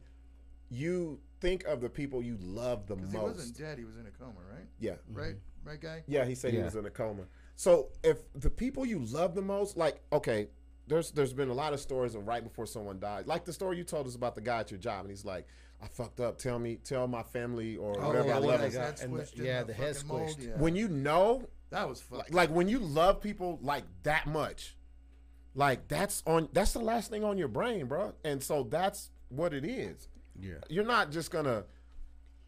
S1: you think of the people you love the
S3: 'cause
S1: most.
S3: he wasn't dead. He was in a coma, right?
S1: yeah. Mm-hmm.
S3: Right? Right, guy?
S1: Yeah, he said he
S2: Yeah.
S1: was in a coma. So if the people you love the most, like okay, there's there's been a lot of stories of right before someone died, like the story you told us about the guy at your job, and he's like, "I fucked up. Tell me, tell my family or
S3: Oh,
S1: whatever
S2: yeah,
S1: I
S2: when
S1: love."
S2: I
S1: is."
S2: got-
S3: that
S2: and the-
S3: squished in
S2: yeah,
S3: that
S2: the head
S3: fucking mold,
S2: squished.
S3: yeah.
S1: When you know,
S3: That was fucked.
S1: like, like when you love people like that much, like that's on that's the last thing on your brain, bro. And so that's what it is.
S2: Yeah.
S1: You're not just gonna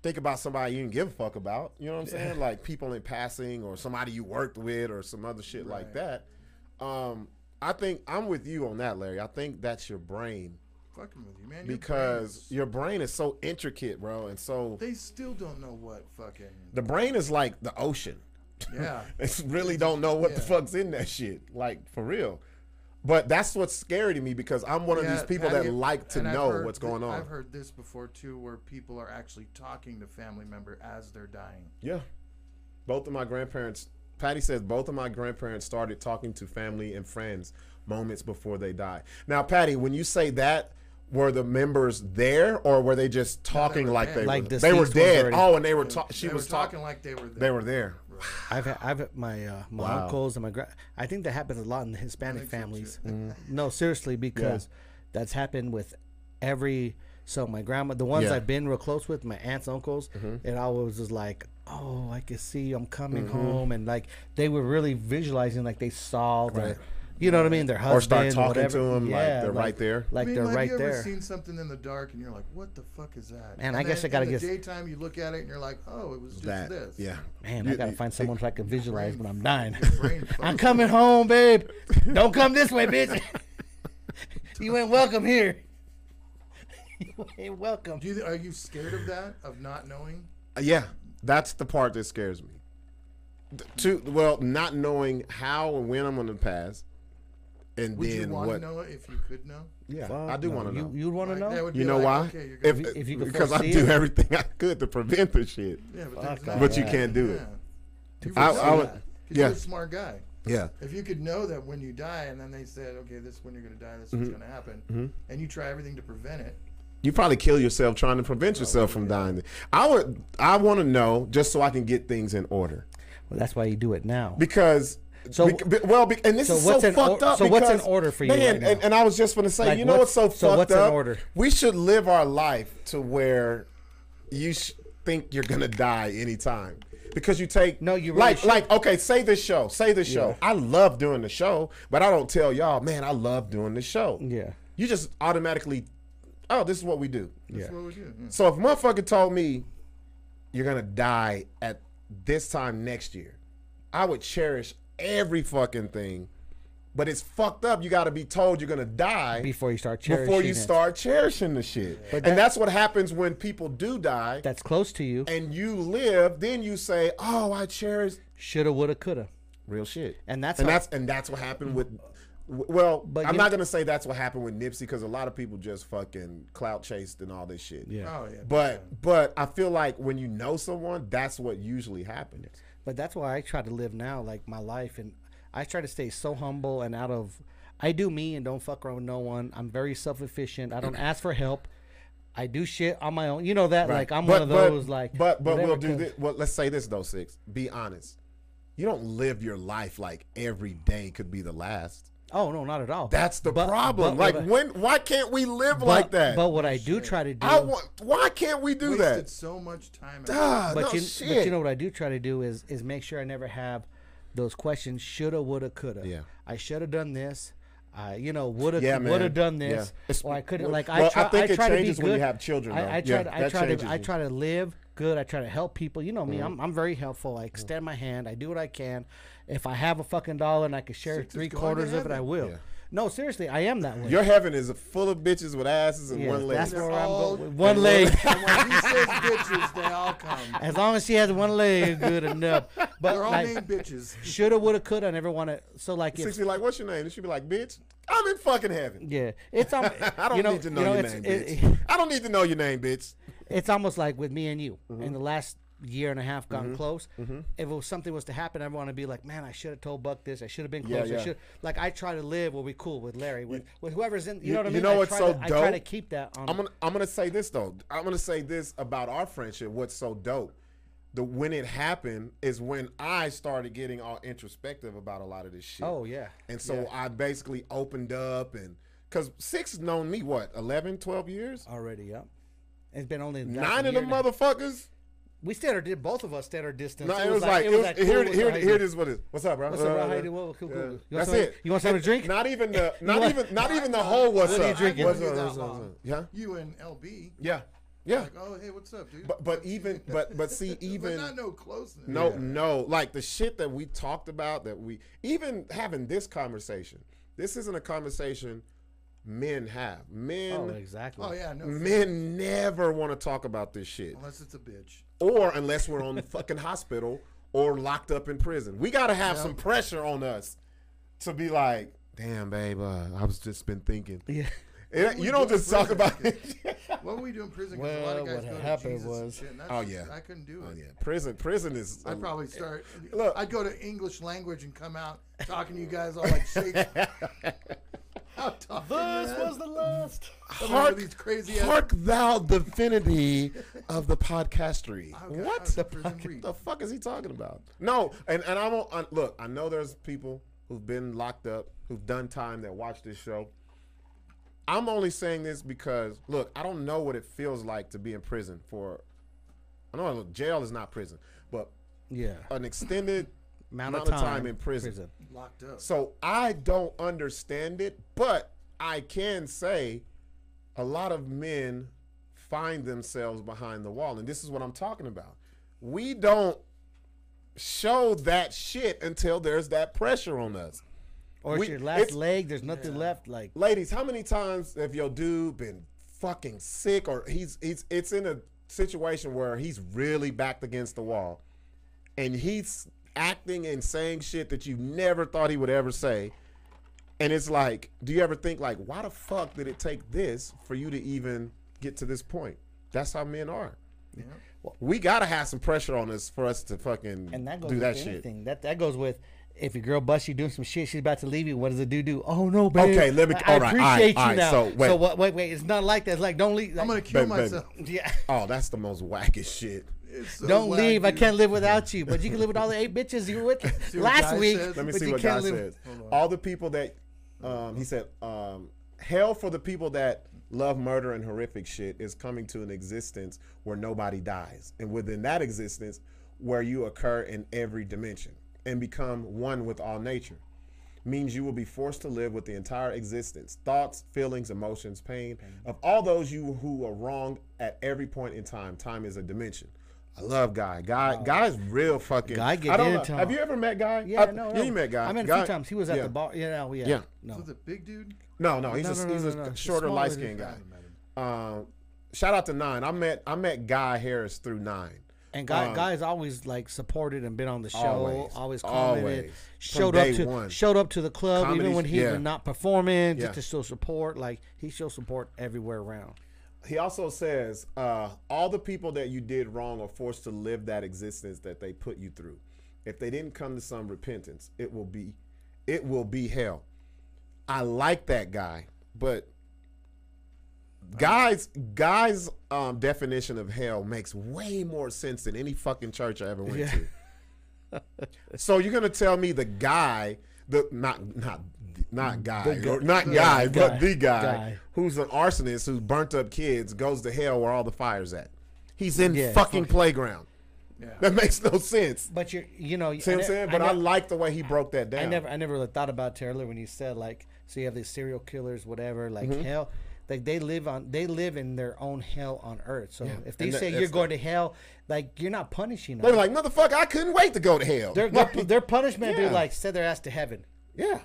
S1: think about somebody you didn't give a fuck about. You know what I'm saying? like people in passing or somebody you worked with or some other shit like that. Um, I think I'm with you on that, Larry. I think that's your brain
S3: fucking with you, man. Your
S1: because
S3: brains-
S1: your brain is so intricate, bro. And so
S3: they still don't know what fucking.
S1: the brain is like the ocean.
S3: Yeah.
S1: It's really don't know what the
S3: Yeah.
S1: fuck's in that shit. Like for real. But that's what's scary to me because I'm one of
S3: Yeah,
S1: these people
S3: have
S1: that
S3: you-
S1: like to
S3: and I've
S1: know
S3: heard
S1: what's
S3: thi-
S1: going on.
S3: I've heard this before too, where people are actually talking to family member as they're dying.
S1: Yeah. Both of my grandparents, Patty says, both of my grandparents started talking to family and friends moments before they died. Now, Patty, when you say that, were the members there or were they just talking
S3: were
S1: like
S3: dead.
S1: they
S2: Like
S1: were, they
S2: deceased
S1: were
S2: ones
S1: dead?
S2: already.
S1: Oh, and they were talking. She
S3: They
S1: was
S3: were talking
S1: talking.
S3: like they were there.
S1: They were there.
S2: I've had, I've had my uh, my uncles and my gra- I think that happens a lot in Hispanic families. No, seriously, because that's happened with every. So my grandma, the ones
S1: Yeah. Mm-hmm.
S2: I've been real close with, my aunts, uncles, and I always was like, "Oh, I can see you. I'm coming home," and like they were really visualizing, like they saw the, you know what I mean, their husband,
S1: Or start talking to
S2: whatever.
S1: them like they're right there.
S2: like
S3: I mean,
S2: they're
S3: have
S2: right
S3: you
S2: there.
S3: ever seen something in the dark and you're like, "What the fuck is that?"
S2: Man,
S3: and
S2: I guess
S3: then
S2: I gotta
S3: in the
S2: guess-
S3: Daytime, you look at it and you're like, "Oh, it was just
S1: That.
S3: this."
S1: Yeah.
S2: Man, I
S1: You-
S2: gotta
S1: you-
S2: find someone so I can visualize when I'm dying.
S3: brain
S2: I'm
S3: fucks
S2: coming home, babe. Don't come this way, bitch. you ain't welcome here. you ain't welcome.
S3: Do you, are you scared of that? Of not knowing?
S1: Yeah, that's the part that scares me. Th- To well, not knowing how or when I'm going to pass, and
S3: Would
S1: then
S3: you want
S1: what?
S3: to know it if you could know?
S1: Yeah,
S2: Fuck
S1: I do
S2: no.
S1: want to know.
S2: You, would want to
S3: Like, that
S2: know?
S3: would
S1: You
S3: be
S1: know
S3: like,
S1: why?
S3: Okay, you're
S1: if,
S3: gonna,
S2: If you could
S1: because I
S2: foresee
S1: do
S2: it.
S1: everything I could to prevent the shit,
S3: yeah, but,
S2: Fuck
S3: there's
S2: no.
S3: not
S1: but you
S2: Yeah.
S1: can't do
S3: yeah.
S1: it.
S3: You
S1: I-
S3: would
S1: I
S3: know
S1: would-
S3: that, 'cause
S1: yeah.
S3: You're a smart guy.
S1: Yeah,
S3: If you could know that when you die, and then they said, "Okay, this is when you're going to die. This is
S1: Mm-hmm.
S3: what's going to happen," and you try everything to prevent it,
S1: you probably kill yourself trying to prevent yourself from dying. I would. I want to know just so I can get things in order
S2: Well, that's why you do it now.
S1: because.
S2: So-
S1: bec- be- well, be, and this
S2: so
S1: is
S2: what's
S1: so
S2: in or-
S1: fucked up.
S2: so what's in
S1: because,
S2: order for you
S1: man,
S2: right now?
S1: And, and I was just going to say,
S2: Like,
S1: you know what's
S2: what's-
S1: so
S2: so
S1: fucked
S2: what's in
S1: up?
S2: order?
S1: We should live our life to where you sh- think you're gonna die anytime because you take
S2: No, you really
S1: like
S2: should.
S1: like okay. Say this show. Say this show. I love doing the show, but I don't tell y'all, man. I love doing the show.
S2: Yeah.
S1: you just automatically, oh, this is what we do.
S2: Yeah.
S3: that's what we do. Mm. Yeah.
S1: So if a motherfucker told me you're gonna die at this time next year, I would cherish every fucking thing. But it's fucked up. You gotta be told you're gonna die
S2: Before you start cherishing
S1: before you
S2: it.
S1: start cherishing the shit. and that's what happens when people do die
S2: That's close to you.
S1: and you live, then you say, Oh, I cherish
S2: Shoulda, woulda, coulda.
S1: real shit.
S2: And that's
S1: and
S2: how-
S1: that's and that's what happened with well,
S2: But
S1: I'm
S2: you-
S1: not gonna say that's what happened with Nipsey because a lot of people just fucking clout chased and all this shit.
S2: Yeah.
S3: Oh yeah.
S1: But but I feel like when you know someone, that's what usually happens.
S2: But that's why I try to live now, like my life, and I try to stay so humble and out of. I do me and don't fuck around with no one. I'm very self efficient. I
S1: Mm.
S2: don't ask for help. I do shit on my own. You know that, like I'm one of those, like.
S1: But but we'll
S2: whatever
S1: do
S2: comes.
S1: this. Well, let's say this though, six. Be honest. You don't live your life like every day could be the last.
S2: Oh no, not at all.
S1: That's the
S2: But-
S1: problem.
S2: but
S1: like
S2: what I-
S1: when? Why can't we live
S2: but-
S1: like that?
S2: But what I do try to do,
S1: I want. Why can't we do
S3: wasted
S1: that?
S3: so much time. and
S1: Ah,
S2: but
S1: no
S2: you,
S1: shit.
S2: but you know what I do try to do is is make sure I never have those questions. Shoulda, woulda, coulda.
S1: Yeah.
S2: I shoulda done this. I, you know, woulda,
S1: Yeah,
S2: woulda
S1: man.
S2: done
S1: Yeah.
S2: this,
S1: It's-
S2: or I couldn't.
S1: well,
S2: Like
S1: well, I
S2: I, try,
S1: think it
S2: try to be
S1: changes when you
S2: good.
S1: have children, though.
S2: I,
S1: Yeah,
S2: I try, to,
S1: that
S2: I try
S1: changes
S2: to, I
S1: you. Mm-hmm.
S2: try to live good. I try to help people. You know me. I'm, I'm very helpful. I extend my hand. I do what I can. If I have a fucking dollar and I can share
S3: Six is
S2: three
S3: going to
S2: quarters of it,
S3: heaven.
S2: I will. No, seriously, I am that way.
S1: Your heaven is full of bitches with asses and
S2: Yeah,
S1: one leg.
S2: That's where I'm
S3: all-
S2: going. with One leg.
S3: And when he says bitches, they all come.
S2: As long as she has one leg, good enough. But
S3: They're all
S2: like,
S3: named bitches.
S2: shoulda, woulda, coulda. I never want to. So like, if
S1: Six be like, what's your name? And she be like, bitch, I'm in fucking heaven.
S2: yeah, it's um,
S1: I don't
S2: you know,
S1: need to know
S2: you know,
S1: your
S2: it's,
S1: name,
S2: it-
S1: bitch. I don't need to know your name, bitch.
S2: it's almost like with me and you
S1: Mm-hmm.
S2: in the last year and a half gone close if it was something was to happen i want to be like man i should have told buck this i should have been
S1: Yeah,
S2: closer I
S1: yeah.
S2: should like i try to live where we cool with larry with, with whoever's in you, know what i
S1: you
S2: mean
S1: know
S2: I
S1: what's
S2: try
S1: so
S2: to, i try to
S1: dope?
S2: keep that on
S1: I'm gonna I'm gonna say this though. I'm gonna say this about our friendship. What's so dope? The when it happened is when I started getting all introspective about a lot of this shit.
S2: Oh, yeah.
S1: And so I basically opened up and because six has known me what 11, 12 years.
S2: already yep it's been only like
S1: Nine
S2: Oh, a
S1: of the
S2: year now.
S1: motherfuckers.
S2: we stayed our did both of us stayed our distance
S1: No, it was like, it was
S2: cool,
S1: here,
S2: was
S1: here,
S2: like-
S1: here it is. What is? What's up, bro?
S2: What's up, bro?
S1: Uh,
S2: How you doing? Well, cool, cool.
S1: yeah.
S2: You want
S1: That's
S2: some-
S1: it.
S2: you want something to drink?
S1: Not even the, not
S2: want-
S1: even, not even the whole. What's
S2: What
S1: up?
S2: are you drinking?
S1: What's up?
S3: That
S1: What's up?
S3: long.
S1: What's up? Yeah,
S3: You and LB.
S1: yeah, yeah.
S3: Like, oh, hey, what's up, dude?
S1: But but even but but see
S3: but
S1: even
S3: not no closeness.
S1: No, no. Like the shit that we talked about, that we even having this conversation. This isn't a conversation men have.
S2: oh
S1: Men,
S2: exactly
S3: Oh yeah, no.
S1: men never want to talk about this shit,
S3: Unless it's a bitch.
S1: or unless we're on the fucking hospital or locked up in prison. We gotta have some pressure on us to be like, damn, babe, uh, I was just been thinking.
S2: yeah
S1: It- you don't just talk about it.
S3: What we do in prison? 'cause a lot
S2: Well,
S3: of
S2: what
S3: guys go
S2: happened
S3: to Jesus and
S2: was-
S3: shit, and that's
S1: Oh,
S3: just-
S1: yeah.
S3: I couldn't do it.
S1: Oh, yeah, Oh, prison, prison is.
S3: I'd probably start.
S1: Look.
S3: I'd go to English language and come out talking to you guys all like Shakespeare. How tough
S2: this was the last
S3: Hark, these crazy ass.
S1: Hark thou the divinity of the podcastery.
S3: What
S1: What the fuck is he talking about? No, and and I won't uh, look. I know there's people who've been locked up, who've done time that watch this show. I'm only saying this because look, I don't know what it feels like to be in prison for. I know look, jail is not prison, but
S2: yeah
S1: an extended
S2: amount,
S1: amount of time in prison.
S3: Locked up.
S1: So I don't understand it, but I can say a lot of men find themselves behind the wall. And this is what I'm talking about. We don't show that shit until there's that pressure on us.
S2: or
S1: We-
S2: it's your last
S1: it's-
S2: leg there's nothing left like
S1: Ladies, how many times have your dude been fucking sick or he's he's it's in a situation where he's really backed against the wall and he's acting and saying shit that you never thought he would ever say. And it's like, do you ever think like, why the fuck did it take this for you to even get to this point? That's how men are. We gotta have some pressure on us for us to fucking
S2: And that goes
S1: do
S2: with
S1: that shit.
S2: anything. That that goes with if your girl busts you doing some shit, she's about to leave you. What does the dude do? Oh no, babe.
S1: Okay, let me-
S2: I, I
S1: all right, all right,
S2: appreciate
S1: all
S2: you
S1: right,
S2: now.
S1: so,
S2: So,
S1: wait.
S2: what, wait, wait. It's not like that. It's like don't leave.
S3: I'm gonna
S2: like,
S3: kill
S1: Baby, baby.
S3: myself.
S2: yeah.
S1: Oh, that's the most wackest shit.
S3: It's so
S2: don't
S3: wacky.
S2: leave. I can't live without you. But you can live with all the eight bitches you were with
S3: what
S2: last
S3: God
S2: week.
S3: says?
S1: Let me
S2: but
S1: see
S2: you
S1: what
S2: can't
S1: God
S2: live-
S1: says. All the people that um, he said, um, hell for the people that love murder and horrific shit is coming to an existence where nobody dies, and within that existence, where you occur in every dimension and become one with all nature. Means you will be forced to live with the entire existence, thoughts, feelings, emotions, pain of all those you who are wronged at every point in time. Time is a dimension. I love Guy. Guy, Guy's real fucking.
S2: Guy get
S1: I don't
S2: into
S1: know.
S2: him.
S1: Have you ever met Guy?
S2: Yeah,
S1: I-
S2: no,
S1: yeah,
S2: no.
S1: you met guy.
S2: I met him a
S1: guy,
S2: few times. He was at
S1: yeah.
S2: the bar. You know, yeah.
S1: Yeah.
S3: So
S2: No.
S3: the big dude.
S1: No, no, he's
S2: No,
S1: a,
S2: no, no,
S1: he's
S2: no,
S1: a
S2: no.
S1: shorter,
S2: Smaller
S1: light skinned
S2: than
S1: guy. Um, shout out to Nine. I met I met Guy Harris through Nine.
S2: And guy, guys always like supported and been on the show.
S1: Um, Always.
S2: Always, commented,
S1: Always.
S2: showed
S1: From
S2: up
S1: day
S2: to
S1: one.
S2: showed up to the club
S1: Comedy-
S2: even when he
S1: yeah.
S2: was not performing, just
S1: Yeah.
S2: to show support. Like he shows support everywhere around.
S1: He also says uh, all the people that you did wrong are forced to live that existence that they put you through. If they didn't come to some repentance, it will be it will be hell. I like that guy, but guys guys um, definition of hell makes way more sense than any fucking church I ever went
S2: Yeah.
S1: to. So you're gonna tell me the guy, the not not not guy, or not guy, but the guy,
S2: Guy.
S1: who's an arsonist who burnt up kids goes to hell where all the fires at. He's in
S2: Yeah,
S1: fucking playground.
S3: Yeah.
S1: That makes no sense.
S2: But you, you know,
S1: See what I'm saying? But I, like the way he broke that down. Mm-hmm.
S2: I never, I never really thought about it earlier when you said like, so you have these serial killers, whatever. Like hell, like they live on they live in their own hell on earth. So if they
S1: And that-
S2: say you're
S1: that's
S2: going to hell, like you're not punishing
S1: They're
S2: them.
S1: like, motherfucker, I couldn't wait to go to hell.
S2: Their, their, their punishment
S1: Yeah.
S2: be like send their ass to heaven.
S1: yeah.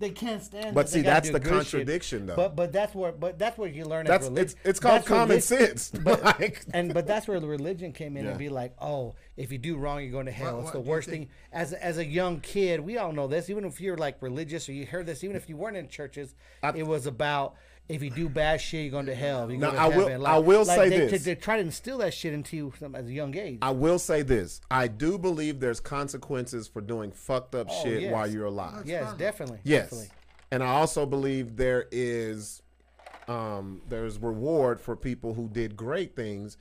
S2: They can't stand. it.
S1: But
S2: They
S1: see,
S2: gotta
S1: that's
S2: do
S1: the
S2: good shit.
S1: contradiction, though.
S2: But but that's where but that's where you learn. as
S1: That's
S2: relig-
S1: it's it's called
S2: that's
S1: common
S2: relig-
S1: sense. like,
S2: and but that's where the religion came in
S1: Yeah.
S2: and be like, oh, if you do wrong, you're going to hell. it's
S3: What- what
S2: the
S3: do you
S2: worst
S3: think-
S2: thing. As as a young kid, we all know this. Even if you're like religious or you heard this, even if you weren't in churches, it was about if you do bad shit, you're going to hell. You're
S1: Now,
S2: going to
S1: I will-
S2: heaven.
S1: I will say
S2: they,
S1: this.
S2: They try to instill that shit into you from as a young age.
S1: I will say this: I do believe there's consequences for doing fucked up shit
S2: Oh, yes.
S1: while you're alive.
S2: yes,
S3: karma.
S2: definitely.
S1: Yes,
S2: Definitely.
S1: and I also believe there is um, there's reward for people who did great things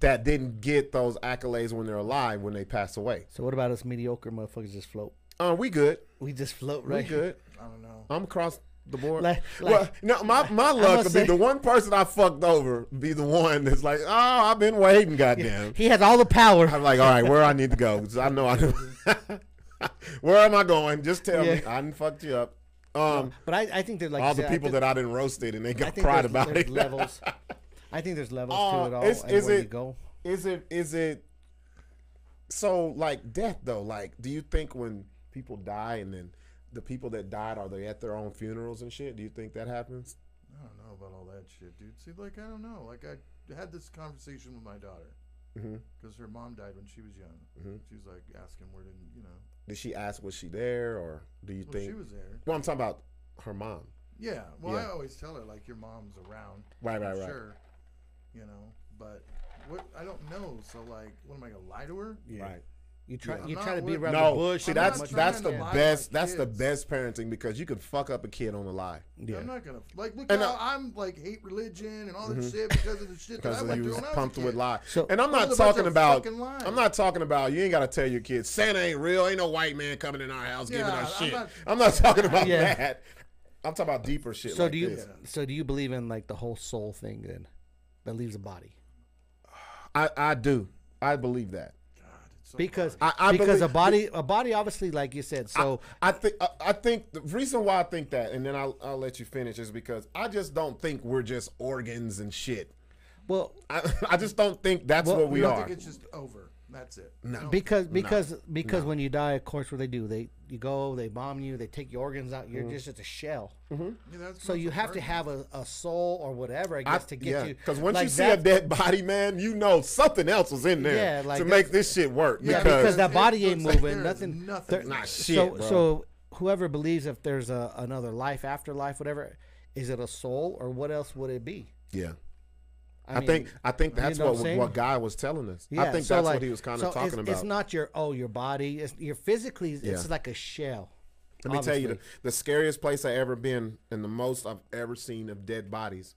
S1: that didn't get those accolades when they're alive when they pass away.
S2: So what about us mediocre motherfuckers just float?
S1: Uh, we good.
S2: We just float
S1: We
S2: right
S1: good.
S3: I don't know.
S1: I'm across the board.
S2: Like-
S1: well,
S2: like-
S1: no, my, my luck
S2: gonna
S1: would be
S2: say-
S1: the one person I fucked over be the one that's like, oh, I've been waiting, goddamn.
S2: He has all the power.
S1: I'm like, all right, where I need to go? 'Cause I know I. where am I going? Just tell me.
S2: Yeah.
S1: I didn't fucked you up. Um,
S2: But I, I think they're like
S1: all
S2: you
S1: the
S2: said,
S1: people
S2: I think,
S1: that I didn't roasted and they
S2: I
S1: got
S2: think
S1: pride
S2: there's,
S1: about
S2: there's
S1: it.
S2: levels. I think there's levels
S1: Uh,
S2: to it all.
S1: is-
S2: and
S1: is
S2: where you
S1: it-
S2: go.
S1: is it? Is it? So like death though, like do you think when people die and then the people that died are they at their own funerals and shit? Do you think that happens?
S3: I don't know about all that shit, dude. See, like, I don't know. Like, I had this conversation with my daughter
S2: Mm-hmm.
S1: Mhm.
S3: because her mom died when she was young. She was like asking where didn't you know?
S1: Did she ask was she there or do you
S3: Well,
S1: think?
S3: she was there.
S1: well, I'm talking about her mom.
S3: Yeah. Well, I
S1: Yeah.
S3: always tell her like your mom's around.
S1: Right, right,
S3: I'm
S1: right.
S3: Sure. You know, but what I don't know. So like, what am I gonna lie to her?
S1: Right.
S2: You try,
S3: Yeah.
S2: you
S3: I'm
S2: try to
S3: not
S2: be
S3: with-
S2: around
S1: no,
S2: the bush.
S1: see
S3: I'm
S2: and
S1: that's
S3: not
S2: much-
S1: that's the
S3: trying to lie to
S1: best.
S3: my
S1: That's the
S3: kids.
S1: best parenting because you can fuck up a kid on a lie.
S2: Yeah.
S3: I'm not gonna like look
S1: And
S3: how
S2: uh,
S3: I'm like hate religion and all this shit because of the shit
S1: Mm-hmm. because
S3: that I went
S1: he
S3: through
S1: was
S3: when I was a
S1: pumped with
S3: kid.
S1: lies.
S2: So-
S1: and I'm
S3: Well,
S1: not
S3: there's a bunch
S1: talking
S3: of
S1: about.
S3: fucking lies.
S1: I'm not talking about. You ain't got to tell your kids Santa ain't real. Ain't no white man coming in our house giving
S3: Yeah,
S1: us
S3: I'm
S1: shit. I'm not,
S3: not-
S1: talking about
S2: Yeah.
S1: that. I'm talking about deeper shit.
S2: So
S1: like
S2: do you
S1: this.
S2: so do you believe in like the whole soul thing then that leaves the body?
S1: I I do. I believe that.
S3: God, it's so
S2: Because
S1: I- I
S2: because a
S1: believe-
S2: body a body obviously like you said so
S1: I think I, I think the reason why I think that, and then I'll, I'll let you finish, is because I just don't think we're just organs and shit.
S2: well
S1: I, I just don't think that's
S2: Well,
S1: what we
S3: I
S1: are.
S3: think it's just over. That's it. No.
S2: because because because when you die of course what they do they you go they bomb you they take your organs out
S1: Mm-hmm.
S2: you're just just a shell
S3: Yeah, that's
S2: so
S3: not
S2: you
S3: so
S2: have to
S3: hard.
S2: have a, a soul or whatever I guess to get you
S1: Because once you
S2: like
S1: see
S2: that-
S1: a dead body, man, you know something else was in there
S2: Yeah, like
S1: to
S2: that-
S1: make this shit work.
S3: Yeah,
S1: because,
S2: because that
S3: It
S2: body ain't
S3: looks like
S2: moving.
S3: there is
S2: nothing.
S3: nothing
S2: there-
S3: in Nah, there.
S1: shit,
S2: So,
S1: bro.
S2: so whoever believes if there's a another life, afterlife, whatever, is it a soul or what else would it be?
S1: yeah, I,
S2: mean,
S1: think I think
S2: you
S1: that's
S2: know
S1: what
S2: I'm saying?
S1: what Guy was telling us. I think
S2: so
S1: that's
S2: like-
S1: what he was kind
S2: so
S1: of
S2: it's-
S1: talking about.
S2: It's not your oh your body. It's your physically.
S1: Yeah.
S2: It's like a shell.
S1: Let me tell you, the,
S2: obviously.
S1: the scariest place I ever been, and the most I've ever seen of dead bodies.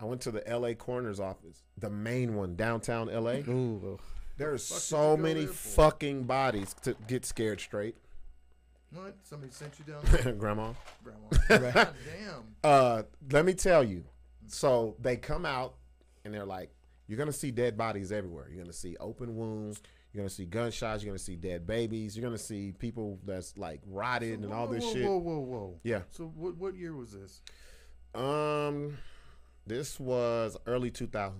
S1: I went to the L.A. coroner's office, the main one downtown L.A.
S2: Ooh,
S1: There's
S3: fuck did
S1: so
S3: you go
S1: many
S3: there for?
S1: fucking bodies to get scared straight,
S3: What? Somebody sent you down,
S1: Grandma.
S3: Grandma. God damn.
S1: Uh, let me tell you. So they come out and they're like, you're gonna see dead bodies everywhere. You're gonna see open wounds. You're gonna see gunshots. You're gonna see dead babies. You're gonna see people that's like rotted and all
S3: whoa,
S1: this
S3: whoa,
S1: shit.
S3: Whoa, whoa, whoa.
S1: Yeah.
S3: So what? What year was this?
S1: Um, this was early 2000s,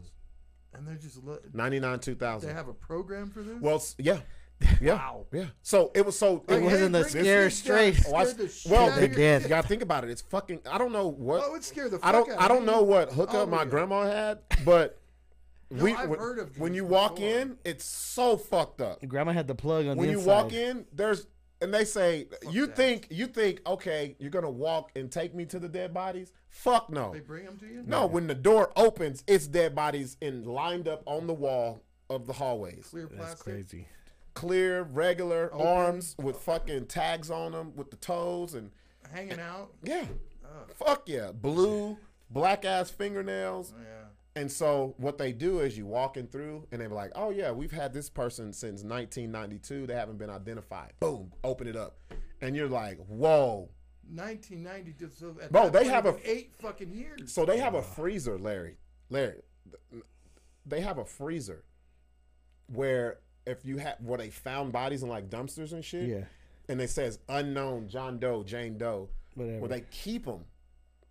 S3: And they just let.
S1: 99,
S3: They
S1: 2000.
S3: have a program for this.
S1: well, s- yeah, yeah,
S3: Wow.
S1: yeah. So it was so
S2: It
S1: it was.
S2: wasn't the
S3: bring
S2: scare
S3: these down,
S2: straight.
S3: scare
S1: Watch,
S3: the shit
S1: Oh, well,
S3: out of
S1: they
S3: your
S2: did.
S3: kid.
S1: You gotta think about it. It's fucking. I don't know what.
S3: Oh, it scared the
S1: I
S3: fuck
S1: don't.
S3: out
S1: I
S3: of
S1: don't
S3: me.
S1: know what hookup
S3: All
S1: my
S3: weird.
S1: grandma had, but we.
S3: I've
S1: when,
S3: heard of
S1: when
S3: these
S1: you walk
S3: before.
S1: in, it's so fucked up.
S2: grandma had the plug on
S1: When
S2: the
S1: you
S2: inside.
S1: walk in, there's and they say you
S3: that.
S1: think you think okay, you're gonna walk and take me to the dead bodies. Fuck no.
S3: They bring them to you.
S1: No, when the door opens, it's dead bodies and lined up on the wall of the hallways.
S3: Clear plastic.
S2: That's crazy.
S1: Clear, regular arms with fucking tags on them with the toes and
S3: Hanging out.
S1: yeah. Fuck yeah. Blue, black ass fingernails.
S3: Yeah.
S1: And so what they do is you walking through and they're like, oh yeah, we've had this person since 1992. They haven't been identified. Boom, open it up. And you're like, whoa.
S3: 1990. did- So at
S1: Bro,
S3: that
S1: they
S3: point,
S1: have
S3: it'd
S1: a-
S3: been eight fucking years.
S1: So they have a freezer, Larry. Larry, th- they have a freezer where if you have where they found bodies in like dumpsters and shit,
S2: Yeah.
S1: and it says unknown John Doe, Jane Doe,
S2: Whatever.
S1: where they keep them.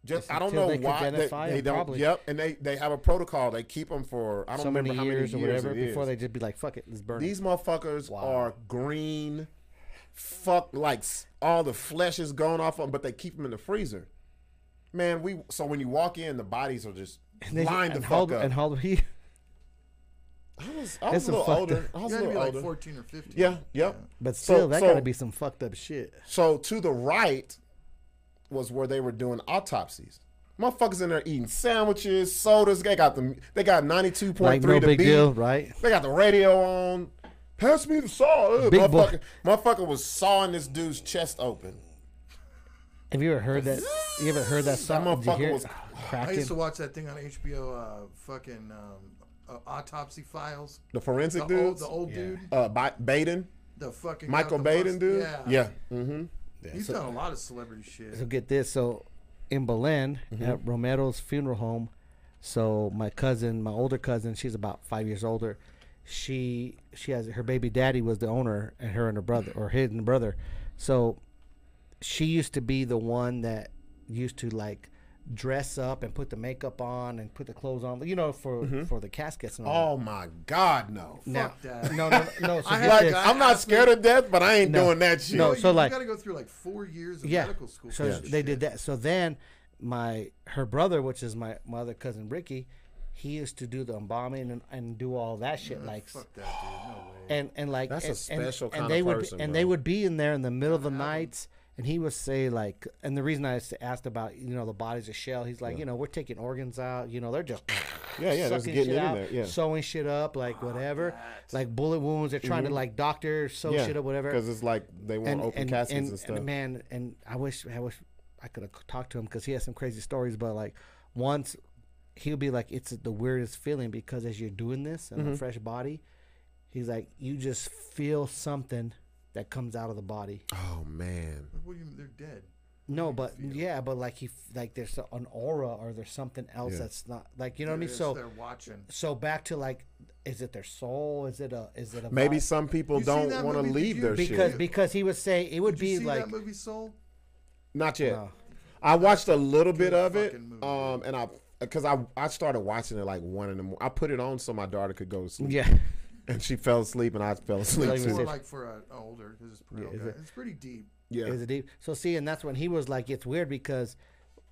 S1: Just I don't
S2: Until
S1: know
S2: they can
S1: why they,
S2: identify
S1: they
S2: them,
S1: don't.
S2: probably.
S1: Yep, and they they have a protocol. They keep them for I don't
S2: so
S1: remember
S2: many
S1: how
S2: years or
S1: many years
S2: whatever
S1: it
S2: before
S1: is.
S2: they just be like, fuck it, let's burn it.
S1: These motherfuckers are green, fuck like s- all the flesh is gone off them, but they keep them in the freezer. Man, we so when you walk in, the bodies are just
S2: They-
S1: lined the
S2: and
S1: fuck
S2: hold-
S1: up.
S2: And hold he,
S1: I was, I was
S2: It's
S1: a
S2: a
S1: little
S2: fucked
S1: older.
S2: up-
S1: I
S3: You
S1: was a
S3: gotta be
S1: little
S3: like
S1: older.
S3: 14 or 15.
S1: Yeah, yep.
S2: but
S1: So-
S2: still, that
S1: so-
S2: gotta be some fucked up shit.
S1: So to the right was where they were doing autopsies. Motherfuckers in there eating sandwiches, sodas. They got the they got ninety two
S2: Like
S1: point three
S2: no
S1: to
S2: big
S1: beat.
S2: deal, right?
S1: They got the radio on. Pass me the saw. Ugh,
S2: Big boy.
S1: motherfucker, motherfucker was sawing this dude's chest open.
S2: Have you ever heard that? You ever heard that song? Did you
S1: motherfucker
S2: hear it?
S1: was-
S3: I
S2: cracking?
S3: used to watch that thing on HBO, uh, fucking um, uh, autopsy files.
S1: The forensic
S3: The old,
S1: dudes,
S3: the old dude,
S1: uh, Ba- Baden,
S3: the fucking
S1: Michael
S3: got the
S1: Baden,
S3: must-
S1: dude.
S3: Yeah,
S1: yeah. Mm-hmm.
S3: He's done a lot of celebrity shit.
S2: So get this. So in Belen at Romero's funeral home, so my cousin, my older cousin, she's about five years older. She she has her baby daddy was the owner, and her and her brother or his and brother. So she used to be the one that used to like dress up and put the makeup on and put the clothes on, you know, for for the caskets and all.
S1: Oh my God, no.
S2: that.
S3: Fuck that.
S2: No, no, no. no so
S3: I
S2: get
S3: had
S1: Like
S2: this.
S3: guy-
S1: I'm not scared of death, but I ain't
S2: No.
S1: doing that shit.
S2: No.
S3: You
S2: so,
S3: you
S2: like-
S3: gotta go through like four years of
S2: yeah.
S3: medical school.
S2: So
S3: for that
S2: they
S3: shit.
S2: did that. So then my her brother, which is my, my other cousin Ricky, he used to do the embalming and, and do all that shit. like
S3: Fuck that, dude. No way.
S2: and and like
S1: That's a
S2: and- and-
S1: special
S2: and,
S1: kind
S2: they
S1: of
S2: would be-
S1: person,
S2: and
S1: bro.
S2: they would be in there in the middle of the nights and he would say like and the reason i s- asked about you know the bodies of shell he's like you know we're taking organs out you know they're just
S1: Yeah, yeah, they're just
S2: sucking
S1: getting
S2: shit
S1: it in
S2: out,
S1: there, yeah.
S2: sewing shit up like whatever
S3: Ah,
S2: like bullet wounds they're trying to like doctor sew
S1: Mm-hmm. Yeah,
S2: shit up whatever
S1: Because it's like they want open caskets and, stuff.
S2: man, and I wish I wish I could have talked to him because he has some crazy stories. But like once he'll be like, it's the weirdest feeling because as you're doing this
S1: Mm-hmm.
S2: in a fresh body, he's like, you just feel something that comes out of the body.
S1: oh man.
S3: What do you mean? They're dead.
S2: No, but yeah, but like he f- like there's an aura or there's something else that's not like you know what I mean.
S3: Yes,
S2: So
S3: they're watching.
S2: so back to like, is it their soul? Is it a is it a
S1: Maybe
S2: vibe?
S1: some people
S3: You see
S1: don't
S3: that
S1: want to
S3: movie? Did
S1: leave
S3: you-
S1: their
S2: because
S1: shit.
S2: because he would say it would
S3: Did you
S2: be
S3: see
S2: like
S3: that movie Soul?
S1: Not yet. I watched a little bit of it,
S3: fucking movie,
S1: um, and I because I I started watching it like one in the morning. I put it on so my daughter could go to sleep,
S2: yeah.
S1: and she fell asleep, and I fell asleep
S2: Like
S3: It's
S2: you
S1: too.
S2: said-
S3: more like for an older because it's pretty. old guy. It's pretty deep.
S1: Yeah,
S2: Is it deep? So see, and that's when he was like, it's weird because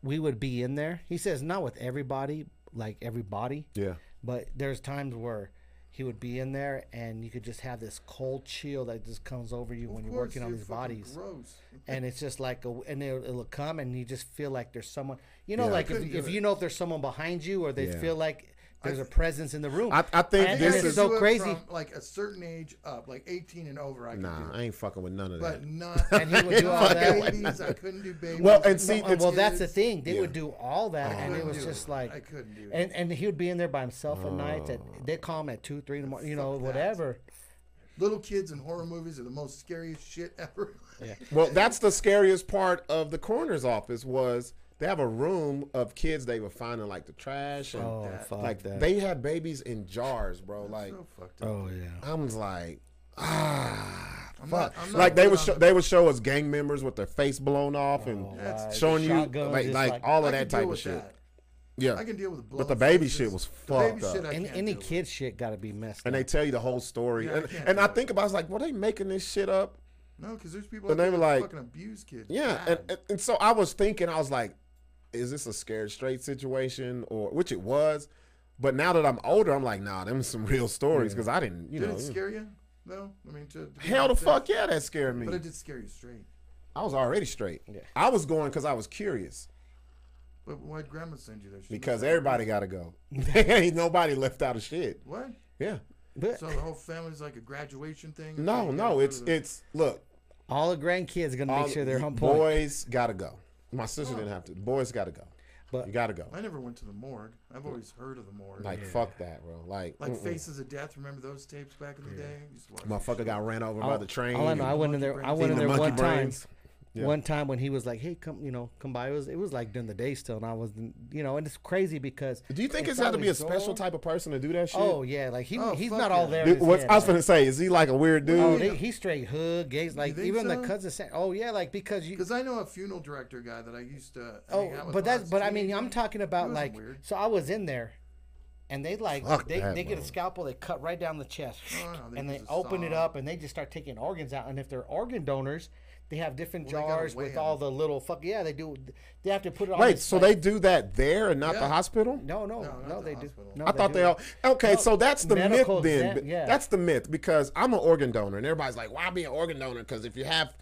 S2: we would be in there. He says not with everybody, like everybody.
S1: yeah.
S2: But there's times where he would be in there and you could just have this cold chill that just comes over you when
S3: Of
S2: you're
S3: course,
S2: working on
S3: dude,
S2: these
S3: fucking
S2: bodies.
S3: Gross.
S2: And it's just like, a, and it'll, it'll come, and you just feel like there's someone. You know,
S1: Yeah.
S2: like if,
S3: couldn't do
S2: if
S3: it.
S2: you know if there's someone behind you, or they
S1: Yeah.
S2: feel like there's a presence in the room.
S1: I, I think
S2: And-
S1: this
S2: and it's
S3: I
S1: is
S3: could
S2: so
S3: do it
S2: crazy.
S3: From, like a certain age up, like 18 and over, I could do
S1: nah.
S3: it.
S1: I ain't fucking with none of that.
S3: But not.
S2: And he would do all that.
S3: Babies, I couldn't do babies.
S1: Well, and see,
S2: No, uh,
S1: it's,
S2: well, that's the
S3: it's-
S2: thing. They would do all that, and it
S3: couldn't
S2: was
S3: do
S2: just
S3: it.
S2: like
S3: I couldn't do it.
S2: And and he would be in there by himself at night. At,
S1: Oh.
S2: they'd call him at two, three in the morning. You know, whatever.
S3: Little kids in horror movies are the most scariest shit ever.
S1: well, that's the scariest part of the coroner's office was they have a room of kids they were finding like the trash and
S2: Oh, fuck
S1: like
S2: that.
S1: they had babies in jars, bro. like
S3: so fucked up.
S2: oh yeah.
S1: I was like, ah, fuck.
S3: not- I'm not
S1: like they
S3: good
S1: would
S3: on
S1: show,
S3: the-
S1: they would show us gang members with their face blown off and
S3: That's-
S1: showing you
S2: Shotguns,
S1: like,
S2: just
S1: like,
S2: like-
S1: all
S3: I
S1: of
S3: can
S1: that
S3: deal
S1: type of
S3: with
S1: shit.
S3: that.
S1: Yeah,
S3: I can deal with the blood.
S1: But the baby
S3: flushes.
S1: shit was
S3: The baby
S1: fucked up.
S3: shit I
S2: And
S3: can't
S2: any
S3: deal with.
S2: kid shit got to be messed
S1: and
S2: up.
S1: they tell you the whole story.
S3: Yeah, I
S1: and
S3: can't
S1: and
S3: do
S1: I
S3: it.
S1: think about it, I was like, were they making this shit up?
S3: No, because there's people.
S1: But
S3: out there
S1: they were
S3: that
S1: like-
S3: fucking abuse kids.
S1: Yeah,
S3: bad.
S1: and, and and so I was thinking, I was like, is this a scared straight situation or which it was? But now that I'm older, I'm like, nah, them some real stories because I didn't, you
S3: did
S1: know.
S3: it scare you? No, I mean, to, to be
S1: Hell the
S3: honest,
S1: fuck yeah, that scared me.
S3: But it did scare you straight.
S1: I was already straight. I was going because I was curious.
S3: But why'd grandma send you there? She
S1: Because
S3: must-
S1: everybody got to go. ain't nobody left out of shit.
S3: what?
S1: Yeah.
S2: But
S3: So the whole family's like a graduation thing.
S1: No,
S3: You gotta
S1: no.
S3: go
S1: It's
S3: to the-
S1: it's look.
S2: all the grandkids gonna
S1: all
S2: make sure they're
S1: the
S2: home point.
S1: Boys got to go. My sister
S3: Oh.
S1: didn't have to. Boys got to go.
S2: But-
S1: you got to go.
S3: I never went to the morgue. I've always heard of the morgue.
S1: Like fuck that, bro. Like,
S3: Like
S1: mm-mm.
S3: Faces of Death. Remember those tapes back in the day? You used to watch that
S1: motherfucker got ran over by the train.
S2: All I know, I
S1: and
S2: went in
S3: monkey
S2: there. I
S3: brains.
S2: went
S1: eating
S2: in there
S1: the
S2: one
S1: monkey
S2: time.
S1: brains. Yeah.
S2: One time when he was like, "Hey, come, you know, come by." It was it was like during the day still, and I was, you know, and it's crazy because
S1: Do you think it's got to be a
S2: always
S1: special
S2: dark.
S1: type of person to do that shit?
S2: Oh yeah, like he
S3: Oh,
S2: he's
S3: fuck
S2: not all
S3: yeah.
S2: there. in
S1: Dude,
S2: his
S1: what's-
S2: head,
S1: I was
S2: like-
S1: gonna say, is he like a weird dude?
S2: Oh, they, he's straight hood, gays. Like
S3: think
S2: even the
S3: so?
S2: cousin said, "Oh yeah," like because you.
S3: Because I know a funeral director guy that I used to.
S2: Oh,
S3: hang out with
S2: but
S3: when
S2: that's
S3: was
S2: but
S3: a
S2: I mean
S3: teenager.
S2: I'm talking about
S3: wasn't
S2: like
S3: weird.
S2: so I was in there, and they like
S1: Fuck
S2: they,
S1: that,
S2: they get a
S1: bro.
S2: scalpel, they cut right down the chest,
S3: Oh, no, they
S2: and they
S3: use a
S2: open it
S3: saw.
S2: up and they just start taking organs out. And if they're organ donors, they have different
S3: Well, they gotta
S2: jars
S3: weigh
S2: with all
S3: 'em.
S2: the little fuck yeah they do. They have to put it on.
S1: Wait,
S2: this,
S1: so
S2: like-
S1: they do that there and not the
S3: Yeah.
S1: hospital?
S2: no no
S3: No,
S2: no,
S3: not the
S2: they
S3: hospital.
S2: do. No,
S1: I thought
S2: do
S1: they
S2: it.
S1: all okay.
S2: No,
S1: so that's the myth
S2: medical
S1: then.
S2: exam- yeah.
S1: That's the myth because I'm an organ donor, and everybody's like, "Why be an organ donor?" Because if you have,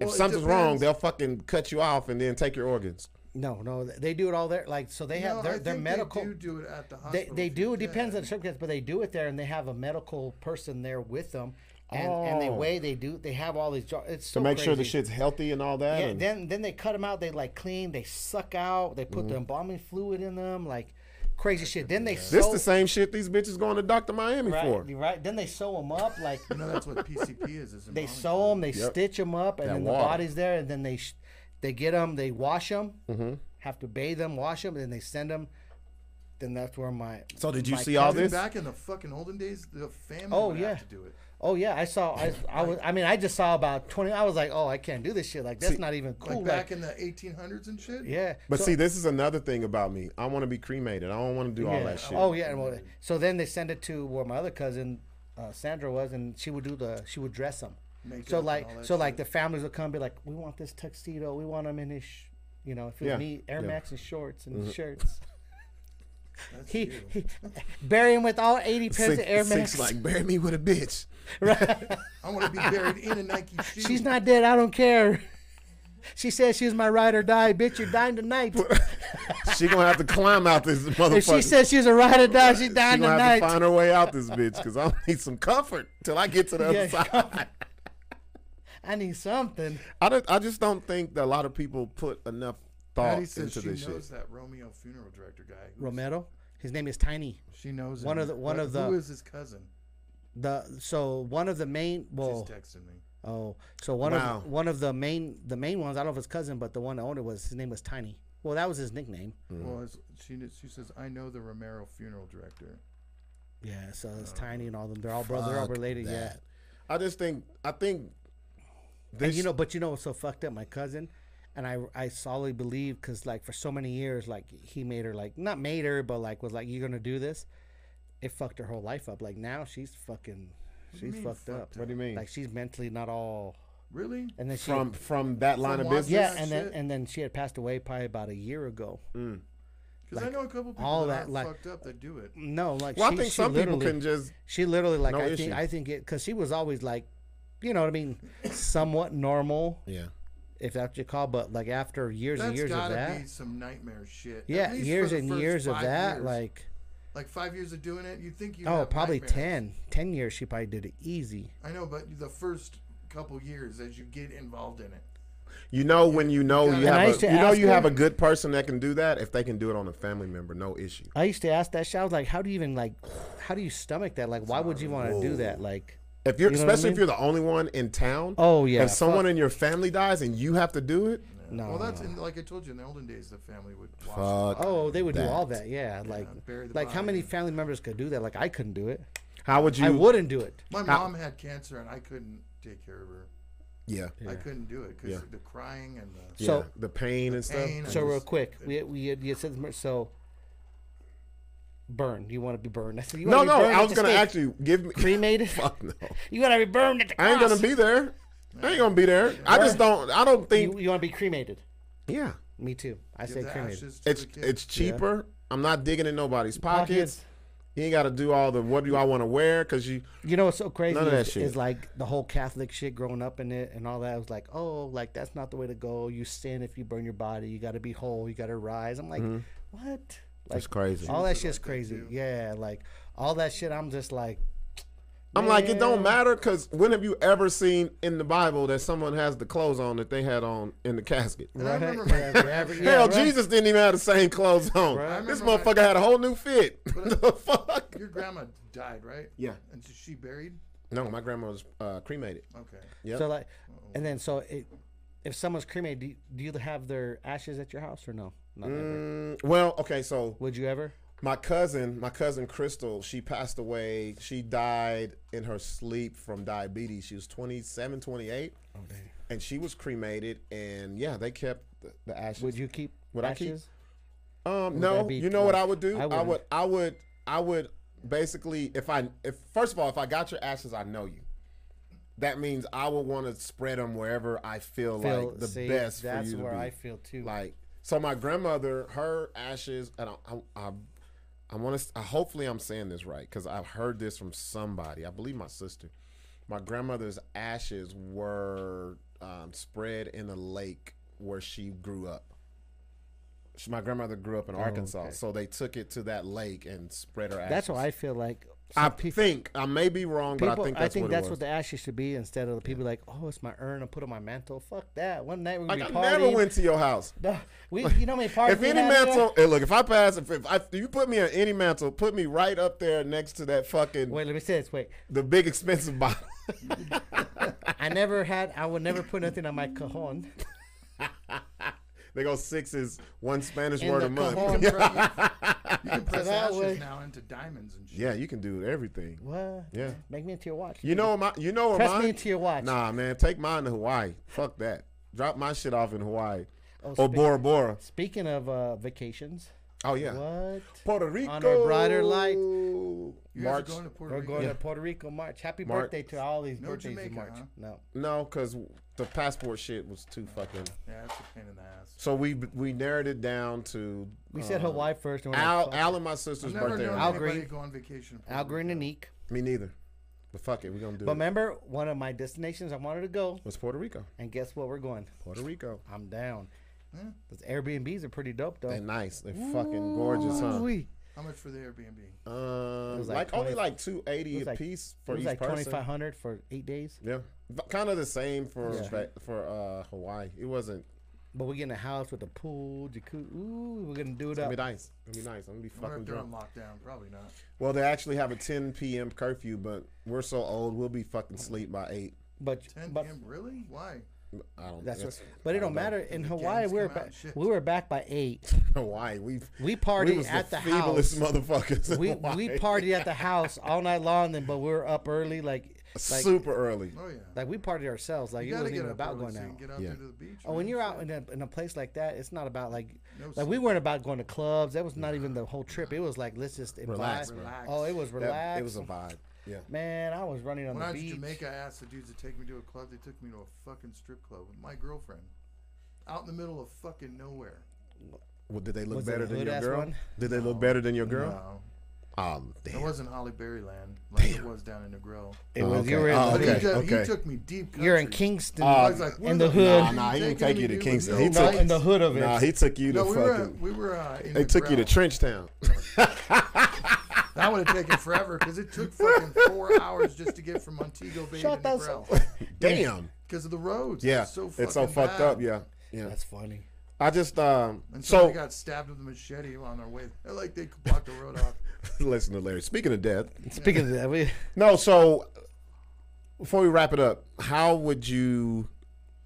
S1: if
S3: Well, it
S1: something's wrong,
S3: depends.
S1: they'll fucking cut you off and then take your organs.
S2: no no they do it all there. Like so they
S3: No,
S2: have their
S3: I
S2: their
S3: think
S2: medical.
S3: They do do it at the
S2: They,
S3: hospital.
S2: they
S3: if you're
S2: do. It depends
S3: dead.
S2: on the circumstance, but they do it there, and they have a medical person there with them, and, and they
S1: Oh.
S2: weigh. They do. They have all these. Jar- it's
S1: To make sure the
S2: shit.
S1: shit's healthy and all that.
S2: Yeah.
S1: and-
S2: Then then they cut them out. They like clean. They suck out. They
S1: Mm-hmm.
S2: put the embalming fluid in them. Like crazy shit. Then they
S1: this
S2: sew,
S1: the same shit these bitches going to Doctor Miami for.
S2: right, right. Then they sew them up. Like
S3: You know that's what PCP is. is
S2: they
S3: embalming
S2: sew them. They
S1: Yep.
S2: stitch them up, and
S1: That
S2: then the
S1: water.
S2: body's there. And then they sh- they get them. They wash them.
S1: Mm-hmm.
S2: Have to bathe them, wash them, and then they send them. Then that's where my.
S1: So did you
S2: my
S1: see all
S3: Even
S1: this?
S3: back in the fucking olden days, the family
S2: Oh,
S3: would
S2: yeah.
S3: have to do it.
S2: Oh yeah, I saw. I, I was. I mean, I just saw about twenty. I was like, oh, I can't do this shit. Like that's not even
S3: Like
S2: cool.
S3: back
S2: Like,
S3: in the 1800s and shit.
S2: yeah.
S1: But
S2: So-
S1: see, this is another thing about me. I want to be cremated. I don't want to do all
S2: Yeah.
S1: that shit.
S2: Oh yeah. and Well, so then they send it to where my other cousin uh, Sandra was, and she would do the she would dress them.
S3: Makeup
S2: so
S3: and
S2: like
S3: all
S2: so
S3: that
S2: like the families would come and be like, we want this tuxedo, we want him in his, sh-, you know, if it was
S1: Yeah.
S2: me, Air
S1: Yeah. Mm-hmm.
S2: Max and shorts and shirts.
S3: That's
S2: He,
S3: you.
S2: he bury him with all eighty pairs
S1: Six,
S2: of Air
S1: six
S2: Max.
S1: like bury me with a bitch.
S3: I want to be buried in a Nike shoe.
S2: She's not dead. I don't care. She said she was my ride or die. Bitch, you're dying tonight.
S1: She gonna have to climb out this motherfucker.
S2: if she said she was a ride or die, she's
S1: She
S2: dying
S1: gonna
S2: tonight.
S1: have to find her way out this bitch because I need some comfort till I get to the
S2: Yeah,
S1: other side.
S2: I need something.
S1: I don't, I just don't think that a lot of people put enough thought
S3: Patty says
S1: into
S3: she
S1: this
S3: knows
S1: shit.
S3: that Romeo funeral director guy. who's-
S2: Romero. His name is Tiny.
S3: She knows
S2: One
S3: him.
S2: of the- one
S3: But
S2: of the-
S3: Who is his cousin?
S2: The so one of the main well
S3: She's texting me.
S2: oh so one
S1: Wow.
S2: of one of the main the main ones I don't know if it's cousin but the one that owned it was his name was Tiny. Well, that was his nickname.
S3: Well, it's, she kn- she says I know the Romero funeral director.
S2: Yeah, so it's Tiny and all them. They're all brother, they're all
S1: Oh, Fuck
S2: related. Yeah,
S1: that. I just think, I think
S2: and
S1: this,
S2: you know, but you know what's so fucked up? My cousin and I, I solidly believe because like for so many years, like he made her like not made her, but like was like you're gonna do this. It fucked her whole life up. Like now she's fucking, she's
S3: mean
S2: fucked up.
S3: fucked
S1: what do you mean?
S2: Like she's mentally not all.
S3: Really?
S2: And then she
S1: from from that line of
S3: watching
S1: business,
S2: Yeah,
S3: that
S2: and then
S3: shit?
S2: and then she had passed away probably about a year ago.
S3: Because I know a couple people
S2: all
S3: that,
S2: that,
S3: are
S2: like-
S3: fucked up that do it.
S2: No, like
S1: Well,
S2: she,
S1: I think
S2: she
S1: some people
S2: literally-
S1: can just.
S2: She literally like
S1: No
S2: I
S1: issue.
S2: think I think it because she was always like, you know what I mean, somewhat normal
S1: Yeah.
S2: if that's what you call, but like after years and
S3: That's
S2: years of
S3: gotta
S2: that,
S3: be some nightmare shit. At
S2: yeah,
S3: least for
S2: years
S3: the
S2: and
S3: first
S2: years of
S3: five
S2: that,
S3: years.
S2: like
S3: like five years of doing it. You think you?
S2: oh probably
S3: nightmares.
S2: 10, 10 years she probably did it easy.
S3: I know, but the first couple years as you get involved in it.
S1: You know when you know you
S3: And
S2: I
S1: have
S2: used
S1: a,
S2: to
S1: you know
S2: ask
S1: you have
S2: her-
S1: a good person that can do that if they can do it on a family member, no issue.
S2: I used to ask that shit. I was like, how do you even like, how do you stomach that? Like, why would you want to do that? Like,
S1: If you're
S2: You know what I
S1: especially
S2: mean?
S1: if you're the only one in town,
S2: Oh, yeah,
S1: if someone in your family dies and you have to do it,
S2: no.
S3: Well, that's in, like I told you in the olden days, the family would watch.
S1: fuck
S2: Oh, they would do all
S1: that.
S2: that, yeah. Like,
S3: bury the
S2: like how
S3: body
S2: many
S3: and-
S2: family members could do that? Like, I couldn't do it.
S1: How would you?
S2: I wouldn't do it.
S3: My mom had cancer and I couldn't take care of her.
S1: Yeah.
S3: I couldn't do it because
S1: Yeah.
S3: the crying and the
S2: So-
S1: yeah. the pain and stuff.
S3: pain.
S2: So
S3: and
S2: real
S3: just-
S2: quick, we we you had said some- so. Burn. You want to be burned? I said, you
S1: No,
S2: wanna be
S1: no,
S2: burned
S1: I
S2: at
S1: was
S2: the
S1: gonna
S2: stake.
S1: actually give me.
S2: cremated.
S1: Fuck no,
S2: You gotta be burned at the cross.
S1: I ain't gonna be there. I ain't gonna be there. I just don't. I don't think.
S2: You, you want to be cremated?
S1: Yeah,
S2: Me too. I
S3: give
S2: say
S3: the
S2: cremated.
S3: ashes to
S1: it's
S3: the kid.
S1: it's cheaper. I'm not digging in nobody's pockets.
S2: Pockets.
S1: You ain't got to do all the what do I want to wear because you.
S2: You know what's so crazy
S1: None of
S2: is,
S1: that shit.
S2: is like the whole Catholic shit growing up in it and all that. I was like, oh, like that's not the way to go. You sin if you burn your body. You gotta be whole. You gotta rise. I'm like, what? Like,
S1: Mm-hmm. That's crazy.
S2: all that shit's crazy. Yeah, like all that shit. I'm just like,
S1: I'm like it don't matter because when have you ever seen in the Bible that someone has the clothes on that they had on in the casket?
S3: And I
S2: right?
S3: remember
S2: Yeah,
S3: my-
S2: wherever- yeah,
S1: Hell,
S2: right.
S1: Jesus didn't even have the same clothes on.
S2: Right. I
S1: This
S3: remember my-
S1: motherfucker had a whole new fit. the fuck?
S3: your grandma died, right?
S1: Yeah.
S3: And so she buried.
S1: No, my grandma was uh, cremated.
S3: Okay.
S1: Yep.
S2: So like, and then so it, if someone's cremated, do you, do you have their ashes at your house or no? Not ever.
S1: Mm, well, okay, so
S2: Would you ever?
S1: my cousin, my cousin Crystal, she passed away. She died in her sleep from diabetes. She was 27, 28.
S2: Oh,
S1: And she was cremated, and yeah, they kept the, the ashes.
S2: Would you keep
S1: Would I keep-
S2: ashes?
S1: Um, no,
S2: that be
S1: you know what
S2: close?
S1: I would do?
S2: I
S1: I,
S2: wouldn't.
S1: would, I would, I would basically, if I, if first of all, if I got your ashes, I know you. That means I would want to spread them wherever I feel,
S2: Feel-
S1: like the
S2: see,
S1: best for
S2: That's
S1: you to
S2: where
S1: be.
S2: I feel too.
S1: Like, so my grandmother, her ashes, and I, I, I, I want to. Hopefully, I'm saying this right because I've heard this from somebody. I believe my sister. My grandmother's ashes were um, spread in a lake where she grew up. She, my grandmother grew up in Arkansas, so they took it to that lake and spread her ashes.
S2: that's what I feel like.
S1: I think I may be wrong,
S2: People,
S1: but I think that's what it was.
S2: the ashes should be instead of the people like, oh, it's my urn. I put it on my mantle. Fuck that. One night we're
S1: like,
S2: gonna
S1: I
S2: be
S1: never
S2: partying.
S1: went to your house.
S2: No, we, you know, how many parties.
S1: If
S2: we
S1: any
S2: had there?
S1: mantle, hey, look, if I pass, if, if, I, if you put me on any mantle, put me right up there next to that fucking
S2: Wait, let me say this. Wait,
S1: the big expensive bottle.
S2: I never had. I would never put nothing on my cajon.
S1: they go sixes, one Spanish
S2: In
S1: word
S2: the
S1: a month.
S2: cajon.
S3: You can press, you can press
S2: that
S3: ashes
S2: way-
S3: now into diamonds and shit.
S1: Yeah, you can do everything.
S2: What?
S1: Yeah.
S2: Make me into your watch.
S1: You know my, you know what
S2: Press
S1: mine.
S2: me into your watch.
S1: Nah, man, take mine to Hawaii. Fuck that. Drop my shit off in Hawaii
S2: Oh,
S1: or
S2: spe-
S1: Bora Bora.
S2: Speaking of uh, vacations,
S1: Oh yeah,
S2: what?
S1: Puerto Rico
S2: On a brighter light.
S3: You guys are
S1: March.
S3: going to Puerto
S2: We're
S3: Rico.
S2: going to Puerto Rico March. Happy
S1: March.
S2: birthday to all these
S3: No
S2: birthdays in
S3: Jamaica,
S2: March.
S3: huh?
S2: No.
S1: No, because the passport shit was too fucking.
S3: Yeah, it's a pain in the ass.
S1: So we we narrowed it down to.
S2: We said
S1: uh,
S2: Hawaii first. And we're
S1: Al,
S2: like, fuck
S1: Al and my sister's
S3: I've never
S1: birthday.
S3: known
S1: Al,
S2: Al
S3: anybody
S2: Green.
S3: go on vacation. to
S2: it. Al
S3: Puerto
S2: Green
S3: Rico.
S2: and Neek.
S1: me neither. But fuck it, we're gonna do
S2: But
S1: it.
S2: remember, one of my destinations I wanted to go,
S1: It's Puerto Rico.
S2: and guess what? We're going.
S1: Puerto Rico.
S2: I'm down.
S3: Yeah.
S2: Those Airbnbs are pretty dope, though.
S1: They're nice. They're fucking gorgeous, huh?
S2: Ooh-wee.
S3: How much for the Airbnb?
S1: Um,
S2: was
S1: like,
S2: like
S1: only
S2: 20
S1: like two eighty
S2: was
S1: a
S2: like-
S1: piece
S2: It
S1: for
S2: was
S1: each
S2: like twenty
S1: person.
S2: five hundred for eight days,
S1: Yeah, kind of the same for
S2: Yeah.
S1: that- for uh, Hawaii. It wasn't.
S2: but we're getting a house with a pool, jacuzzi. Ooh, we're gonna do it
S1: It'll
S2: up.
S1: be nice. It'll be nice. I'm gonna be
S3: I wonder
S1: fucking
S3: if they're
S1: drunk.
S3: on lockdown. Probably not.
S1: Well, they actually have a 10 p.m. curfew, but we're so old, we'll be fucking asleep by eight.
S2: But
S3: 10
S2: but
S3: p.m. Really? Why?
S1: I don't.
S2: that's what. But it don't matter. In
S3: The
S2: Hawaii,
S3: gangs
S2: we were
S3: come out
S2: back.
S3: and shit.
S2: We were back by eight.
S1: Hawaii. We
S2: We partied
S1: was
S2: at
S1: the,
S2: the
S1: feeblest
S2: house.
S1: motherfuckers. in
S2: We we
S1: Hawaii.
S2: partied at the house all night long, then but we were up early, like like
S1: super early.
S3: Oh yeah.
S2: like we partied ourselves. Like it
S3: you gotta
S2: wasn't
S3: get
S2: even
S3: up
S2: about
S3: early
S2: going
S3: so you
S2: out.
S3: can get out
S1: Yeah.
S3: there to the beach.
S2: Oh, when you're out in a, in a place like that, it's not about like
S3: No
S2: like we weren't about going to clubs. That was not even the whole trip. It was like let's just imbibe.
S1: Relax, bro.
S3: Relax.
S2: Oh, it was
S1: That-
S2: relaxed.
S1: it was a vibe. Yeah.
S2: man. I was running on
S3: When
S2: the
S3: I was in
S2: beach.
S3: Jamaica, I asked the dudes to take me to a club. They took me to a fucking strip club with my girlfriend, out in the middle of fucking nowhere.
S1: Well, did they look
S2: Was it
S1: better
S2: a
S1: than your
S2: hood-ass
S1: girl?
S2: one?
S1: Did they look better than your girl?
S3: No,
S1: Um,
S3: it
S1: damn.
S3: wasn't Holly Berry land like it was down in the grill.
S2: It
S1: Oh,
S2: was you
S1: okay.
S2: were in,
S1: Oh,
S3: But
S2: the-
S1: okay.
S3: he, took- he took me deep. Country.
S2: you're in Kingston.
S1: Oh,
S3: I was like,
S2: in
S3: where
S2: the hood.
S1: Nah, nah, he didn't take you to
S3: with
S1: Kingston.
S3: no
S1: He
S2: no,
S1: took-
S2: in the
S3: lights?
S2: hood of it.
S1: Nah, he took you
S3: No,
S1: to
S3: we were
S1: fucking.
S3: we were. Uh, in
S1: they
S3: the
S1: took you to
S3: ground.
S1: Trench Town.
S3: That would have taken forever because it took fucking four hours just to get from Montego Bay
S2: Shut
S3: to
S2: the-
S3: Negrel
S1: Damn.
S3: because of the roads.
S1: Yeah.
S3: it's so,
S1: it's so
S3: fucking
S1: fucked
S3: bad.
S1: up. Yeah. Yeah.
S2: That's funny.
S1: I just um.
S3: And so,
S1: So
S3: they got stabbed with a machete on their way. They're like they blocked the road off.
S1: listen to Larry. Speaking of death.
S2: Speaking of that, we
S1: No. So before we wrap it up, how would you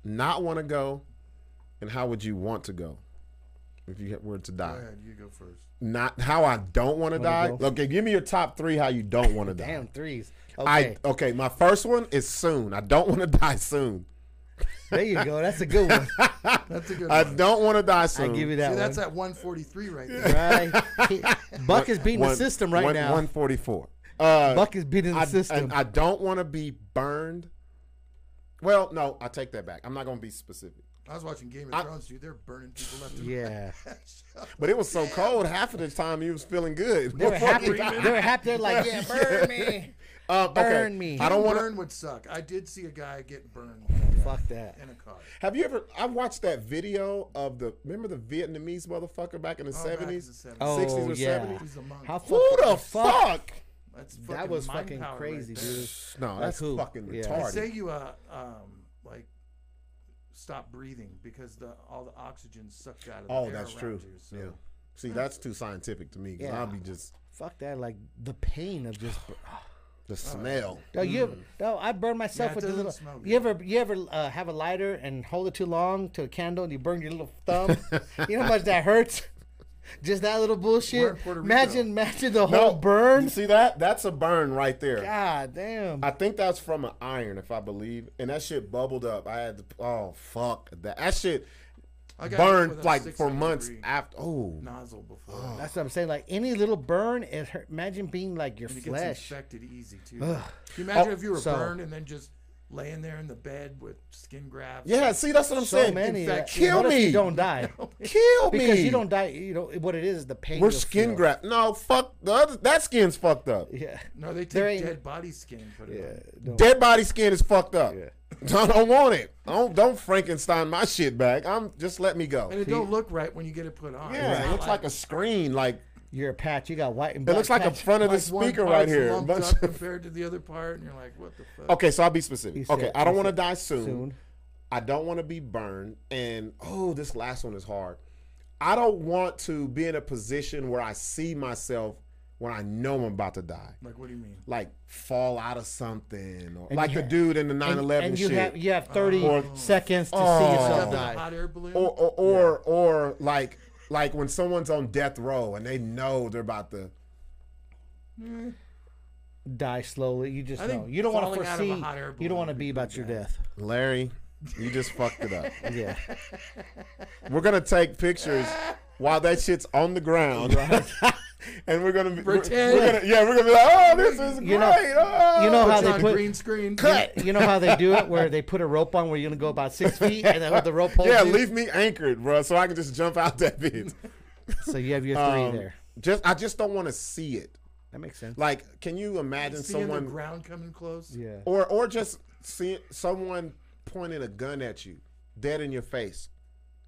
S1: not want to go, and how would you want to go? If you were to
S3: Go
S1: die,
S3: ahead, you go first.
S1: not how I don't want to die.
S2: go?
S1: Okay, give me your top three how you don't want to die.
S2: damn threes.
S1: I
S2: Okay,
S1: okay. My first one is soon. I don't want to die soon.
S2: there you go. That's a good one.
S3: That's a good
S1: I
S3: one.
S1: don't want to die
S2: I
S1: soon.
S2: give you
S3: See,
S2: that one.
S3: that's at 143 right there.
S2: right. He- Buck is beating the system right now.
S1: One forty-four. Uh,
S2: Buck is beating the
S1: I,
S2: system.
S1: and I don't want to be burned. Well, no, I take that back. I'm not going to be specific.
S3: I was watching Game
S1: I-
S3: of Thrones, dude. They're burning people left and right.
S2: yeah.
S1: But it was so cold. Half of the time, you was feeling good.
S2: They were
S1: before
S2: happy.
S1: you died.
S2: They were happy. They're like, yeah, burn me.
S1: Uh, okay.
S2: Burn me.
S1: I don't want to.
S3: Burn would suck. I did see a guy get burned
S2: Fuck that.
S3: in a car.
S1: Have you ever? I watched that video of the. Remember the Vietnamese motherfucker back in the
S3: Oh, back in the
S1: seventies.
S3: 70s.
S2: Oh,
S1: 60s or
S2: yeah.
S1: 70s?
S3: He's a monk.
S2: How
S1: Who
S2: fucking-
S1: the fuck?
S3: That's
S2: That was
S3: mind
S2: fucking
S3: power right
S2: crazy,
S3: there.
S2: dude.
S1: No, that's
S2: who?
S1: fucking
S2: Yeah.
S3: They
S1: retarded.
S3: say you uh, um like stop breathing because the all the oxygen sucked out of the
S1: Oh,
S3: air
S1: that's
S3: around
S1: true.
S3: you. So
S1: Yeah. See, that's too scientific to me. 'cause
S2: Yeah.
S1: I'll be just
S2: Fuck that. Like the pain of just.
S1: The smell.
S2: No, you ever, no, I burn myself
S3: Mm. Yeah, it
S2: with the
S3: doesn't
S2: little.
S3: smell
S2: You ever you ever uh, have a lighter and hold it too long to a candle and you burn your little thumb? you know how much that hurts. Just that little
S3: We're
S2: bullshit.
S3: in Puerto Rico.
S2: Imagine, imagine the whole
S1: You
S2: burn.
S1: see that? That's a burn right there.
S2: God damn.
S1: I think that's from an iron, if I believe, and that shit bubbled up. I had to, oh fuck that. That shit
S3: I got hit with
S1: burned
S3: a
S1: like for
S3: 600
S1: months
S3: degree
S1: after. Oh,
S3: Nozzle before.
S2: That's what I'm saying. Like any little burn, it hurt. Imagine being like your
S3: and it gets
S2: flesh.
S3: infected easy too. Can you
S1: Oh,
S3: imagine if you were
S2: so-
S3: burned and then just laying there in the bed with skin grafts?
S1: yeah. See, that's what I'm
S2: So
S1: saying.
S2: many.
S1: In fact,
S2: uh,
S1: kill
S2: what if
S1: me.
S2: you don't die.
S1: kill me.
S2: Because you don't die. You know what it is. The pain.
S1: We're
S2: you'll
S1: skin
S2: feel.
S1: graft. No, fuck the other. That skin's fucked up.
S2: Yeah.
S3: No, they
S2: There
S3: take
S2: ain't-
S3: dead body skin. and Put it on.
S2: No.
S1: Dead body skin is fucked up. I don't want it. I don't don't Frankenstein my shit back. I'm just let me go.
S3: And it don't look right when you get it put on.
S1: Yeah, it looks like a screen. Like
S2: You're a patch. You got white and
S1: it
S2: black.
S1: looks like a
S2: patch.
S1: front of the
S3: like one
S1: speaker
S3: part's
S1: right here. A
S3: lumped
S1: bunch
S3: up
S1: of-
S3: compared to the other part, and you're like, what the fuck?
S1: okay, so I'll be specific.
S2: said-
S1: okay, I don't
S2: he
S1: want to
S2: said
S1: die soon.
S2: soon.
S1: I don't want to be burned. And oh, this last one is hard. I don't want to be in a position where I see myself when I know I'm about to die.
S3: Like, what do you mean?
S1: Like fall out of something, or
S2: And
S1: like
S2: you
S1: the
S2: ha-
S1: dude in the 9/11
S2: And, and you
S1: shit.
S2: have you have 30
S1: Or-
S2: seconds to see
S1: Oh.
S2: yourself
S1: Oh.
S2: die.
S3: Hot air balloon.
S1: or or or, or like like when someone's on death row and they know they're about to
S2: Die slowly. You just
S3: I
S2: know.
S3: think
S2: You don't want to
S3: falling out of a
S2: foresee.
S3: hot air
S2: You don't
S3: balloon
S2: want to
S3: would
S2: be
S3: be
S2: about your death.
S1: Larry, you just fucked it up.
S2: Yeah.
S1: We're gonna take pictures while that shit's on the ground. and we're gonna be we're,
S3: Pretend.
S1: we're gonna, yeah, we're gonna be like, oh this is
S2: You
S1: great.
S2: know-
S1: oh."
S2: you know how
S3: It's
S2: they
S3: on a
S2: put-
S3: green screen.
S1: cut.
S2: You know how they do it, where they put a rope on where you're gonna go about six feet, and then the rope holds
S1: Yeah,
S2: you.
S1: leave me anchored, bro, so I can just jump out that bitch.
S2: So you have your three
S1: Um,
S2: there.
S1: just I just don't wanna see it.
S2: That makes sense.
S1: Like, can you imagine
S3: Seeing
S1: someone
S3: the ground coming close.
S2: yeah.
S1: or or just seeing someone pointing a gun at you, dead in your face,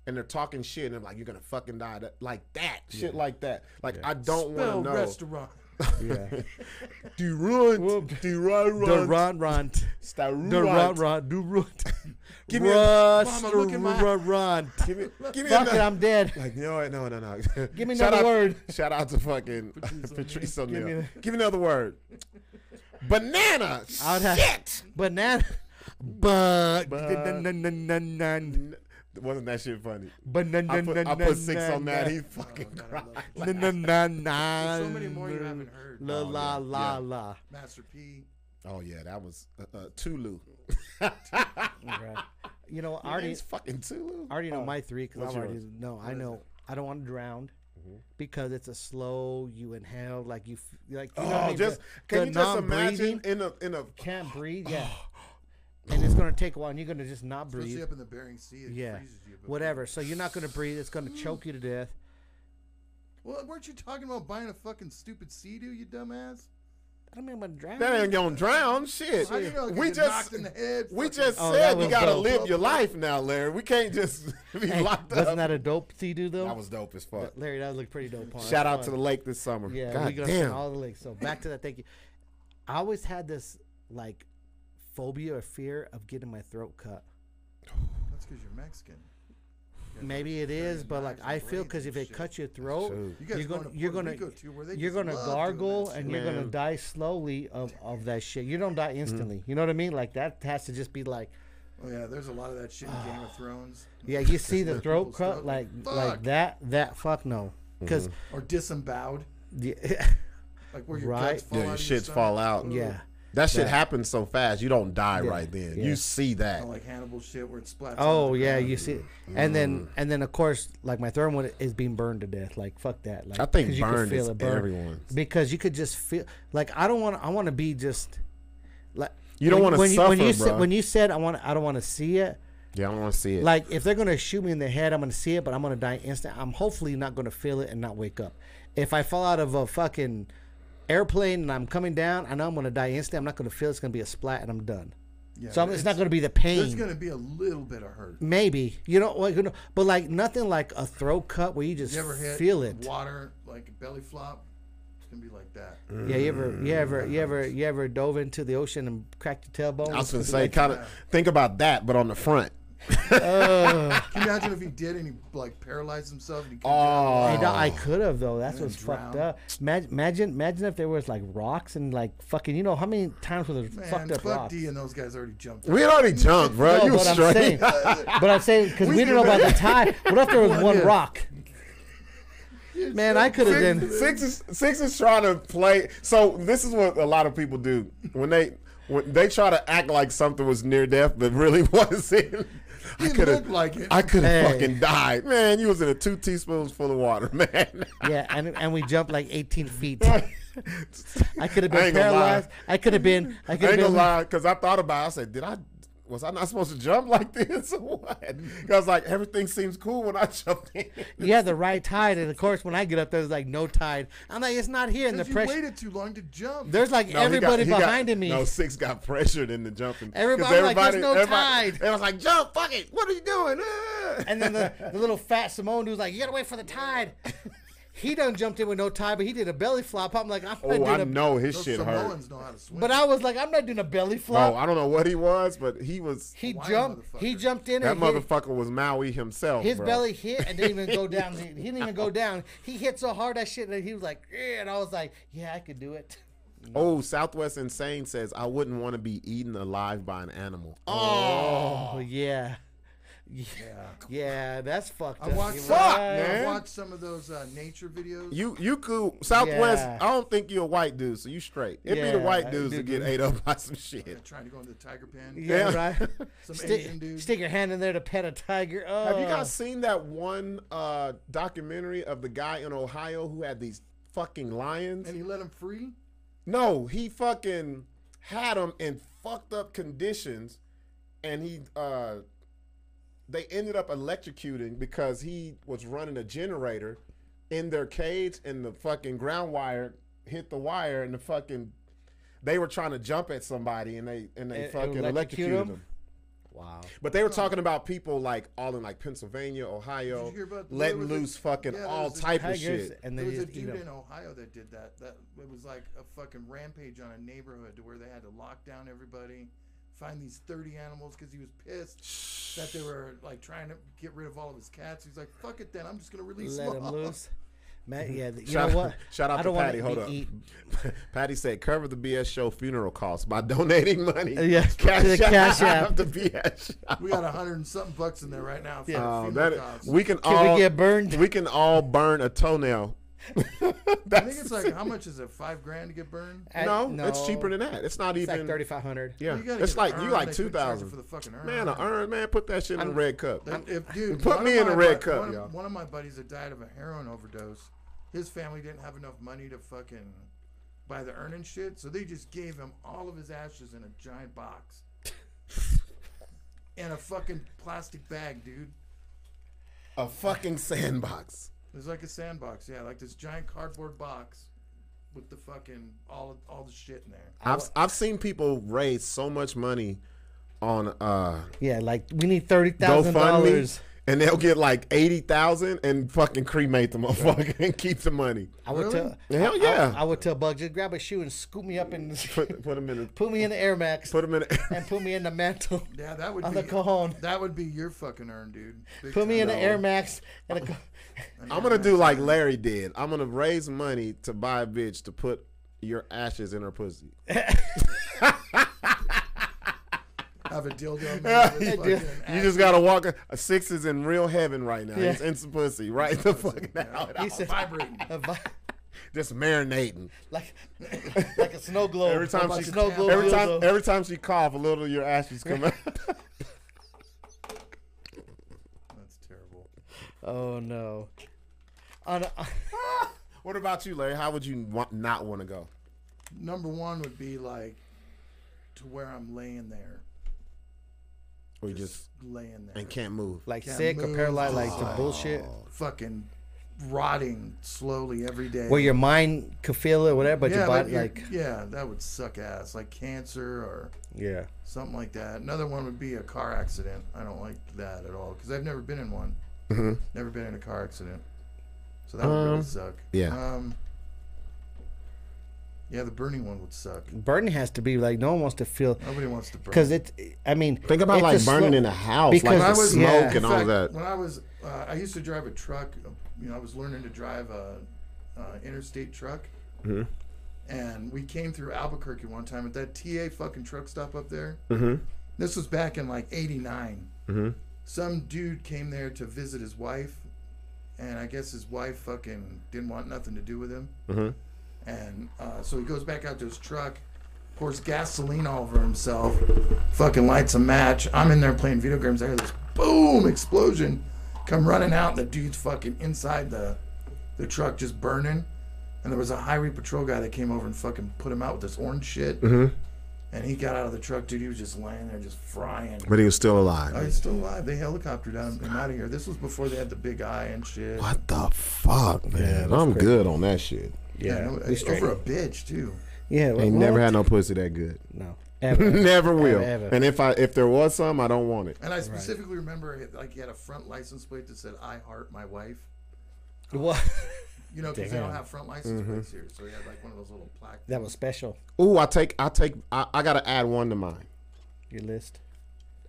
S1: and they're talking shit, and they're like, "You're gonna fucking die," that- like that, shit like that. Like I don't
S3: Spell
S1: want to know.
S3: restaurant.
S2: Yeah.
S1: Do run, do run,
S2: The
S1: run,
S2: run, run.
S1: Stop
S2: The
S1: run.
S2: run, run. Do run.
S1: Give me a-
S2: Rust.
S3: Mama, look in my-
S2: Run, run.
S1: Give me, give me
S2: Fuck it,
S1: another-
S2: I'm dead.
S1: Like no, no, no, no.
S2: Give me
S1: Shout
S2: another
S1: out-
S2: word.
S1: Shout out to fucking
S3: Patrice O'Neal.
S1: Patrice
S2: me
S1: O'Neal. Give,
S2: the-
S1: me another word. Banana.
S2: I'd have-
S1: shit.
S2: Banana. But.
S1: N- Wasn't that shit funny? I put, I put six on that. He fucking cried.
S2: na na na na.
S3: So many more you haven't heard.
S2: La la
S1: yeah,
S2: la
S1: yeah.
S2: la.
S3: Master P.
S1: Oh yeah, that was uh, uh, Tulu.
S2: Right. You know, I already
S1: Artie's fucking Tulu.
S2: I already know my three because
S1: what's
S2: I'm already
S1: yours?
S2: no. I know I don't want to drown because it's a slow. You inhale like you f- like. You know what I
S1: oh,
S2: mean?
S1: just
S2: The-
S1: can
S2: the
S1: you just imagine
S2: non-breathing,
S1: in a in a
S2: Can't breathe. Yeah. and it's gonna take a while. and You're gonna just not breathe.
S3: Especially up in the Bering Sea, it
S2: Yeah.
S3: freezes you. but-
S2: Whatever. So you're not gonna breathe. It's gonna choke you to death.
S3: Well, weren't you talking about buying a fucking stupid sea you dumbass?
S2: I don't mean I'm gonna drown.
S1: that ain't gonna drown shit.
S3: How you know,
S1: we
S3: get
S1: just
S3: knocked in the head,
S1: we
S3: fucking-
S1: just
S2: Oh, that
S1: said you
S2: was
S1: gotta
S2: dope.
S1: live your life now, Larry. We can't just be
S2: Hey,
S1: locked
S2: wasn't
S1: up.
S2: that a dope CD though?
S1: That was dope as fuck.
S2: Larry, that looked pretty dope. huh?
S1: Shout
S2: That's
S1: out to
S2: fun.
S1: the lake this summer.
S2: Yeah,
S1: God
S2: we got damn.
S1: damn.
S2: all the links. So back to that. Thank you. I always had this like phobia or fear of getting my throat cut.
S3: Oh, That's because you're Mexican.
S2: Maybe it is, but like
S3: knives and
S2: I feel
S3: blades
S2: because
S3: and
S2: if they
S3: shit.
S2: cut your throat,
S1: Shoot.
S3: You guys
S2: you are
S3: going
S2: gonna
S3: to
S2: you're
S3: Puerto
S2: gonna
S3: Rico, too, where they
S2: you're
S3: just
S2: gonna
S3: love doing that
S2: gargle
S3: shit.
S2: and you're gonna
S1: Man.
S2: die slowly of of that shit. You
S1: Mm-hmm.
S2: don't die instantly. You know what I mean? Like that has to just be like,
S3: Oh yeah, there's a lot of that shit in Game of Thrones.
S2: yeah, you see the throat
S3: People's
S2: cut
S3: throat-
S2: like
S3: Fuck.
S2: like that that fuck no, because
S3: Or disemboweled,
S1: Mm-hmm.
S2: yeah,
S3: like where your
S2: Right.
S3: guts fall
S1: yeah,
S3: out
S1: your
S3: of
S1: shits
S3: stomach.
S1: fall out.
S2: yeah.
S1: That shit happens so fast. You don't die right then.
S2: yeah.
S1: You see that.
S3: Kinda Like Hannibal shit where it splats.
S2: Oh
S3: on the
S2: yeah,
S3: ground.
S2: you see, and then
S1: Mm.
S2: and then of course, like my third one is being burned to death. Like fuck that. Like
S1: I think
S2: 'cause you could
S1: burned
S2: feel
S1: is
S2: it burn.
S1: everyone.
S2: because you could just feel like I don't want. to I want to be just like
S1: You don't
S2: when-
S1: wanna
S2: when you- when
S1: suffer,
S2: you
S1: bruh.
S2: Said, when you said I want, I don't want to see it.
S1: Yeah, I don't want to see it.
S2: Like if they're gonna shoot me in the head, I'm gonna see it, but I'm gonna die instant. I'm hopefully not gonna feel it and not wake up. If I fall out of a fucking airplane and I'm coming down, I know I'm gonna die instant. I'm not gonna feel it. it's gonna be a splat and I'm done.
S3: Yeah,
S2: so I'm, it's, not gonna be the pain.
S3: There's gonna be a little bit of hurt.
S2: Maybe you know, like, you know, but like nothing like a throat cut where you just
S3: You ever hit
S2: feel it.
S3: Water like a belly flop. It's gonna be like that.
S2: Yeah, you ever, you ever, you ever, you ever dove into the ocean and cracked your tailbone?
S1: I was gonna say, kind of think about that, but on the front.
S3: Can you imagine if he did and he like paralyzed himself? And he couldn't
S1: Oh,
S2: I, know- I
S3: uh,
S2: could have though. That's what's fucked
S3: drown.
S2: up. Imagine, imagine, imagine if there was like rocks and like fucking. You know how many times were there
S3: get out?
S2: fucked
S3: man,
S2: up
S3: fuck
S2: rocks?
S3: D and those guys already jumped.
S1: We had already jumped, bro.
S2: No,
S1: you were
S2: but I'm saying,
S1: straight.
S2: but I'm saying because we, didn't know about the time. What if there was one
S3: if?
S2: rock? Man, I could have been.
S1: Six is six is trying to play. So this is what a lot of people do when they when they try to act like something was near death, but really wasn't. I
S3: It
S1: could
S3: looked like it.
S1: I could have
S2: Hey.
S1: fucking died, man. You was in a two teaspoons full of water, man.
S2: Yeah, and and we jumped like 18 feet.
S1: I
S2: I could have
S1: I
S2: been
S1: ain't gonna lie.
S2: paralyzed. I could have been. I could have
S1: ain't
S2: been.
S1: gonna lie, because I thought about. it. I said, did I? Was I not supposed to jump like this or what? Because like everything seems cool when I jumped in.
S2: You had the right tide, and of course, when I get up, there's like no tide. I'm like, it's not here, and the
S3: Because you
S2: pressure.
S3: waited too long to jump.
S2: There's like
S1: No, he got-
S2: everybody
S1: he got-
S2: behind me.
S1: No, six got pressured into jumping. 'Cause
S2: Everybody- I'm like, there's no
S1: everybody-
S2: tide.
S1: And I was like, jump, fuck it. What are you doing? Ah.
S2: And then the, the little fat Simone who's like, "You gotta wait for the tide." He done jumped in with no tide, but he did a belly flop. I'm like, I'm not
S1: oh,
S2: doing
S1: I
S2: a.
S1: know his
S3: Those
S1: shit hurt.
S3: Samoans know how to swim.
S2: But I was like, I'm not doing a belly flop.
S1: No, I don't know what he was, but he was.
S2: he
S3: Hawaiian
S2: jumped. He
S3: motherfucker.
S2: jumped in
S1: that
S2: and hit-
S1: motherfucker was Maui himself.
S2: his
S1: bro.
S2: belly hit and didn't even go down. He didn't even go down. He hit so hard that shit that he was like, "Yeah," and I was like, "Yeah, I could do it."
S1: Oh, Southwest Insane says I wouldn't want to be eaten alive by an animal. Oh,
S2: Oh yeah. Yeah, yeah, that's fucked
S3: I
S2: up.
S3: watched,
S2: You're
S3: some,
S1: Fuck,
S2: right.
S1: man.
S3: I watched some of those uh, nature videos.
S1: you you cool Southwest.
S2: Yeah.
S1: I don't think you're a white dude, so you straight. It'd be
S2: Yeah,
S1: the white
S2: I
S1: dudes that
S2: do-
S1: get ate up by some shit.
S3: trying to go into the tiger pen.
S2: Yeah,
S1: Yeah.
S2: right.
S3: Some Asian
S2: stick,
S3: dude.
S2: stick your hand in there to pet a tiger. Oh.
S1: Have you guys seen that one uh, documentary of the guy in Ohio who had these fucking lions?
S3: And he let him free.
S1: No, he fucking had them in fucked up conditions, and he uh, they ended up electrocuting because he was running a generator in their cage, and the fucking ground wire hit the wire, and the fucking they were trying to jump at somebody, and they and they
S2: And- and
S1: fucking
S2: electrocute
S1: electrocuted
S2: him?
S1: them.
S2: Wow.
S1: But they were talking about people like all in like Pennsylvania, Ohio,
S3: Did you hear about the-
S1: letting
S3: there was a-
S1: loose fucking
S3: yeah, there
S1: all
S3: was a
S1: type of
S2: Tigers,
S1: shit.
S2: and
S3: There
S2: they
S3: was a
S2: just eat
S3: dude
S2: 'em.
S3: in Ohio that did that. That it was like a fucking rampage on a neighborhood to where they had to lock down everybody, find these thirty animals because he was pissed that they were like trying to get rid of all of his cats. He's like, "Fuck it, then I'm just gonna release
S2: Let
S3: them
S2: him
S3: all."
S2: loose. Man, yeah, th- you
S1: Shout
S2: know
S1: out-
S2: what?
S1: Shout out
S2: I don't
S1: to
S2: wanna
S1: Patty. Hold
S2: be
S1: up.
S2: eat-
S1: Patty said, cover the BS show funeral costs by donating money.
S2: yeah, Uh, to the Cash App.
S1: The BS show.
S3: We got a hundred and something bucks in there right now. For
S2: Yeah.
S1: Oh,
S3: funeral
S1: that-
S3: costs.
S1: we can,
S2: Can
S1: all
S2: we get burned?
S1: we can all burn a toenail.
S3: I think it's like how much is it? Five grand to get burned?
S2: I-
S1: no, it's cheaper than that. It's not
S2: It's
S1: even
S2: like thirty five hundred.
S1: Yeah,
S3: You gotta
S1: it's
S3: get
S1: like
S3: an
S1: you
S3: urn.
S1: like
S3: They
S1: two
S3: couldn't charge
S1: thousand.
S3: you for the fucking urn.
S1: Man, an urn, man, put that shit in a red cup.
S3: They- if, dude,
S1: Put
S3: one
S1: me in
S3: of
S1: a
S3: my
S1: red
S3: bud-
S1: cup,
S3: One
S1: y'all.
S3: of, one of my buddies that died of a heroin overdose, his family didn't have enough money to fucking buy the urn and shit, so they just gave him all of his ashes in a giant box and a fucking plastic bag, dude.
S1: A fucking sandbox.
S3: It was like a sandbox, yeah, like this giant cardboard box with the fucking all all the shit in there.
S1: I've I've seen people raise so much money on uh
S2: Yeah, like we need thirty thousand
S1: GoFundMe,
S2: dollars.
S1: and they'll get like eighty thousand and fucking cremate the motherfucker and keep the money.
S2: I would
S3: Really?
S2: tell
S1: Hell
S2: I- I-
S1: yeah.
S2: I, would tell Bug just grab a shoe and scoop me up and
S1: Put put them in. A,
S2: put me in the Air Max
S1: put them in. A,
S2: and put me in the mantle.
S3: Yeah, that would
S2: On
S3: be
S2: the cajon.
S3: That would be your fucking urn, dude. Big
S2: Put me in
S3: time.
S2: the Air Max and a co-
S1: I'm gonna do like Larry did. I'm gonna raise money to buy a bitch to put your ashes in her pussy.
S3: have a dildo. in there with fucking
S1: You just gotta walk. A, a six is in real heaven right now.
S2: Yeah.
S1: He's in some pussy right the fucking out.
S2: he said,
S3: vibrating.
S2: a vi-
S1: Just marinating.
S2: like like a snow globe.
S1: Every time
S2: Like
S1: she
S2: a snow globe
S1: every time
S2: dildo.
S1: every time she cough, a little of your ashes come out.
S3: That's terrible.
S2: Oh no. On a,
S1: what about you, Larry? How would you want, not want to go?
S3: Number one would be like to where I'm laying there,
S1: Or you just
S3: laying there,
S1: and can't move.
S2: like
S3: Can't
S2: sick or
S3: move.
S2: paralyzed, like the bullshit.
S3: fucking rotting slowly every day.
S2: Where your mind could feel it, whatever, but
S3: yeah,
S2: your body,
S3: but you're-
S2: like
S3: yeah, that would suck ass, like cancer or
S2: yeah.
S3: something like that. Another one would be a car accident. I don't like that at all because I've never been in one. Never been in a
S1: Um,
S3: car accident, so that would really suck.
S1: yeah.
S3: Um, Yeah, the burning one would suck.
S2: Burning has to be like no one wants to feel
S3: Nobody wants to burn.
S2: because it. I mean,
S1: Think about
S2: it's
S1: like
S2: a
S1: burning
S2: slow-
S1: in a house,
S2: because-
S1: like the
S2: I was-
S1: smoke
S2: yeah.
S1: and
S3: In
S1: all
S3: fact,
S1: that.
S3: When I was, uh, I used to drive a truck. uh, You know, I was learning to drive a uh, interstate truck.
S1: Mm-hmm.
S3: And we came through Albuquerque one time at that TA fucking truck stop up there. Mm-hmm. This was back in like '89. Mm-hmm. Some dude came there to visit his wife, and I guess his wife fucking didn't want nothing to do with him. And uh, so he goes back out to his truck, pours gasoline all over himself, fucking lights a match. I'm in there playing video games. I hear this boom explosion. Come running out, and the dude's fucking inside the the truck just burning. And there was a highway patrol guy that came over and fucking put him out with this orange shit. And he got out of the truck, dude. He was just laying there, just frying.
S1: But he was still
S3: Oh,
S1: alive.
S3: he's still alive. They helicoptered him, him out of here. This was before they had the big eye and shit.
S1: What the fuck, man? I'm good on that shit.
S3: Yeah,
S2: Yeah,
S3: no,
S2: we straight.
S3: over a bitch too.
S2: yeah,
S1: Ain't
S2: what?
S1: never had no pussy that good.
S2: no ever.
S1: never will.
S2: ever.
S1: And if I if there was some, I don't want it.
S3: And I specifically remember it, like he had a front license plate that said "I heart my wife."
S2: What?
S3: You know, because they don't have front license plates here, so he had like one of those little plaque.
S2: That was special.
S1: Ooh, I take I take I, I gotta add one to mine.
S2: Your list.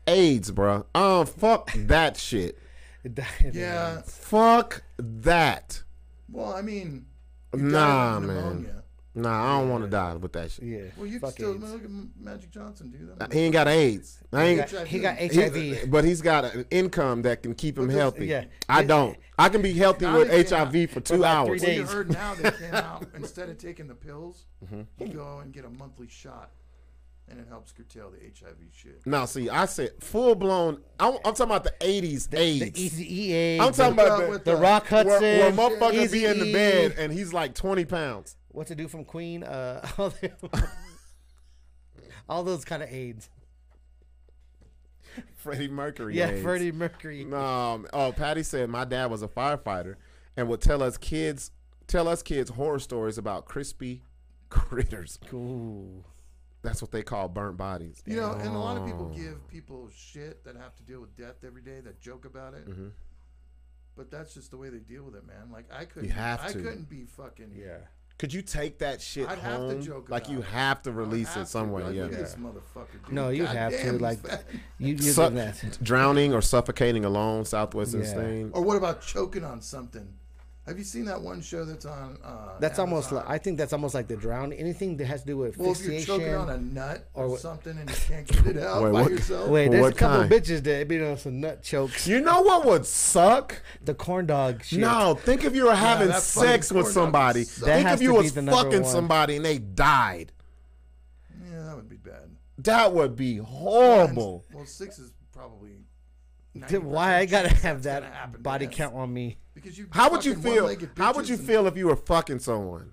S1: AIDS, bruh. Um, fuck that shit.
S2: It died.
S3: Yeah.
S1: Fuck that.
S3: Well, I mean, you died
S1: Nah,
S3: of
S1: man.
S3: pneumonia.
S1: Nah, I don't want to die with that shit.
S2: Yeah.
S3: Well, you can
S2: fuck
S3: still
S2: AIDS.
S3: look at M- Magic Johnson, dude. That
S1: He ain't got AIDS. I
S2: He
S1: ain't.
S2: got, he got
S3: HIV.
S2: HIV.
S1: he- but he's got an income that can keep him healthy.
S2: yeah.
S1: I don't. I can be healthy
S3: Now
S1: with
S3: they can't-
S1: HIV for two
S2: about three
S1: hours.
S3: well, you
S2: days.
S3: heard now they came out instead of taking the pills, you go and get a monthly shot, and it helps curtail the HIV shit.
S1: Now, see, I said full blown. I'm, I'm talking about the '80s
S2: The E
S1: AIDS.
S2: easy EA.
S1: I'm talking about
S3: Well,
S1: the,
S3: with
S2: the Rock
S1: where,
S2: Hudson. E.
S1: where motherfucker
S2: Eazy-E,
S1: be in the bed and he's like 20 pounds.
S2: What's it do from Queen? Uh, all, the- all those kind of AIDS.
S1: Freddie Mercury.
S2: Yeah,
S1: AIDS.
S2: Freddie E. Mercury.
S1: Um, oh, Patty said my dad was a firefighter and would tell us kids tell us kids horror stories about crispy critters.
S2: Ooh.
S1: That's what they call burnt bodies.
S3: You know, and a lot of
S2: Oh.
S3: people give people shit that have to deal with death every day that joke about it.
S2: Mm-hmm.
S3: But that's just the way they deal with it, man. Like I couldn't,
S1: have
S3: I
S1: to.
S3: couldn't be fucking. Yeah,
S1: Could you take that shit
S3: I'd have to
S1: home?
S3: joke
S1: like
S3: about
S1: you
S3: it.
S1: have to release it somewhere.
S3: Like,
S1: yeah.
S3: look at this motherfucker, dude.
S2: No, you have
S3: Goddamn,
S2: to
S3: he's
S2: like
S3: fat.
S2: you. You're
S1: Su-
S2: doing that.
S1: drowning or suffocating alone, Southwest
S2: Yeah.
S1: insane.
S3: Or what about choking on something? Have you seen that one show that's on? Uh,
S2: That's almost like
S3: Amazon?
S2: I think that's almost like the drown. Anything that has to do with
S3: well, if you're
S2: asphyxiation.
S3: choking on a nut or,
S2: or what-
S3: something and you can't get it out
S1: Wait,
S3: by
S1: what-
S3: yourself.
S2: Wait, there's
S1: What
S2: a couple
S1: kind?
S2: bitches that be on some nut chokes.
S1: You know what would suck?
S2: The corn dog shit.
S1: No, think if you were having
S3: that fucking
S1: sex
S3: corn
S1: with
S3: dog
S1: somebody.
S3: would suck.
S2: That
S1: Think
S2: has
S1: if you
S2: to be
S1: was
S2: the number
S1: fucking
S2: one.
S1: somebody and they died.
S3: Yeah, that would be bad.
S1: That would be horrible.
S3: Well, six is probably.
S2: Dude, Why I
S3: 90%
S2: gotta
S3: chance
S2: have
S3: that's gonna
S2: that
S3: happen,
S2: body
S3: yes.
S2: count on me?
S3: Because you
S1: How would you
S3: fucking
S1: feel?
S3: one-legged
S1: How would you
S3: bitches and-
S1: feel if you were fucking someone,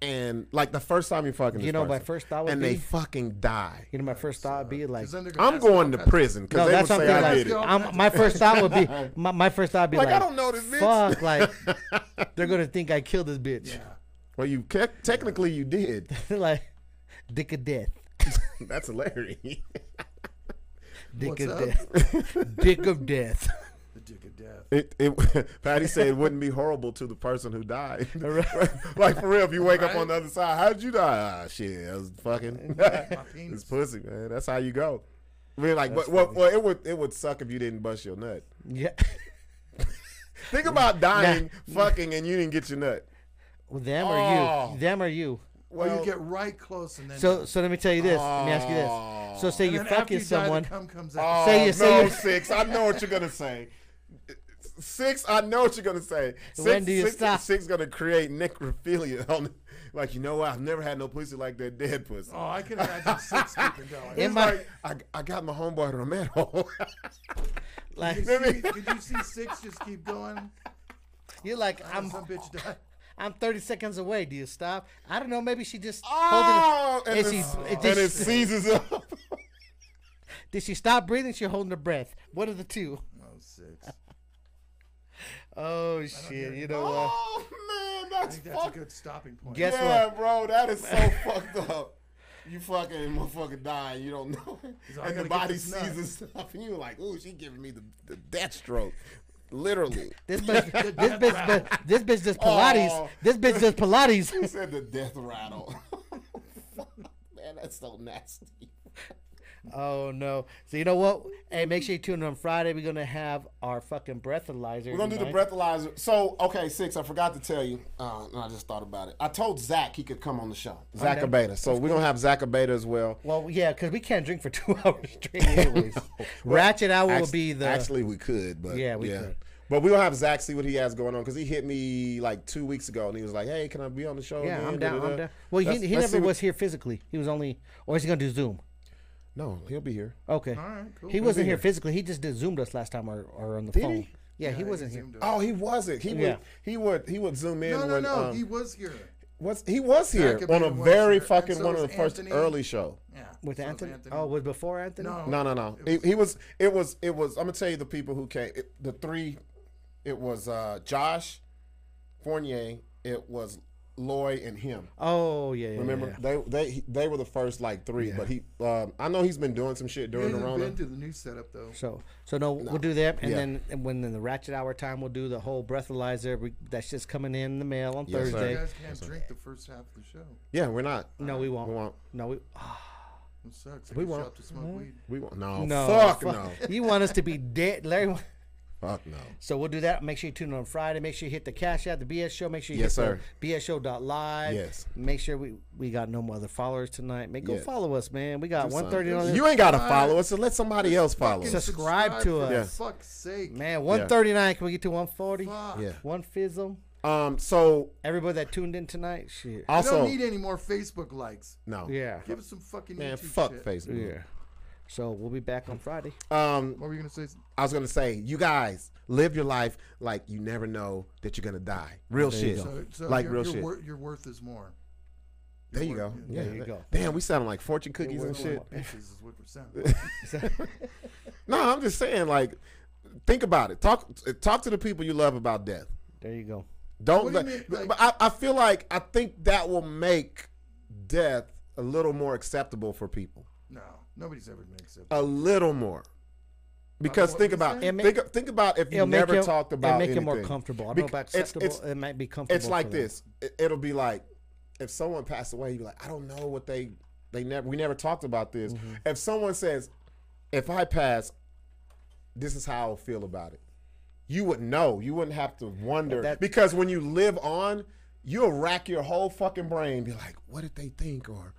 S1: and like the first time you fucking,
S2: You
S1: this
S2: know, my
S1: person,
S2: first thought would
S1: and
S2: be-
S1: they fucking die.
S2: You know, my first thought would be like,
S3: 'Cause then they're gonna
S1: I'm
S3: ask you all
S1: going to
S3: kinds of-
S1: prison because
S2: no,
S1: they
S2: that's
S1: would
S2: something
S1: say I
S2: like.
S1: did it.
S2: I'm, my first thought would be my, my first thought would be like,
S1: Like, I don't know this bitch.
S2: Fuck, like they're gonna think I killed this bitch.
S1: Well, you te- technically you did.
S2: like, dick of death,
S1: That's hilarious.
S2: dick
S3: What's
S2: of
S3: up?
S2: death, dick of death.
S3: The dick of death.
S1: It, it, Patty said it wouldn't be horrible to the person who died. like for real, if you wake up on the other side, how'd you die? Ah, shit, I was fucking.
S3: My penis.
S1: It's pussy, man. That's how you go. I mean, like, but, well, well, it would it would suck if you didn't bust your nut.
S2: Yeah,
S1: Think about dying, fucking, and you didn't get your nut.
S2: well, them or
S1: Oh.
S2: you, them or you.
S3: Well, you get right close and then.
S2: So, so let me tell you this. Let me ask you this. So, say
S3: and
S2: you're
S3: then after
S2: fucking
S3: you die, the
S2: someone.
S3: cum comes
S1: Oh,
S3: out.
S2: Say you- say
S1: no,
S2: you-
S1: six. I know what you're gonna say. Six, I know what you're gonna say. Six,
S2: When do you
S1: six,
S2: stop?
S1: Six gonna create necrophilia. On, like you know what? I've never had no pussy like that dead pussy.
S3: Oh, I can imagine six keeping going.
S2: In
S1: It's
S2: my-
S1: like, I, I got my homeboy Romero.
S2: Like,
S3: Did you, see, did you see six just keep going?
S2: you're like, I'm,
S3: Some bitch died.
S2: I'm 30 seconds away. Do you stop? I don't know. Maybe she just.
S1: oh,
S2: holding
S1: and,
S2: and
S1: it,
S2: she,
S1: and
S2: did,
S1: it
S2: she,
S1: seizes up.
S2: did she stop breathing? She holding her breath. What are the two?
S3: Oh, six.
S2: Oh shit! You know what?
S1: oh man, that's
S3: I think that's a
S1: fucking.
S3: good stopping point.
S2: Guess
S1: Yeah,
S2: what?
S1: bro, that is so fucked up. You fucking motherfucker die, you don't know, it.
S3: like, I
S1: and the
S3: gotta get
S1: body
S3: this nut.
S1: seizes stuff, and you're like, "Ooh, she giving me the, the death stroke." Literally.
S2: This bitch, this bitch, this bitch just Pilates.
S1: Oh.
S2: This bitch just
S1: He
S2: Pilates.
S1: said the death rattle. Man, that's so nasty.
S2: Oh no! So you know what? Hey, make sure you tune in on Friday. We're gonna have our fucking breathalyzer.
S1: We're gonna do the breathalyzer. So, okay, six. I forgot to tell you. Uh, no, I just thought about it. I told Zach he could come on the show. Zach
S2: Okay.
S1: Abeda. So we're gonna have Zach Abeda as well.
S2: Well, yeah, because we can't drink for two hours straight. Anyways. Ratchet Hour will
S1: Act-
S2: be the.
S1: Actually, we could, but
S2: Yeah, we could.
S1: But we'll have Zach see what he has going on because he hit me like two weeks ago and he was like, "Hey, can I be on the show?"
S2: yeah, I'm
S1: again?"
S2: down.
S1: Da-da-da.
S2: I'm down. Well,
S1: Let's-
S2: he, he
S1: let's
S2: never
S1: see
S2: was here physically. He was only, or is he gonna do Zoom?
S1: what- No, he'll be here.
S2: Okay.
S3: All right, cool.
S2: He wasn't here physically. He just did Zoomed us last time or, or on the phone.
S1: he?
S2: Yeah, he wasn't here.
S3: Zoomed up.
S1: Oh, he wasn't. He
S2: Yeah.
S1: would. He would. He would zoom in.
S3: No, no,
S1: when,
S3: no.
S1: um,
S3: he was here.
S1: was he was here
S3: Abeda
S1: on a
S3: was
S1: very
S3: here, and
S1: fucking
S3: so
S1: one of the
S3: was
S1: first
S3: Anthony.
S1: early show.
S3: Yeah.
S2: With
S3: so was
S2: Anthony? Oh, was before Anthony?
S3: No.
S1: No, no, no.
S3: It
S1: he, he was. It was. It was. I'm gonna tell you the people who came. It, the three. It was uh, Josh, Fournier. It was Loy and him.
S2: Oh yeah. yeah,
S1: Remember
S2: yeah.
S1: they they he- they were the first like three. But he. Um, I know he's been doing some shit during
S3: He
S1: the
S3: hasn't
S1: Rona.
S3: been to the new setup though.
S2: So so no, we'll do that, and
S1: Yeah.
S2: then and when in the ratchet hour time, we'll do the whole breathalyzer. We, that's just coming in the mail on
S1: Yes, sir.
S3: You
S2: Thursday.
S3: guys can't drink the first half of the show.
S1: Yeah, we're not.
S2: No, we won't.
S1: We won't. Oh,
S2: No, we.
S3: It sucks.
S1: We
S3: We
S1: won't.
S3: want to smoke weed.
S1: We won't. No.
S2: No,
S1: fuck,
S2: fu-
S1: no.
S2: You want us to be dead, Larry?
S1: Fuck no.
S2: So we'll do that. Make sure you tune in on Friday. Make sure you hit the cash out, the BS show. Make sure you
S1: Yes,
S2: hit
S1: sir.
S2: the BS show.live.
S1: Yes.
S2: Make sure we we got no more other followers tonight. Make go
S1: Yeah.
S2: follow us, man. We got one thirty on
S1: You ain't gotta follow us. So let somebody else follow us.
S2: Just- subscribe to
S3: for
S2: us.
S3: fuck's sake.
S2: man. One thirty nine. Can we get to one forty?
S3: Fuck.
S1: Yeah.
S2: One fizzle.
S1: Um. So
S2: Everybody that tuned in tonight, shit.
S3: I don't
S1: also
S3: need any more Facebook likes.
S1: no.
S2: Yeah.
S3: Give us some fucking
S1: Man,
S3: YouTube
S1: fuck
S3: shit.
S1: Facebook.
S2: Yeah. So we'll be back on Friday.
S1: Um.
S3: What were you gonna say?
S1: I was gonna say, you guys live your life like you never know that you're gonna die. Real shit,
S3: So, so
S1: like
S3: your,
S1: real
S3: your
S1: shit.
S3: wor- your worth is more.
S1: there you go. Yeah,
S2: There you go.
S1: Damn, we sound like fortune cookies
S3: Your
S1: and
S3: worth
S1: shit.
S3: more bitches is what we're saying.
S1: No, I'm just saying, like, think about it. Talk, talk to the people you love about death.
S2: There you go.
S1: Don't.
S3: What do you
S1: let-
S3: mean,
S1: but-
S3: like-
S1: but I, I feel like I think that will make death a little more acceptable for people.
S3: no, nobody's ever been accepted.
S1: A little more. Because
S3: what
S1: think
S3: were you
S1: about
S3: saying? It
S2: ma-
S1: think think about if you
S2: It'll make
S1: never
S2: you-
S1: talked
S2: it'll
S1: about
S2: make you more
S1: anything.
S2: comfortable. I don't
S1: Bec-
S2: know about
S1: it's-
S2: acceptable.
S1: it's-
S2: it might be comfortable.
S1: it's like
S2: for them.
S1: this. It, it'll be like if someone passed away, you'd be like, I don't know what they they never we never talked about this.
S2: Mm-hmm.
S1: If someone says, if I pass, this is how I'll feel about it. You would know. You wouldn't have to wonder
S2: that-
S1: because when you live on, you'll rack your whole fucking brain. Be like, what did they think or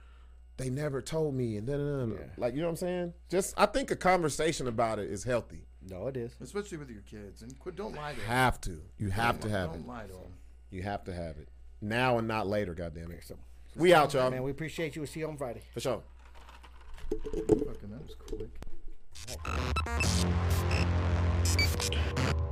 S1: they never told me and then like you know what I'm saying? Just I think a conversation about it is healthy.
S2: No, it is.
S3: Especially with your kids, and quit, don't lie to them.
S1: Have to. You have to have it.
S3: Don't lie to them.
S1: You have to have it now and not later. Goddamn it! We out, y'all.
S2: Man, we appreciate you. We'll see you on Friday.
S1: For sure.
S3: Fucking, that was quick.